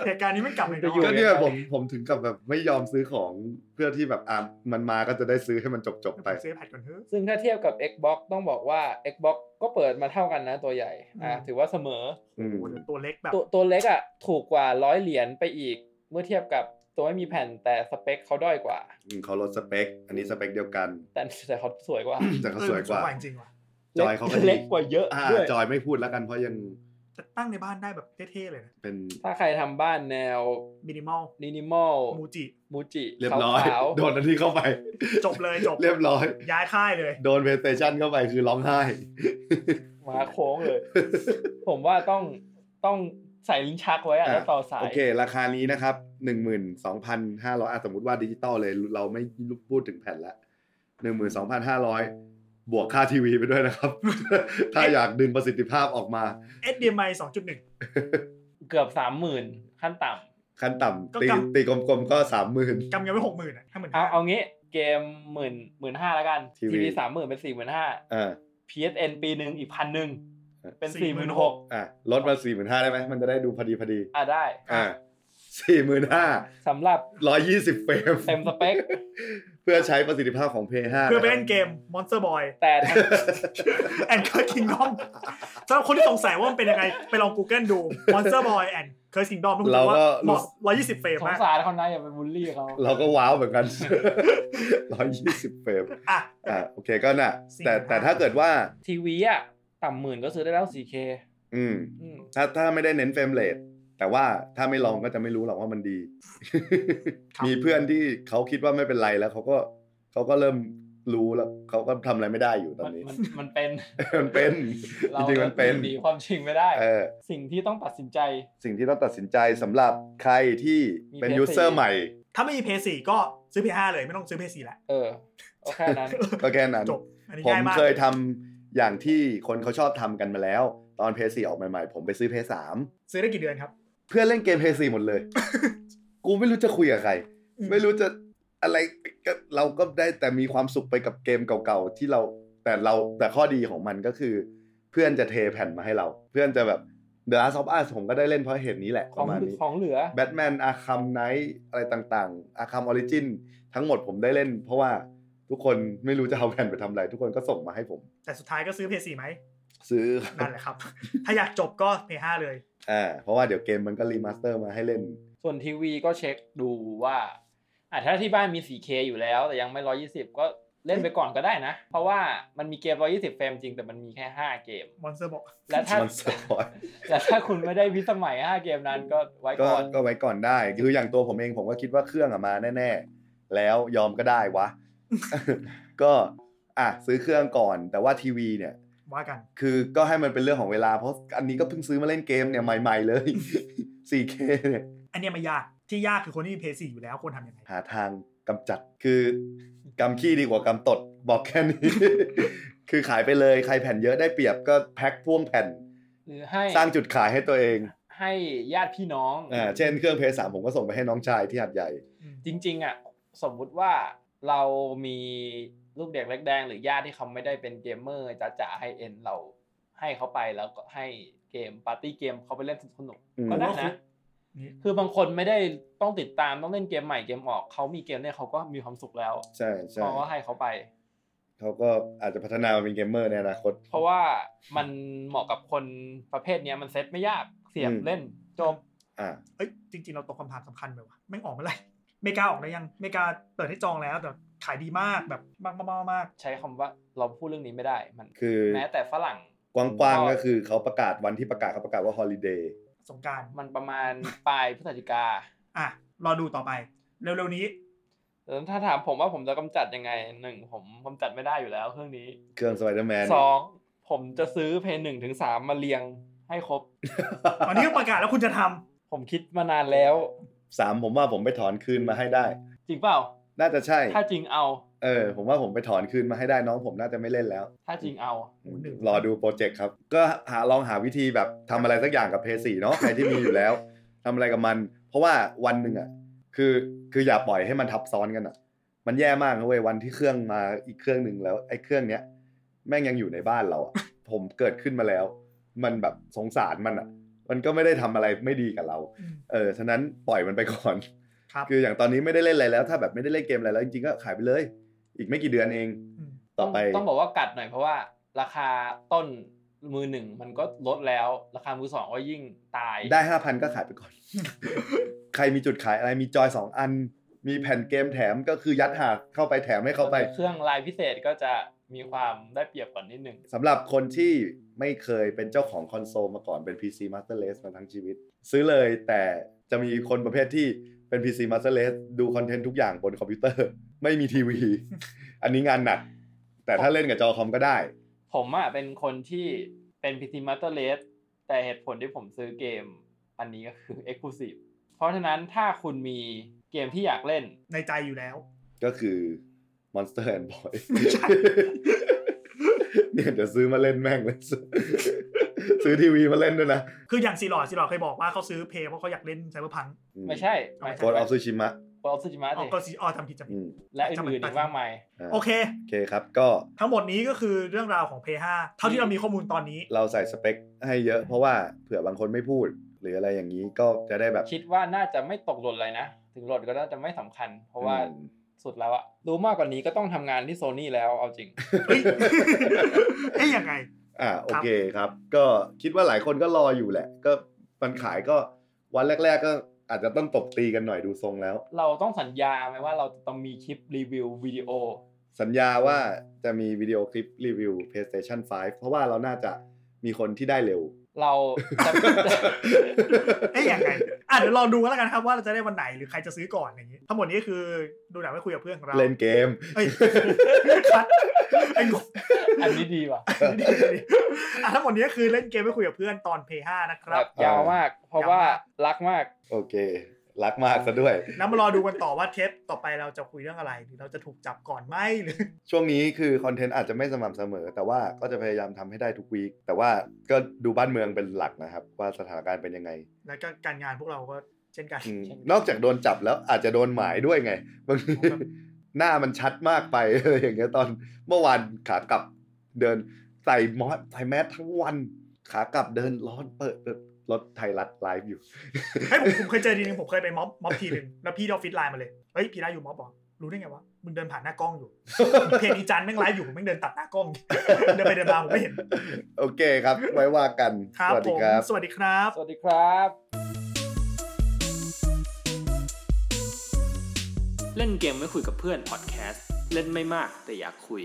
เหตุการณ์นี้ไม่กลับมาอีกแล้ว
จะอยู่
ก็
อะ
เนี่ยผมผมถึงกับแบบไม่ยอมซื้อของเพื่อที่แบบอ่ะมันมาก็จะได้ซื้อให้มันจบจบๆ
ผ
ไป
มซื้อแพดก่อนเถอะ
ซึ่งถ้าเทียบกับ Xbox ต้องบอกว่า Xbox ก็เปิดมาเท่ากันนะตัวใหญ่ อ่ะ
อืม
ถือว่าเสมอ
อืม
โอ้โหเดี๋ยวตัวเล็กแบบ
ตัวตัวเล็กอ่ะถูกกว่าร้อยเหรียญไปอีก เมื่อเทียบกับตัวไม่มีแผ่นแต่สเปคเขาด้อยกว่า
อืมเขาลดสเปค อันนี้สเปคเดียวกัน
แต่แต่เขาสวยกว่า
แต่เขาสวยกว่า
เออจริงว่ะ
จอยเขาก็ดี
เล็กกว่าเยอะ
อ่า
ด้วย
จอยไม่พูดแล้วกันเพราะยัง
จะตั้งในบ้านได้แบบเท่ๆเลยนะ
เป็น
ถ้าใครทำบ้านแนว
มินิมอล
มินิมอล
มูจิ
มูจิ
เรียบร้อย
ขาวๆ
โดนอันนี้เข้าไป
จบเลยจบ
เรียบร้อย
ย้ายค่ายเลย
โดนเพลย์สเตชันเข้าไปคือร้องไห้
มาโค้งเลย ผมว่าต้องต้องใส่ลิ้นชักไว้อะแล้วต่อสาย
โอเค ราคานี้นะครับหนึ่งหมื่นสองพันห้าร้อยสมมติว่าดิจิตอลเลย เราไม่พูดถึงแผ่นละหนึ่งหมื่นสองพันห้าร้อยบวกค่าทีวีไปด้วยนะครับ ถ้าอยากดึงประสิทธิภาพออกมา
HDMI 2.1
เกือบสามหมื่นขั้นต่ำ
ขั้นต่ำตี
ก็กำ
ตีกลมๆก็สามหมื่น
กำเงินไว้หกหมื่นอ่ะห้าหมื่น
เอาเอางี้เกมหมื่นหมื่นห้าแล้วกัน
TV
ทีวีสามหมื่นเป็นสี่หมื่นห้า
อ่า
PSN ปีหนึ่งอีกพันหนึ่ง
เออ
เป็นสี่หมื่นหก
อ่ะลดมาสี่หมื่นห้าได้ไหมมันจะได้ดูพอดีพอดี
อ่ะได้
อ่าสี่หมื่นห้า
สำหรับ
ร้อยยี่สิบเฟรม
เต็มสเปค
เพื่อใช้ประสิทธิภาพของ p 5
เพื่อไปเล่นเกม Monster Boy
แต่ถ้า
and Curse Kingdom สำหรับคนที่สงสัยว่ามันเป็นยังไง ไปลอง Google ดู Monster Boy and Curse Kingdom แล้วคุณจะ
เรา
ว่า
ก็
เหมาะ120 เฟรม
สง
มาก
สารเขานะอย่าไปบูลลี่เขา
เราก็ว้าวเหมือน กันร้อยยี่สิบเฟรม
อ่ะ
อ่าโอเคก็น่ะ แต่
45
แต่ถ้าเกิดว่า
ทีวีอ่ะ ต่ำหมื่นก็ซื้อได้แล้ว 4K
อืม
อืม
ถ้าถ้าไม่ได้เน้นเฟรมเรทแต่ว่าถ้าไม่ลองก็จะไม่รู้หรอกว่ามันดี
ครับ
มีเพื่อนที่เขาคิดว่าไม่เป็นไรแล้วเขาก็เขาก็เริ่มรู้แล้วเขาก็ทำอะไรไม่ได้อยู่ตอ
มัน
นนี้
มันมัน เป็น
มันเป็นจริงๆมันเป็น
หนีความจริงไม่ได้
เออ
สิ่งที่ต้องตัดสินใจ
สิ่งที่ต้องตัดสินใจสำหรับใครที่เป็น
มีเพจ
ยูเซอร์ใหม่
ถ้าไม่มี PS4 ก็ซื้อ PS5 เลยไม่ต้องซื้อ PS4 แล้ว
เออโอเคนั้น
ก็แค่นั้น
จบ อันนี้
ผม
ง่ายมาก
เคยทำอย่างที่คนเขาชอบทำกันมาแล้ว ตอนเพย์ซีออกใหม่ๆ ผมไปซื้อเพย์สาม
ซื้อได้กี่เดือนครับ
เพื่อนเล่นเกมเพย์ซีหมดเลย กูไม่รู้จะคุยกับใคร
อื
ไม่รู้จะอะไรก็เราก็ได้แต่มีความสุขไปกับเกมเก่าๆที่เราแต่เราแต่ข้อดีของมันก็คือ เพื่อนจะเทแผ่นมาให้เรา เพื่อนจะแบบ The Last of Us ผมก็ได้เล่นเพราะเหตุนี้แหละ
ข
ป
อง
ระมาณนี้
ของเหลือ
Batman Arkham Knight อะไรต่างๆ Arkham Origin ทั้งหมดผมได้เล่น เพราะว่าทุกคนไม่รู้จะเอาแผ่นไปทำอะไร ทุกคนก็ส่งมาให้ผม
แต่สุดท้ายก็ซื้อ PS4 ไหม
ซื้อ
นั่นแหละครับ ถ้าอยากจบก็ PS5 เลย
อ่าเพราะว่าเดี๋ยวเกมมันก็รีมาสเตอร์มาให้เล่น
ส่วนทีวีก็เช็คดูว่าอ่ะถ้าที่บ้านมี 4K อยู่แล้ว แต่ยังไม่ 120 ก็เล่นไปก่อนก็ได้นะ เพราะว่ามันมีเกม 120 เฟรมจริงแต่มันมีแค่ 5 เกม
Monster Boy
และถ้า
Monster Boy
และถ้าคุณไม่ได้พิสมัย 5 เกมนั้นก็ไว้
ก็
ก่อน
ก็ไว้ก่อนได้คืออย่างตัวผมเองผมก็คิดว่าเครื่องอะมาแน่ ๆ แล้วยอมก็ได้วะ ก็อ่ะซื้อเครื่องก่อน แต่ว่าทีวีเนี่ย
ว่ากัน
คือก็ให้มันเป็นเรื่องของเวลาเพราะอันนี้ก็เพิ่งซื้อมาเล่นเกมเนี่ยใหม่ ๆ เลย 4K เนี่ย
อันเนี้ยไม่ยากที่ยากคือคนที่มี PS4 อยู่แล้วควรทำยังไง
หาทางกำจัดคือกำขี้ดีกว่ากำตดบอกแค่นี้ คือขายไปเลยใครแผ่นเยอะได้เปรียบก็แพ็คพ่วงแผ่น
หรือให้
สร้างจุดขายให้ตัวเอง
ให้ญาติพี่น้อง
อ่าเช่นเครื่องเพย์สามผมก็ส่งไปให้น้องชายที่หัดใหญ่
อืม
จริง ๆ อ่ะ สมมุติว่าเรามีลูกเด็กเล็กแดง หรือญาติที่เขาไม่ได้เป็นเกมเมอร์จ๋าๆไฮเอ็นเราให้เขาไปแล้วก็ให้เกมปาร์ตี้เกมเขาไปเล่นสนุกๆ
อืม
ก็ได้นะ
นี่
คือบางคนไม่ได้ต้องติดตามต้องเล่นเกมใหม่เกมออกเขามีเกมเนี่ยเขาก็มีความสุขแล้ว
ใช่ใช่
เขาก็ให้เขาไป
เขาก็อาจจะพัฒนามาเป็นเกมเมอร์ในอนาคต
เพราะว่ามันเหมาะกับคนประเภทเนี้ยมันเซ็ตไม่ยากเสียบ
อืม
เล่นจบ
อ่า
เอ้ยจริง ๆ เราตกคำถามสำคัญไปว่ะแม่งออกเมื่อไหร่เมกาออกได้ยังเมกาเปิดให้จองแล้วแต่ขายดีมากแบบมากมากมากมาก
ใช้คำว่าเราพูดเรื่องนี้ไม่ได้มัน
คือ
แม้แต่ฝรั่ง
กว้างๆก็คือเขาประกาศวันที่ประกาศเขาประกาศว่าฮอลิเดย์
สงกราร
มันประมาณ ปลายพฤศจิกา
อ่ะ รอดูต่อไป เร็ว ๆนี้
แต่ถ้าถามผมว่าผมจะกำจัดยังไงหนึ่งผมกำจัดไม่ได้อยู่แล้วเครื่องนี้
เครื่องสไปเดอร์แมน
สองผมจะซื้อเพย์หนึ่งถึงสามมาเรียงให้ครบ
ตอนนี้ก็ประกาศแล้วคุณจะทำ
ผมคิดมานานแล้ว
สามผมว่าผมไปถอนคืนมาให้ได้
จริงเปล่า
น่าจะใช่
ถ้าจริงเอา
เออผมว่าผมไปถอนคืนมาให้ได้น้องผมน่าจะไม่เล่นแล้ว
ถ้าจริงเอา
หนึ่ง
รอดูโปรเจกต์ครับ ก็หาลองหาวิธีแบบทำอะไรสักอย่างกับเพย์สี่ เนาะใครที่มีอยู่แล้วทำอะไรกับมัน เพราะว่าวันหนึ่งอ่ะคือคืออย่าปล่อยให้มันทับซ้อนกันอ่ะ มันแย่มากนะเว้ยวันที่เครื่องมาอีกเครื่องหนึ่งแล้วไอ้เครื่องเนี้ยแม่งยังอยู่ในบ้านเราอ่ะ ผมเกิดขึ้นมาแล้ว มันแบบสงสารมันอ่ะ มันก็ไม่ได้ทำอะไรไม่ดีกับเรา
อืม
เออฉะนั้นปล่อยมันไปก่อน
ครับ
คืออย่างตอนนี้ไม่ได้เล่นอะไรแล้ว ถ้าแบบไม่ได้เล่นเกมอะไรแล้วจริงๆก็ขายไปเลย อีกไม่กี่เดือนเอง
อืม
ต่อไป
งต้องบอกว่ากัดหน่อยเพราะว่าราคาต้นมือหนึ่งมันก็ลดแล้ว ราคามือสองก็ยิ่งตาย
ได้ห้าพันก็ขายไปก่อน ใครมีจุดขายอะไรมีจอยสองอัน มีแผ่นเกมแถมก็คือยัดหาเข้าไปแถมให้เข้าไป
เครื่องลายพิเศษก็จะมีความได้เปรียบกว่านิดหนึ่ง
สำหรับคนที่ไม่เคยเป็นเจ้าของคอนโซลมาก่อนเป็น PC Master Race มาทั้งชีวิต ซื้อเลยแต่จะมีคนประเภทที่เป็น PC Master Race ดูคอนเทนต์ทุกอย่างบนคอมพิวเตอร์ ไม่มีทีวี อันนี้งานหนัก แต่ถ้าเล่นกับจอคอมก็ได้
ผมอ่ะเป็นคนที่เป็นพีทีมัตเตอร์เลสแต่เหตุผลที่ผมซื้อเกมอันนี้ก็คือ Exclusive เพราะฉะนั้นถ้าคุณมีเกมที่อยากเล่น
ในใจอยู่แล้ว
ก็คือ Monster and Boy เนี่ยเดี๋ยวซื้อมาเล่นแม่งเลย ซื้อซื้อทีวีมาเล่นด้วยนะ
คืออย่างซีหลอดซีหลอดเคยบอกว่าเขาซื้อเพย์เพราะเขาอยากเล่นไซเบอร์พัง
ไม่ใช่หมายถึ
โค
ง
ดออฟซูชิมะ
โกดออฟซูจิมะ
อ๋อก็ซีออทำผิดจำผิด
และอื่นๆอีกมากมาย
โอเค
โอเคครับก็
ทั้งหมดนี้ก็คือเรื่องราวของ p 5เท่าที่เรามีข้อมูลตอนนี้
เราใส่สเปคให้เยอะเพราะว่าเผื่อบางคนไม่พูด หรืออะไรอย่างนี้ก็จะได้แบบ
คิดว่าน่าจะไม่ตกหล่นเลยนะ ถึงหล่นก็น่าจะไม่สำคัญ เพราะว่า
อืม
สุดแล้วอะรู้มากกว่านี้ก็ต้องทำงานที่โซนี่แล้วเอาจริง
เฮ้ย เอ้ยยังไง
อ่าโอเคครับ ก็คิดว่าหลายคนก็รออยู่แหละ ก็มันขายก็วันแรก ๆ ก็อาจจะต้องตบตีกันหน่อยดูทรงแล้ว
เราต้องสัญญาไหมว่าเราจะต้องมีคลิปรีวิววิดีโอ
สัญญาว่าจะมีวิดีโอคลิปรีวิว PlayStation 5 เพราะว่าเราน่าจะมีคนที่ได้เร็ว
เราจะ
เอ้ยยังไง อ่ะเดี๋ยวลองดูกันแล้วกันครับว่าเราจะได้วันไหนหรือใครจะซื้อก่อนอย่างนี้ ทั้งหมดนี้คือดูหนังไม่คุยกับเพื่อนของเรา
เล่นเกม
เอ้ย คัดไอ้งง
อันนี้ดีว่ะ
ดีดี อ่ะทั้งหมดนี้คือเล่นเกมไม่คุยกับเพื่อนตอน p 5นะค
แบ
รับ
บยาวมาก เพราะว่าย
าวมาก
รักมาก
โอเค รักมากซะด้วย
แล้วมารอดูกันต่อว่าเทปต่อไปเราจะคุยเรื่องอะไร หรือเราจะถูกจับก่อนไหม หรือ
ช่วงนี้คือคอนเทนต์อาจจะไม่สม่ำเสมอ แต่ว่าก็จะพยายามทำให้ได้ทุกวีคแต่ว่าก็ดูบ้านเมืองเป็นหลักนะครับ ว่าสถานการณ์เป็นยังไง
แล้วก็การงานพวกเราก็เช่นกัน
อืมนอกจากโดนจับแล้วอาจจะโดนหมายด้วยไงบางที
ครับ
หน้ามันชัดมากไป อะไรอย่างเงี้ยตอนเมื่อวานขากลับเดินใส่มอสใส่แมสทั้งวันขากลับเดินร้อนเปิดเปิดรถไทยรัฐไลฟ์อยู่
เฮ้ยผมผมเคยเจอทีนึงผมเคยไปม็อบม็อบทีนึงแล้วพี่ดอฟฟิศไลน์มาเลยเฮ้ยพี่ได้อยู่ม็อบบอกรู้ได้ไงวะมึงเดินผ่านหน้ากล้องอยู่ เพลงอีจันแม่งไลฟ์อยู่ผมแม่งเดินตัดหน้ากล้อง เดินไปเดินมาผมไม่เห็น
โอเคครับ ไว้ว่ากัน
ครับ
สวัส
ผ
ดี
ม
ครับ
สวัสดีครับ
สวัสดีครับ
เล่นเกมไม่คุยกับเพื่อนพอดแคสต์เล่นไม่มากแต่อยากคุย